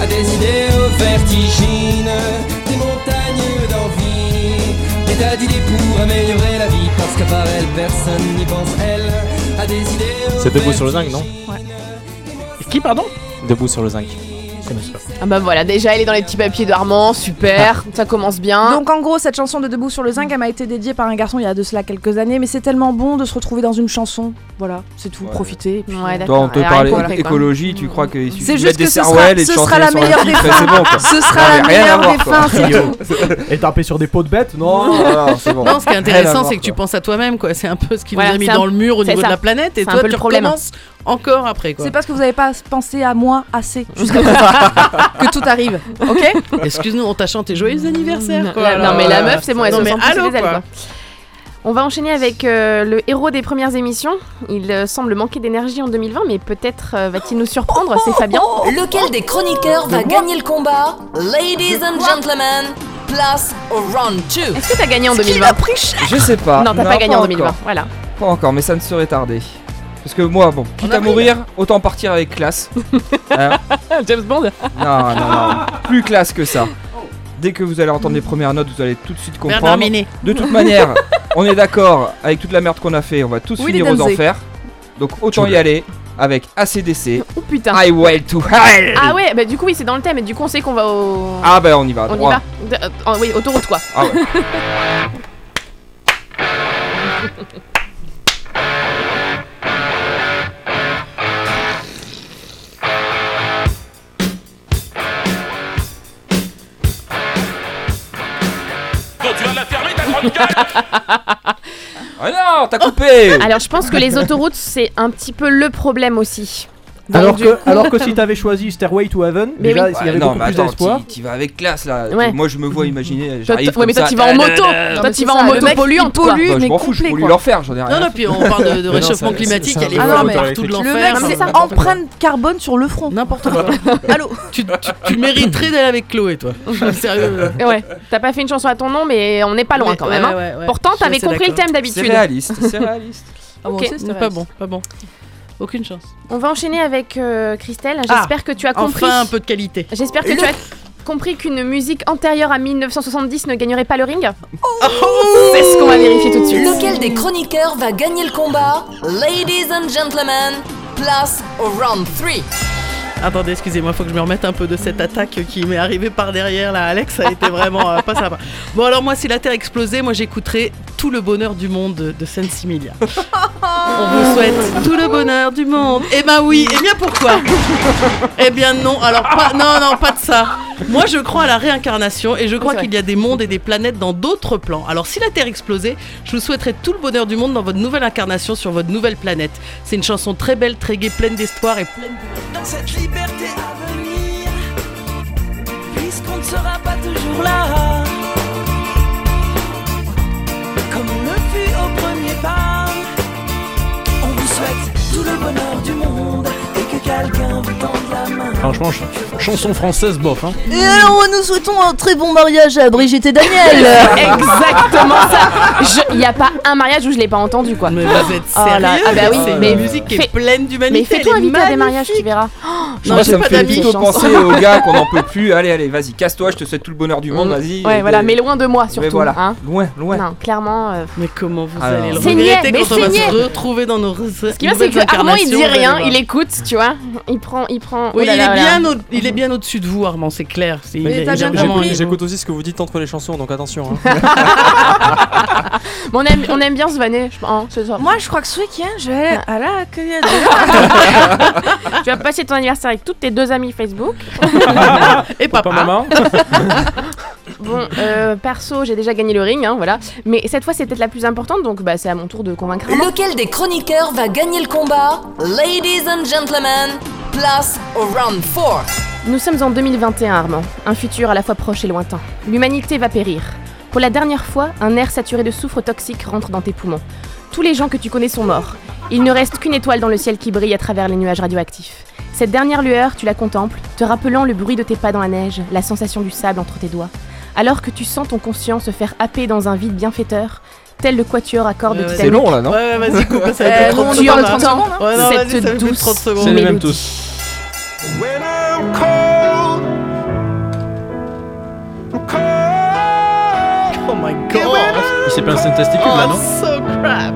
à des idéaux vertigineux, des montagnes d'envie, des tas d'idées pour améliorer la vie, parce qu'à part elle, personne n'y pense, elle, à des idéaux
C'est debout sur le zinc, non
Qui, pardon
Debout sur le zinc.
Ah bah voilà, déjà elle est dans les petits papiers d'Armand, super,
Ah,
ça commence bien.
Donc en gros, cette chanson de Debout sur le zinc, elle m'a été dédiée par un garçon il y a de cela quelques années, mais c'est tellement bon de se retrouver dans une chanson. Voilà, c'est tout, profitez. et puis, euh,
Toi, on te parle écologie, tu crois qu'il suffit
C'est
de
juste
mettre des
que ce sera-
sarouels et de
ce
chanter
sera la
sur
meilleure
le
des
titre et
fins.
c'est bon, quoi.
Ce sera
Non,
la
mais rien à
meilleure
voir,
des
quoi.
fins, c'est
Yo.
Et taper sur des pots de bêtes Non, Oh, non, non, c'est bon.
Non, ce qui est
Rien à
intéressant,
voir,
c'est que tu
quoi.
penses à toi-même, quoi. C'est un peu ce qui
Voilà,
nous a mis
c'est un-
dans le mur au
c'est
niveau
ça.
de la planète, et
C'est un
toi,
peu
tu
le problème.
recommences encore après, quoi.
C'est parce que vous n'avez pas pensé à moi assez jusqu'à présent que tout arrive, ok
Excuse-nous, on t'a chanté joyeux anniversaire,
Non,
quoi.
la- non, mais la meuf, c'est bon,
moi
elle
non,
se
mais
sent poussée
allô,
des ailes,
quoi.
quoi. On va enchaîner avec euh, le héros des premières émissions. Il euh, semble manquer d'énergie en 2020, mais peut-être euh, va-t-il nous surprendre, c'est Fabien.
Lequel des chroniqueurs va gagner le combat Ladies and gentlemen, place au round 2.
Est-ce que t'as gagné en
Ce qu'il
2020
a pris cher.
Je sais pas.
Non, t'as pas gagné en
encore.
2020, voilà.
Pas encore, mais ça ne serait tardé. Parce que moi, bon, quitte
a
à
pris,
mourir, autant partir avec classe. Hein
James Bond
non, non, non, plus classe que ça. Dès que vous allez entendre les premières notes, vous allez tout de suite
Bernard
comprendre.
Minet.
De toute manière, on est d'accord avec toute la merde qu'on a fait, on va tous
Oui,
finir
les
aux
Danzig.
enfers. Donc autant y aller avec ACDC.
Oh putain.
I will to hell.
Ah ouais, bah du coup, oui, c'est dans le thème, et du coup, on sait qu'on va au.
Ah bah on y va.
on y
droit.
va. De- euh, oh, oui, autoroute, quoi.
Ah ouais.
Donc tu vas la fermer, ta grande gueule
Ah non, t'as coupé
Alors, je pense que les autoroutes, c'est un petit peu le problème aussi. Donc,
Alors
du
que,
coup-
alors que si t'avais choisi Stairway to Heaven,
Mais
déjà,
oui.
il y avait
Ouais, non,
beaucoup
mais
plus
attends,
d'espoir.
Tu vas avec classe là.
Ouais.
Moi je me vois imaginer. J'arrive
toi- ouais, mais toi,
comme ça. Ah,
tu vas en moto.
Nanana.
Toi, tu vas en
Le
moto
mec, il
polluante, quoi.
pollue,
Bah, je
mais
m'en fous, je
complet,
pourrais lui
quoi.
l'enfer, j'en ai rien.
Non, non, puis on parle de, de
Mais non,
réchauffement
ça-
climatique,
c'est-
elle est
c'est un
vraiment
vrai
partout de
moteur
Ah Le
l'enfer. hein.
mec, c'est
n'importe quoi.
empreinte carbone sur le front.
N'importe quoi.
Allô
tu, tu, tu mériterais d'aller avec Chloé, toi. Sérieux.
Et Ouais, t'as pas fait une chanson à ton nom, mais on n'est pas loin
Mais-
quand même.
ouais,
hein.
ouais, ouais.
Pourtant,
Je suis
t'avais
assez
compris le
d'accord.
thème d'habitude.
C'est réaliste, c'est
réaliste.
Ah, moi
Ok.
aussi, c'était Pas réaliste. bon, pas bon. Aucune chance.
On va enchaîner avec euh, Christelle. J'espère que tu as compris.
Ah, Enfin, un peu de qualité.
J'espère que
Et
tu
le-
as compris qu'une musique antérieure à 1970 ne gagnerait pas le ring.
Oh,
C'est ce qu'on va vérifier tout de suite.
Lequel des chroniqueurs va gagner le combat Ladies and gentlemen, place au round 3.
Attendez, excusez-moi, faut que je me remette un peu de cette attaque qui m'est arrivée par derrière là, Alex, ça a été vraiment euh, pas sympa. Bon alors moi si la Terre explosait, moi j'écouterais tout le bonheur du monde de Sensimilia. On vous souhaite tout le bonheur du monde. Eh ben oui, et bien pourquoi Eh bien non, alors pas non non, pas de ça. Moi je crois à la réincarnation et je crois qu'il y a des mondes et des planètes dans d'autres plans. Alors si la Terre explosait, je vous souhaiterais tout le bonheur du monde dans votre nouvelle incarnation sur votre nouvelle planète. C'est une chanson très belle, très gaie, pleine d'espoir et pleine
dans cette liberté à venir, puisqu'on ne sera pas toujours là, comme on le fut au premier pas. On vous souhaite tout le bonheur du monde et que quelqu'un vous tende la main.
Franchement, ch- chanson française bof. Hein.
Et alors, nous souhaitons un très bon mariage à Brigitte et Daniel.
Exactement ça. Il n'y a pas un mariage où je l'ai pas entendu quoi. Mais
vous êtes
Ah
sérieux
bah oui,
C'est
mais
une musique qui est
fais-
pleine d'humanité,
Mais fais-toi
elle est
inviter à des
magnifique. Oh,
mariages, tu verras.
Je crois que ça me fait plutôt
hein.
penser
au
aux gars qu'on n'en peut plus. Allez, allez, vas-y, casse-toi, je te souhaite tout le bonheur du monde, vas-y.
Ouais,
Et
voilà,
des-
mais loin de moi surtout.
Mais voilà,
hein.
loin, loin.
Non, clairement. euh,
Mais comment vous
Alors.
allez le
C'est niais,
regretter
mais
quand on va
c'est
se
niais.
retrouver dans nos Ce
Ce qui est bien, c'est que Armand il dit rien, il écoute, tu vois. Il prend. Il prend...
Oui,
Oh là
il,
là
est
là.
bien au- il est bien au-dessus de vous, Armand, c'est clair. C'est- il est- il est vraiment-
J'écoute- J'écoute aussi ce que vous dites entre les chansons, donc attention. hein.
Mais on, aime, on aime bien se vanner, je pense. ce soir.
Moi, je crois que ce week-end, je vais aller à la cueillette.
tu vas passer ton anniversaire avec toutes tes deux amies Facebook.
Et papa.
maman.
Bon, euh, perso, j'ai déjà gagné le ring, hein, voilà. Mais cette fois, c'est peut-être la plus importante, donc bah, c'est à mon tour de convaincre.
Lequel des chroniqueurs va gagner le combat Ladies and gentlemen, place au round 4.
Nous sommes en 2021, Armand. Un futur à la fois proche et lointain. L'humanité va périr. Pour la dernière fois, un air saturé de soufre toxique rentre dans tes poumons. Tous les gens que tu connais sont morts. Il ne reste qu'une étoile dans le ciel qui brille à travers les nuages radioactifs. Cette dernière lueur, tu la contemples, te rappelant le bruit de tes pas dans la neige, la sensation du sable entre tes doigts. Alors que tu sens ton conscient se faire happer dans un vide bienfaiteur, tel le quatuor à cordes
Ouais, ouais.
Titanic.
C'est long, là, non Ouais, ouais, vas-y, coupe, ça va
Euh,
être 30
tu
secondes, hein.
entends
Ouais, non, vas-y, ça fait
cette
plus de
douce
30 secondes.
C'est les mêmes
mélodie.
tous.
Oh my god.
Il s'est pincé un testicule là, non
Oh, so crap.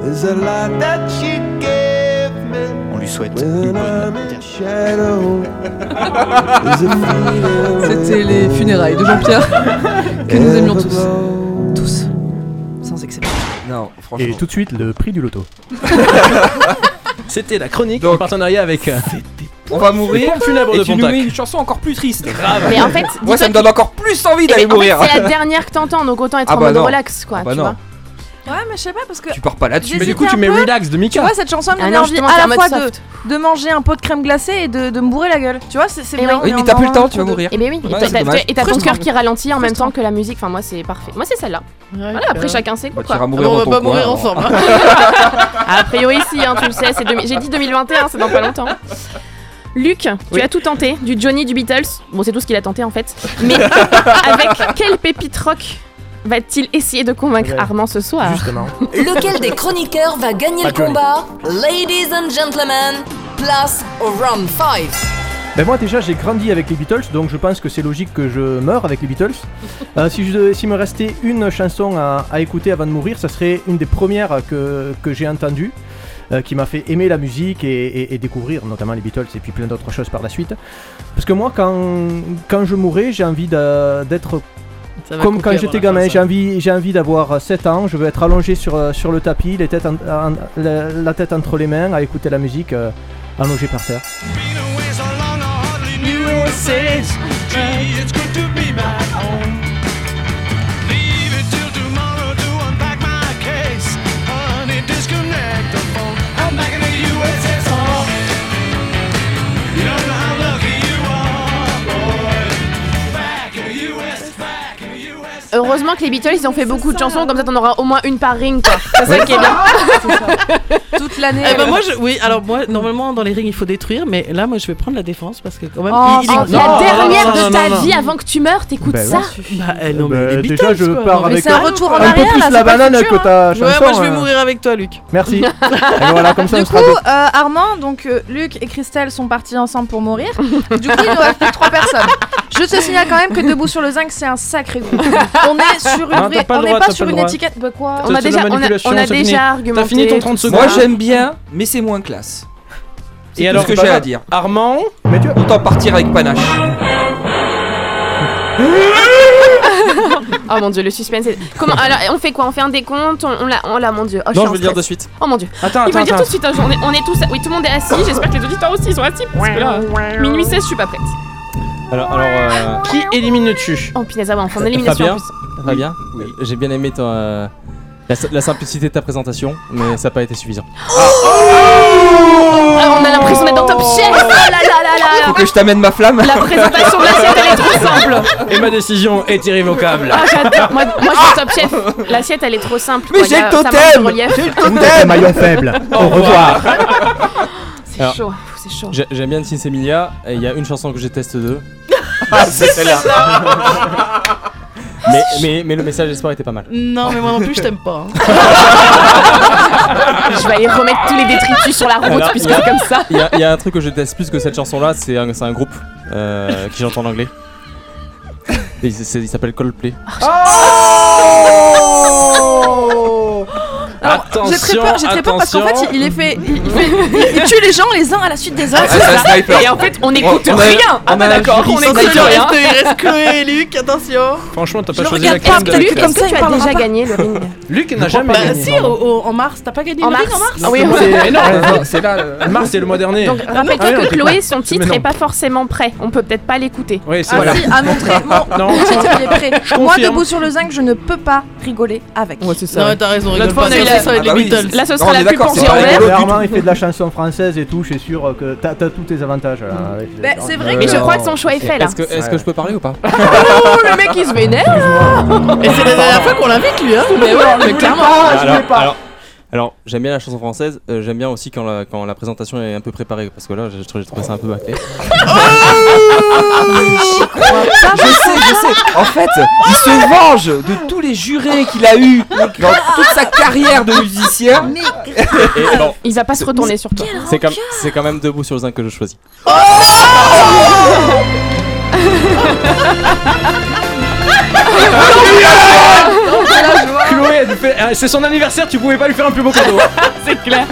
There's a lot that you gave me.
On lui souhaite
une bonne
C'était les funérailles de Jean-Pierre que nous aimions tous. Tous. Sans exception.
Non, franchement.
Et tout de suite, le prix du loto.
C'était la chronique en partenariat avec. euh,
On va mourir.
Pompe funèbre
et
de
tu nous
Pontac.
mets une chanson encore plus triste.
Grave.
Mais en fait, dis-toi
moi ça me
que-
donne encore plus envie
Eh
d'aller
ben, en fait,
mourir.
c'est la dernière que t'entends, donc autant être
Ah
en
bah
mode
non.
relax, quoi.
Ah bah
tu
non.
vois.
Ouais, mais je sais pas parce que.
Tu pars pas là-dessus.
j'hésitais un peu. Tu vois, cette chanson, elle me
Ah
donne
non,
envie
justement,
à
t'es en
la
mode
fois de,
soft.
de manger un pot de crème glacée et de, de me bourrer la gueule. Tu vois, c'est c'est
Eh
bien.
oui,
on
mais
est
t'as
en
plus le
dans
temps,
un
tu vas
coup de-
mourir. Eh ben oui,
Ouais,
t'as-
c'est
t'as-
dommage.
et t'as ton
Frustrant.
cœur qui ralentit en même temps que la musique. Enfin, moi, c'est parfait. Moi, c'est celle-là. Voilà, après, chacun ses
Bah,
goûts,
tu
quoi.
iras mourir Ah bon, on dans va ton pas coin, mourir alors. ensemble,
A priori, si, hein, tu le sais. c'est demi- J'ai dit 2021, c'est dans pas longtemps. Luc, tu as tout tenté, du Johnny, du Beatles. Bon, c'est tout ce qu'il a tenté en fait. Mais avec quelle pépite rock va-t-il essayer de convaincre Armand ce soir
Lequel des chroniqueurs va gagner
Pas
le
joli.
combat Ladies and gentlemen, place au round 5.
Ben moi déjà j'ai grandi avec les Beatles donc je pense que c'est logique que je meure avec les Beatles. Euh, si je devais- s'il me restait une chanson à, à écouter avant de mourir, ça serait une des premières que, que j'ai entendues. euh, qui m'a fait aimer la musique et, et- et découvrir notamment les Beatles et puis plein d'autres choses par la suite. Parce que moi, quand, quand je mourrai, j'ai envie d'a- d'être
Ça va
comme
couper
quand
avant
j'étais
la fin,
gamin.
ça.
J'ai envie, j'ai envie d'avoir 7 ans, je veux être allongé sur, euh, sur le tapis, les têtes en- en- la, la tête entre les mains, à écouter la musique euh, allongé par terre.
USA. Gee, it's good to be my own. Leave it till tomorrow to unpack my case. Honey, disconnect the phone. I'm back in the USSR. You don't know how lucky you are, boy. Back in the US, back in the US.
Heureusement que les Beatles ils ont fait beaucoup de chansons, comme ça t'en auras au moins une par ring quoi. C'est ça qui est bien.
Toute l'année.
Eh ben moi je, oui alors moi normalement dans les rings il faut détruire mais là moi je vais prendre la défense parce que quand même
Oh,
il- il
c'est
est-
la
Non,
dernière
non, non,
de
non,
ta
non.
vie avant que tu meurs, t'écoutes
oh, Ben
ça.
Bah, eh, non, mais
Euh,
les
déjà,
Beatles,
je
quoi.
pars
Mais
avec
c'est un retour en
peu
arrière,
plus
là,
la
c'est pas le
banane
futur,
que ta
hein.
chanson.
Ouais, moi, je vais
euh,
mourir avec toi, Luc.
Merci. Et ben voilà, comme ça, on
du coup,
sera deux.
euh, Armand, donc euh, Luc et Christelle sont partis ensemble pour mourir. Du coup, il nous reste plus que trois personnes. Je te signale quand même que Debout sur le zinc, c'est un sacré groupe. On est sur une
Non, t'as
vraie-
pas le
on n'est
droit,
pas
t'as
sur
pas le
une
droit.
étiquette. Bah quoi
Ça, c'est de la manipulation, c'est fini. T'as fini ton 30 secondes.
Moi j'aime bien, mais c'est moins classe. C'est
Et
tout
alors,
ce que
bah,
j'ai à
bah,
dire.
Armand,
autant partir avec panache.
oh mon dieu, le suspense. est- Comment Alors, on fait quoi On fait un décompte On, on l'a, on l'a, mon dieu. Oh,
Non,
suis
je
en
veux le dire
stress.
de suite.
Oh mon dieu.
Attends,
Il faut
attends,
le dire
attends.
tout de suite. hein, on, est, on est tous. Oui, tout le monde est assis. J'espère que les auditeurs aussi ils sont assis. Parce que là, minuit 16, je suis pas prête.
Alors, alors euh,
Qui élimine le tu Oh punaise, ah ouais, on fait en élimination en
Euh, Fabien,
plus.
Fabien j'ai bien aimé ton, euh, la, la simplicité de ta présentation, mais ça n'a pas été suffisant.
Oh
Ah, on a l'impression d'être dans Top Chef. Oh là là là là.
Faut que je t'amène ma flamme.
La présentation de l'assiette elle est trop simple.
Et ma décision est irrévocable.
Ah j'adore. Moi, moi je suis Top Chef. L'assiette elle est trop simple.
Mais
quoi.
j'ai
Il y a- ça
le
manque de
totem.
relief.
J'ai le totem.
Maillon faible.
Au revoir.
C'est
Alors,
chaud. Pff, C'est chaud.
j'ai- J'aime bien Sis et Milia, et il y a une chanson que je teste d'eux.
Ah, c'est celle-là.
mais, mais, mais le message d'espoir était pas mal.
Non, mais moi non plus, je t'aime pas. hein.
Je vais aller remettre tous les détritus sur la route
Alors,
puisque
il y a-
c'est comme ça.
Il y, a- il y a un truc que je déteste plus que cette chanson-là, c'est un, c'est un groupe euh, qui j'entends en anglais. Et Il c'est- il s'appelle Coldplay.
Oh!
Alors, j'ai très peur, j'ai très peur parce qu'en fait, il, il est fait, il, il fait- il- il tue les gens les uns à la suite des autres.
Ah, c'est un sniper. Et en fait, on n'écoute
n'écoute
On a- rien. Ah, on bah a un d'accord, jury on sans n'écoute sniper. rien.
Il reste Chloé et Luc, attention.
Franchement, t'as
Je
pas choisi la
regarde
crème de la
Luc,
crème.
est-ce que tu as déjà gagné le ring
Luc
n'a jamais
Bah,
gagné.
si, au- au- en mars, t'as pas gagné
En
le ring
mars.
en mars
Ah oui,
Mais non,
Ah,
non, c'est là. euh, Mars, c'est le mois dernier.
Donc
Ah,
rappelle-toi
oui, on
que
était
Chloé,
pas-
son
Mais
titre
non.
est pas forcément prêt. On peut peut-être pas l'écouter.
Oui, c'est
Ah
voilà.
si,
à montrer, mon-
Non.
Mon titre, il est prêt.
Je
Moi,
confirme.
debout sur le zinc, je ne peux pas rigoler avec.
Ouais, c'est ça. Non, mais t'as raison, rigole pas.
c'est
Ah bah oui,
Là, ce
Non,
sera
on
la
est
pub
d'accord,
pour
c'est pas
Gérard.
rigolo. Clairement, il fait de la chanson française et tout, je suis sûr euh, que t'as t'as tous tes avantages. là, avec les-
Bah, c'est vrai
Euh,
que- Mais je crois que son choix est fait, là.
Est-ce que, est-ce que je peux parler ou pas
Bah,
Oh, le mec, il se vénère.
Et c'est la dernière fois qu'on l'invite, lui, hein. Mais ouais, mais clairement.
Ah,
alors, alors- alors, j'aime bien la chanson française, euh, j'aime bien aussi quand la, quand la présentation est un peu préparée, parce que là, j'ai j'ai trouvé j'ai trouvé ça un peu bâclé.
ah, Je sais, je sais. En fait, il se venge de tous les jurés qu'il a eu dans toute sa carrière de musicien.
Et bon,
Ah, Il va pas se retourner sur toi.
c'est quand, c'est quand même debout sur le zinc que je choisis.
Ah
Chloé, elle nous fait- euh, c'est son anniversaire, tu pouvais pas lui faire un plus beau cadeau.
C'est clair.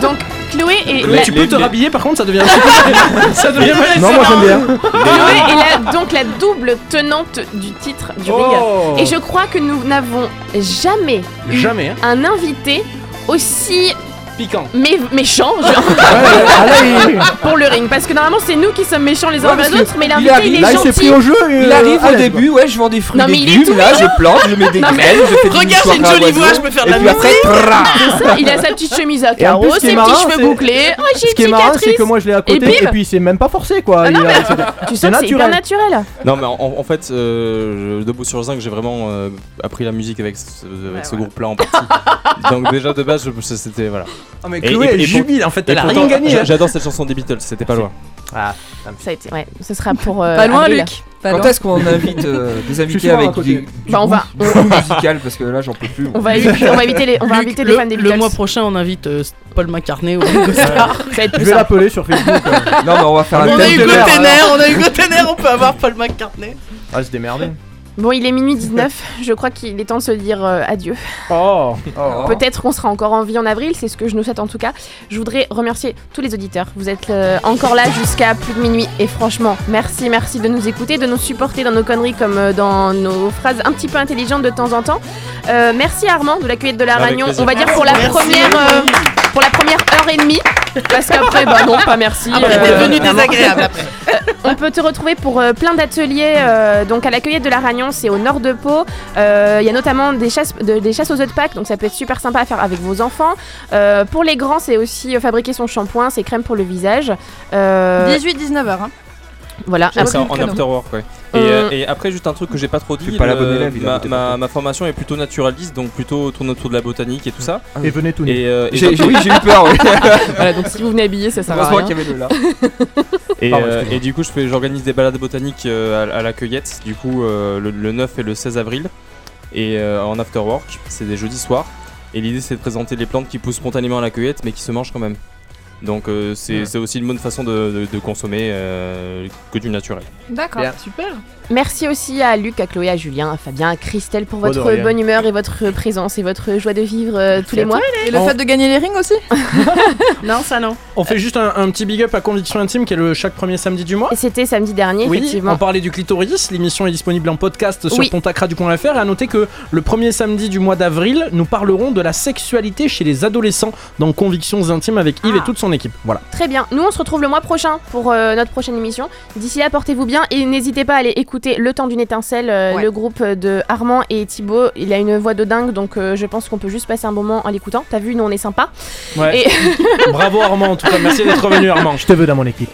Donc Chloé et
Mais
la-
tu peux te rhabiller, par contre, ça devient. un petit peu- ça devient malaisant.
Non, moi j'aime bien.
Chloé est la- donc la double tenante du titre du
Oh.
ring. Et je crois que nous n'avons jamais eu
Jamais, hein.
un invité aussi
Piquant.
mé- méchant genre,
allez.
pour le ring. Parce que normalement c'est nous qui sommes méchants les uns
Ouais,
envers les
parce
autres,
que
mais
il
l'invité
arrive-
il est
là, il
gentil.
s'est pris au jeu et, Il euh, arrive au à l'aise, début, ouais, je vends des fruits,
Non, mais
des
il est
légumes,
tout
là, je
mignon.
plante, je mets des
Non, mais-
graines, je fais des
Regarde,
petits
j'ai une
soirées à
jolie voix,
oiseaux,
je peux faire de la
Et puis après,
musique.
tra-
C'est ça, il a sa petite chemise à
Et en
carreaux,
plus, ce qui
ses
est marrant,
petits cheveux
c'est-
bouclés. Oh, j'ai
Ce
une
qui est marrant, c'est que
cicatrice.
moi je l'ai à
Et
côté et,
bim.
puis c'est même pas forcé quoi.
Ah non,
Il a-
mais-
c'est-
Tu
c'est
sens que c'est hyper naturel.
Ah,
Non, mais en, en fait, euh, je- debout sur le zinc, j'ai vraiment euh, appris la musique avec ce, avec ce groupe-là en partie. Donc, déjà de base, je- c'était. Voilà.
Ah, mais Chloé, elle
pour-
jubile, en fait,
et
elle a
pourtant,
rien gagné,
j'a-
hein.
J'adore cette chanson des Beatles, c'était pas loin. Ah,
Ça a été, ouais, ce sera pour. euh,
Pas loin,
avril.
Luc. Pas
Quand
loin.
est-ce qu'on invite euh, des invités
souvent à
avec
côté.
des, du
Bah, on va-
goût- du goût musical parce que là j'en peux plus.
On va éviter, on va éviter les, on va
Luc,
inviter les
le,
fans des
le
Beatles.
mois prochain, on invite euh, Paul McCartney au Ringo Starr.
Ça va être
Je
plus
vais
simple.
l'appeler sur Facebook.
Non, mais on va faire
On
un
a
thème
eu
de
le
l'heure,
thème.
Ténère, on a eu Gotener, on peut avoir Paul McCartney.
Ah, se démerder.
Bon, il est minuit 19, je crois qu'il est temps de se dire euh, adieu.
Oh.
Peut-être qu'on sera encore en vie en avril, c'est ce que je nous souhaite en tout cas. Je voudrais remercier tous les auditeurs. Vous êtes euh, encore là jusqu'à plus de minuit et franchement, merci, merci de nous écouter, de nous supporter dans nos conneries comme euh, dans nos phrases un petit peu intelligentes de temps en temps. Euh, merci à Armand de la cueillette de la
Avec
Ragnon,
plaisir.
on va dire pour la
Merci.
première euh, pour la première heure et demie parce qu'après bah non, pas merci.
Après, t'es devenu
vraiment.
désagréable après.
On peut te retrouver pour euh, plein d'ateliers euh, donc à la cueillette de la Ragnon, c'est au nord de Pau. Euh, Il y a notamment des chasses, de- des chasses aux œufs de Pâques, donc ça peut être super sympa à faire avec vos enfants. Euh, pour les grands, c'est aussi euh, fabriquer son shampoing, c'est crème pour le visage. Euh,
18-19h. Hein.
Voilà,
Ah, c'est en,
après-
en after work, ouais. Et,
Hum.
euh, et après, juste un truc que j'ai pas trop
Tu es
dit.
pas la
le-
bonne élève, il a
ma,
voté
ma, ma formation est plutôt naturaliste, donc plutôt tourne autour de la botanique et tout ça.
Ah
Et venez tout nu.
Et, euh, et
J'ai-
donc-
oui, j'ai eu peur, oui.
Voilà, donc si vous venez habillé, ça sert à
Heureusement
rien.
qu'il y avait deux là.
Et,
Pardon,
euh,
excuse-moi.
et du coup, je fais- j'organise des balades botaniques euh, à, à la cueillette, du coup, euh, le, le 9 et le 16 avril, et euh, en after work, c'est des jeudis soirs. Et l'idée, c'est de présenter les plantes qui poussent spontanément à la cueillette, mais qui se mangent quand même. Donc euh, c'est
Ouais.
c'est aussi une bonne façon de, de- de consommer euh, que du naturel.
D'accord,
Bien.
super. Merci aussi à Luc, à Chloé, à Julien, à Fabien, à Christelle pour
Pas de
votre
rien.
bonne humeur et votre présence et votre joie de vivre euh, tous les
à
mois.
toi, Hélène. Et le On- fait de
gagner les rings aussi
Non, ça non.
On fait juste un, un petit big up à Conviction Intime qui est le chaque premier samedi du mois.
Et c'était samedi dernier,
Oui,
effectivement.
on parlait du clitoris, l'émission est disponible en podcast sur
Oui.
pontacradu.fr et à noter que le premier samedi du mois d'avril, nous parlerons de la sexualité chez les adolescents dans Convictions intimes avec Yves et toute son équipe. Voilà.
Très bien. Nous, on se retrouve le mois prochain pour euh, notre prochaine émission. D'ici là, portez-vous bien et n'hésitez pas à aller écouter Le Temps d'une étincelle, euh, le groupe de Armand et Thibaut. Il a une voix de dingue, donc euh, je pense qu'on peut juste passer un moment en l'écoutant. T'as vu, nous, on est sympa.
Ouais. Bravo Armand en tout cas, merci d'être venu Armand.
Je te veux dans mon équipe.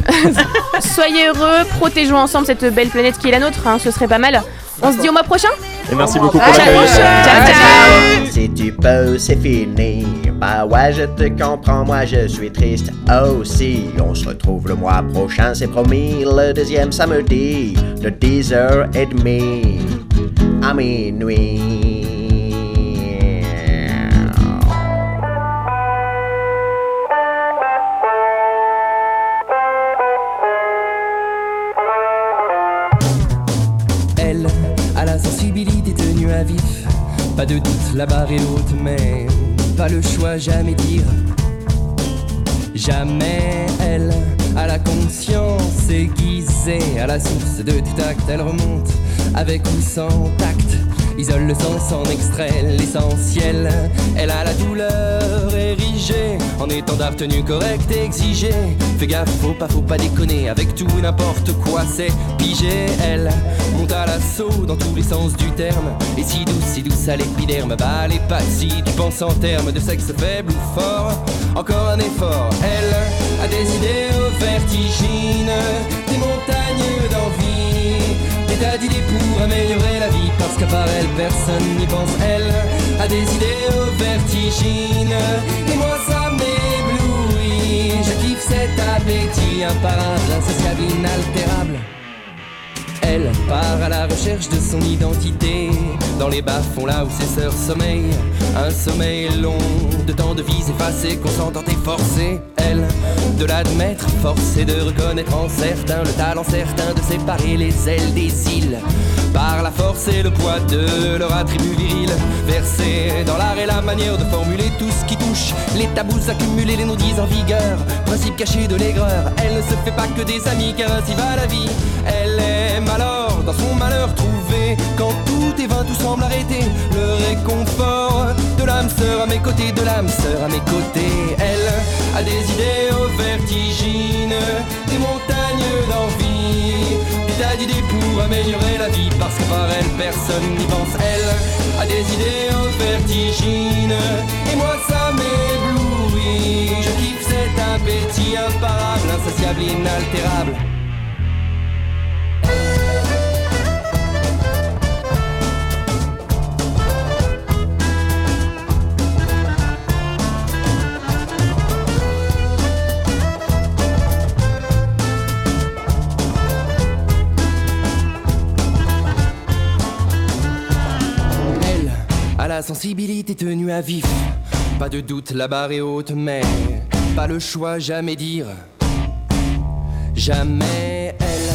soyez heureux, protégeons ensemble cette belle planète qui est la nôtre. hein, ce serait pas mal. On se dit au mois prochain.
Et merci beaucoup
pour À la l'accueil. prochaine. Ciao, ciao.
Si tu peux, c'est fini. Bah ouais, je te comprends, moi je suis triste aussi. On se retrouve le mois prochain, c'est promis, le deuxième samedi, de 10h30 à minuit.
Elle a la sensibilité tenue à vif. Pas de doute, la barre est haute, mais pas le choix, jamais dire. Jamais elle a la conscience aiguisée à la source de tout acte. Elle remonte avec ou sans tact, isole le sens, en extrait l'essentiel. Elle a la douleur érigée en étendard tenu correct exigé. Fais gaffe, faut pas, faut pas déconner avec tout et n'importe quoi, c'est pigé. Elle monte à l'assaut dans tous les sens du terme. Et si douce, si douce à l'épiderme, bah les pas si tu penses en termes de sexe faible ou fort. Encore un effort, elle a des idéaux vertigineux, des montagnes d'envie, des tas d'idées pour améliorer la vie. Parce qu'à part elle, personne n'y pense. Elle a des idéaux vertigineux, et moi ça m'éblouit. Je kiffe cet appétit imparable, insatiable, inaltérable. Elle part à la recherche de son identité Dans les bas-fonds là où ses sœurs sommeillent Un sommeil long de temps de vies effacées Consentante et forcée Elle de l'admettre Forcée de reconnaître en certains Le talent certain de séparer les ailes des îles Par la force et le poids de leur attribut viril Versé dans l'art et la manière de formuler tout ce qui touche Les tabous accumulés, les non-dits en vigueur Principe caché de l'aigreur Elle ne se fait pas que des amis car ainsi va la vie Elle aime alors dans son malheur trouvé Quand tout est vain, tout semble arrêté Le réconfort de l'âme sœur à mes côtés De l'âme sœur à mes côtés Elle a des idéaux vertigineux Des montagnes d'envie Des tas d'idées pour améliorer la vie Parce que par elle, personne n'y pense Elle a des idéaux vertigineux Et moi ça m'éblouit Je kiffe cet appétit imparable Insatiable, inaltérable Elle a la sensibilité tenue à vif. Pas de doute, la barre est haute, mais pas le choix, jamais dire. Jamais elle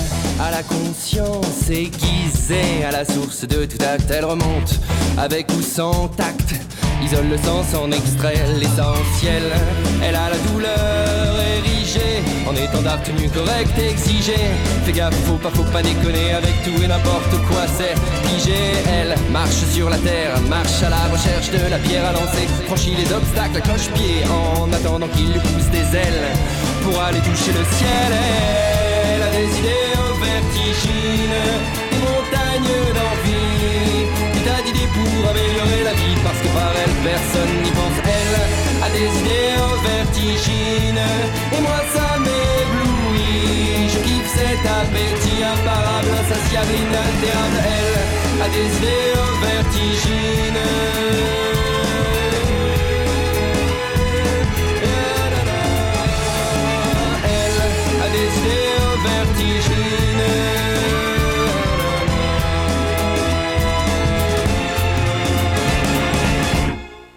a la conscience aiguisée à la source de tout acte. Elle remonte avec ou sans tact. Isole le sens, en extrait l'essentiel. Elle a la douleur érigée en étendard tenu correct exigé. Fais gaffe, faut pas, faut pas déconner avec tout et n'importe quoi. C'est pigé. Elle marche sur la terre, marche à la recherche de la pierre à lancer. Franchit les obstacles à cloche-pied en attendant qu'il lui pousse des ailes pour aller toucher le ciel. Elle a des idées au vertigine, des montagnes d'envie, des tas d'idées pour améliorer la vie parce que par elle personne n'y pense. Elle a des idées au vertigine et moi ça m'éblouit. Je kiffe cet appétit imparable, insatiable, inaltérable. Elle a des idées au vertigine.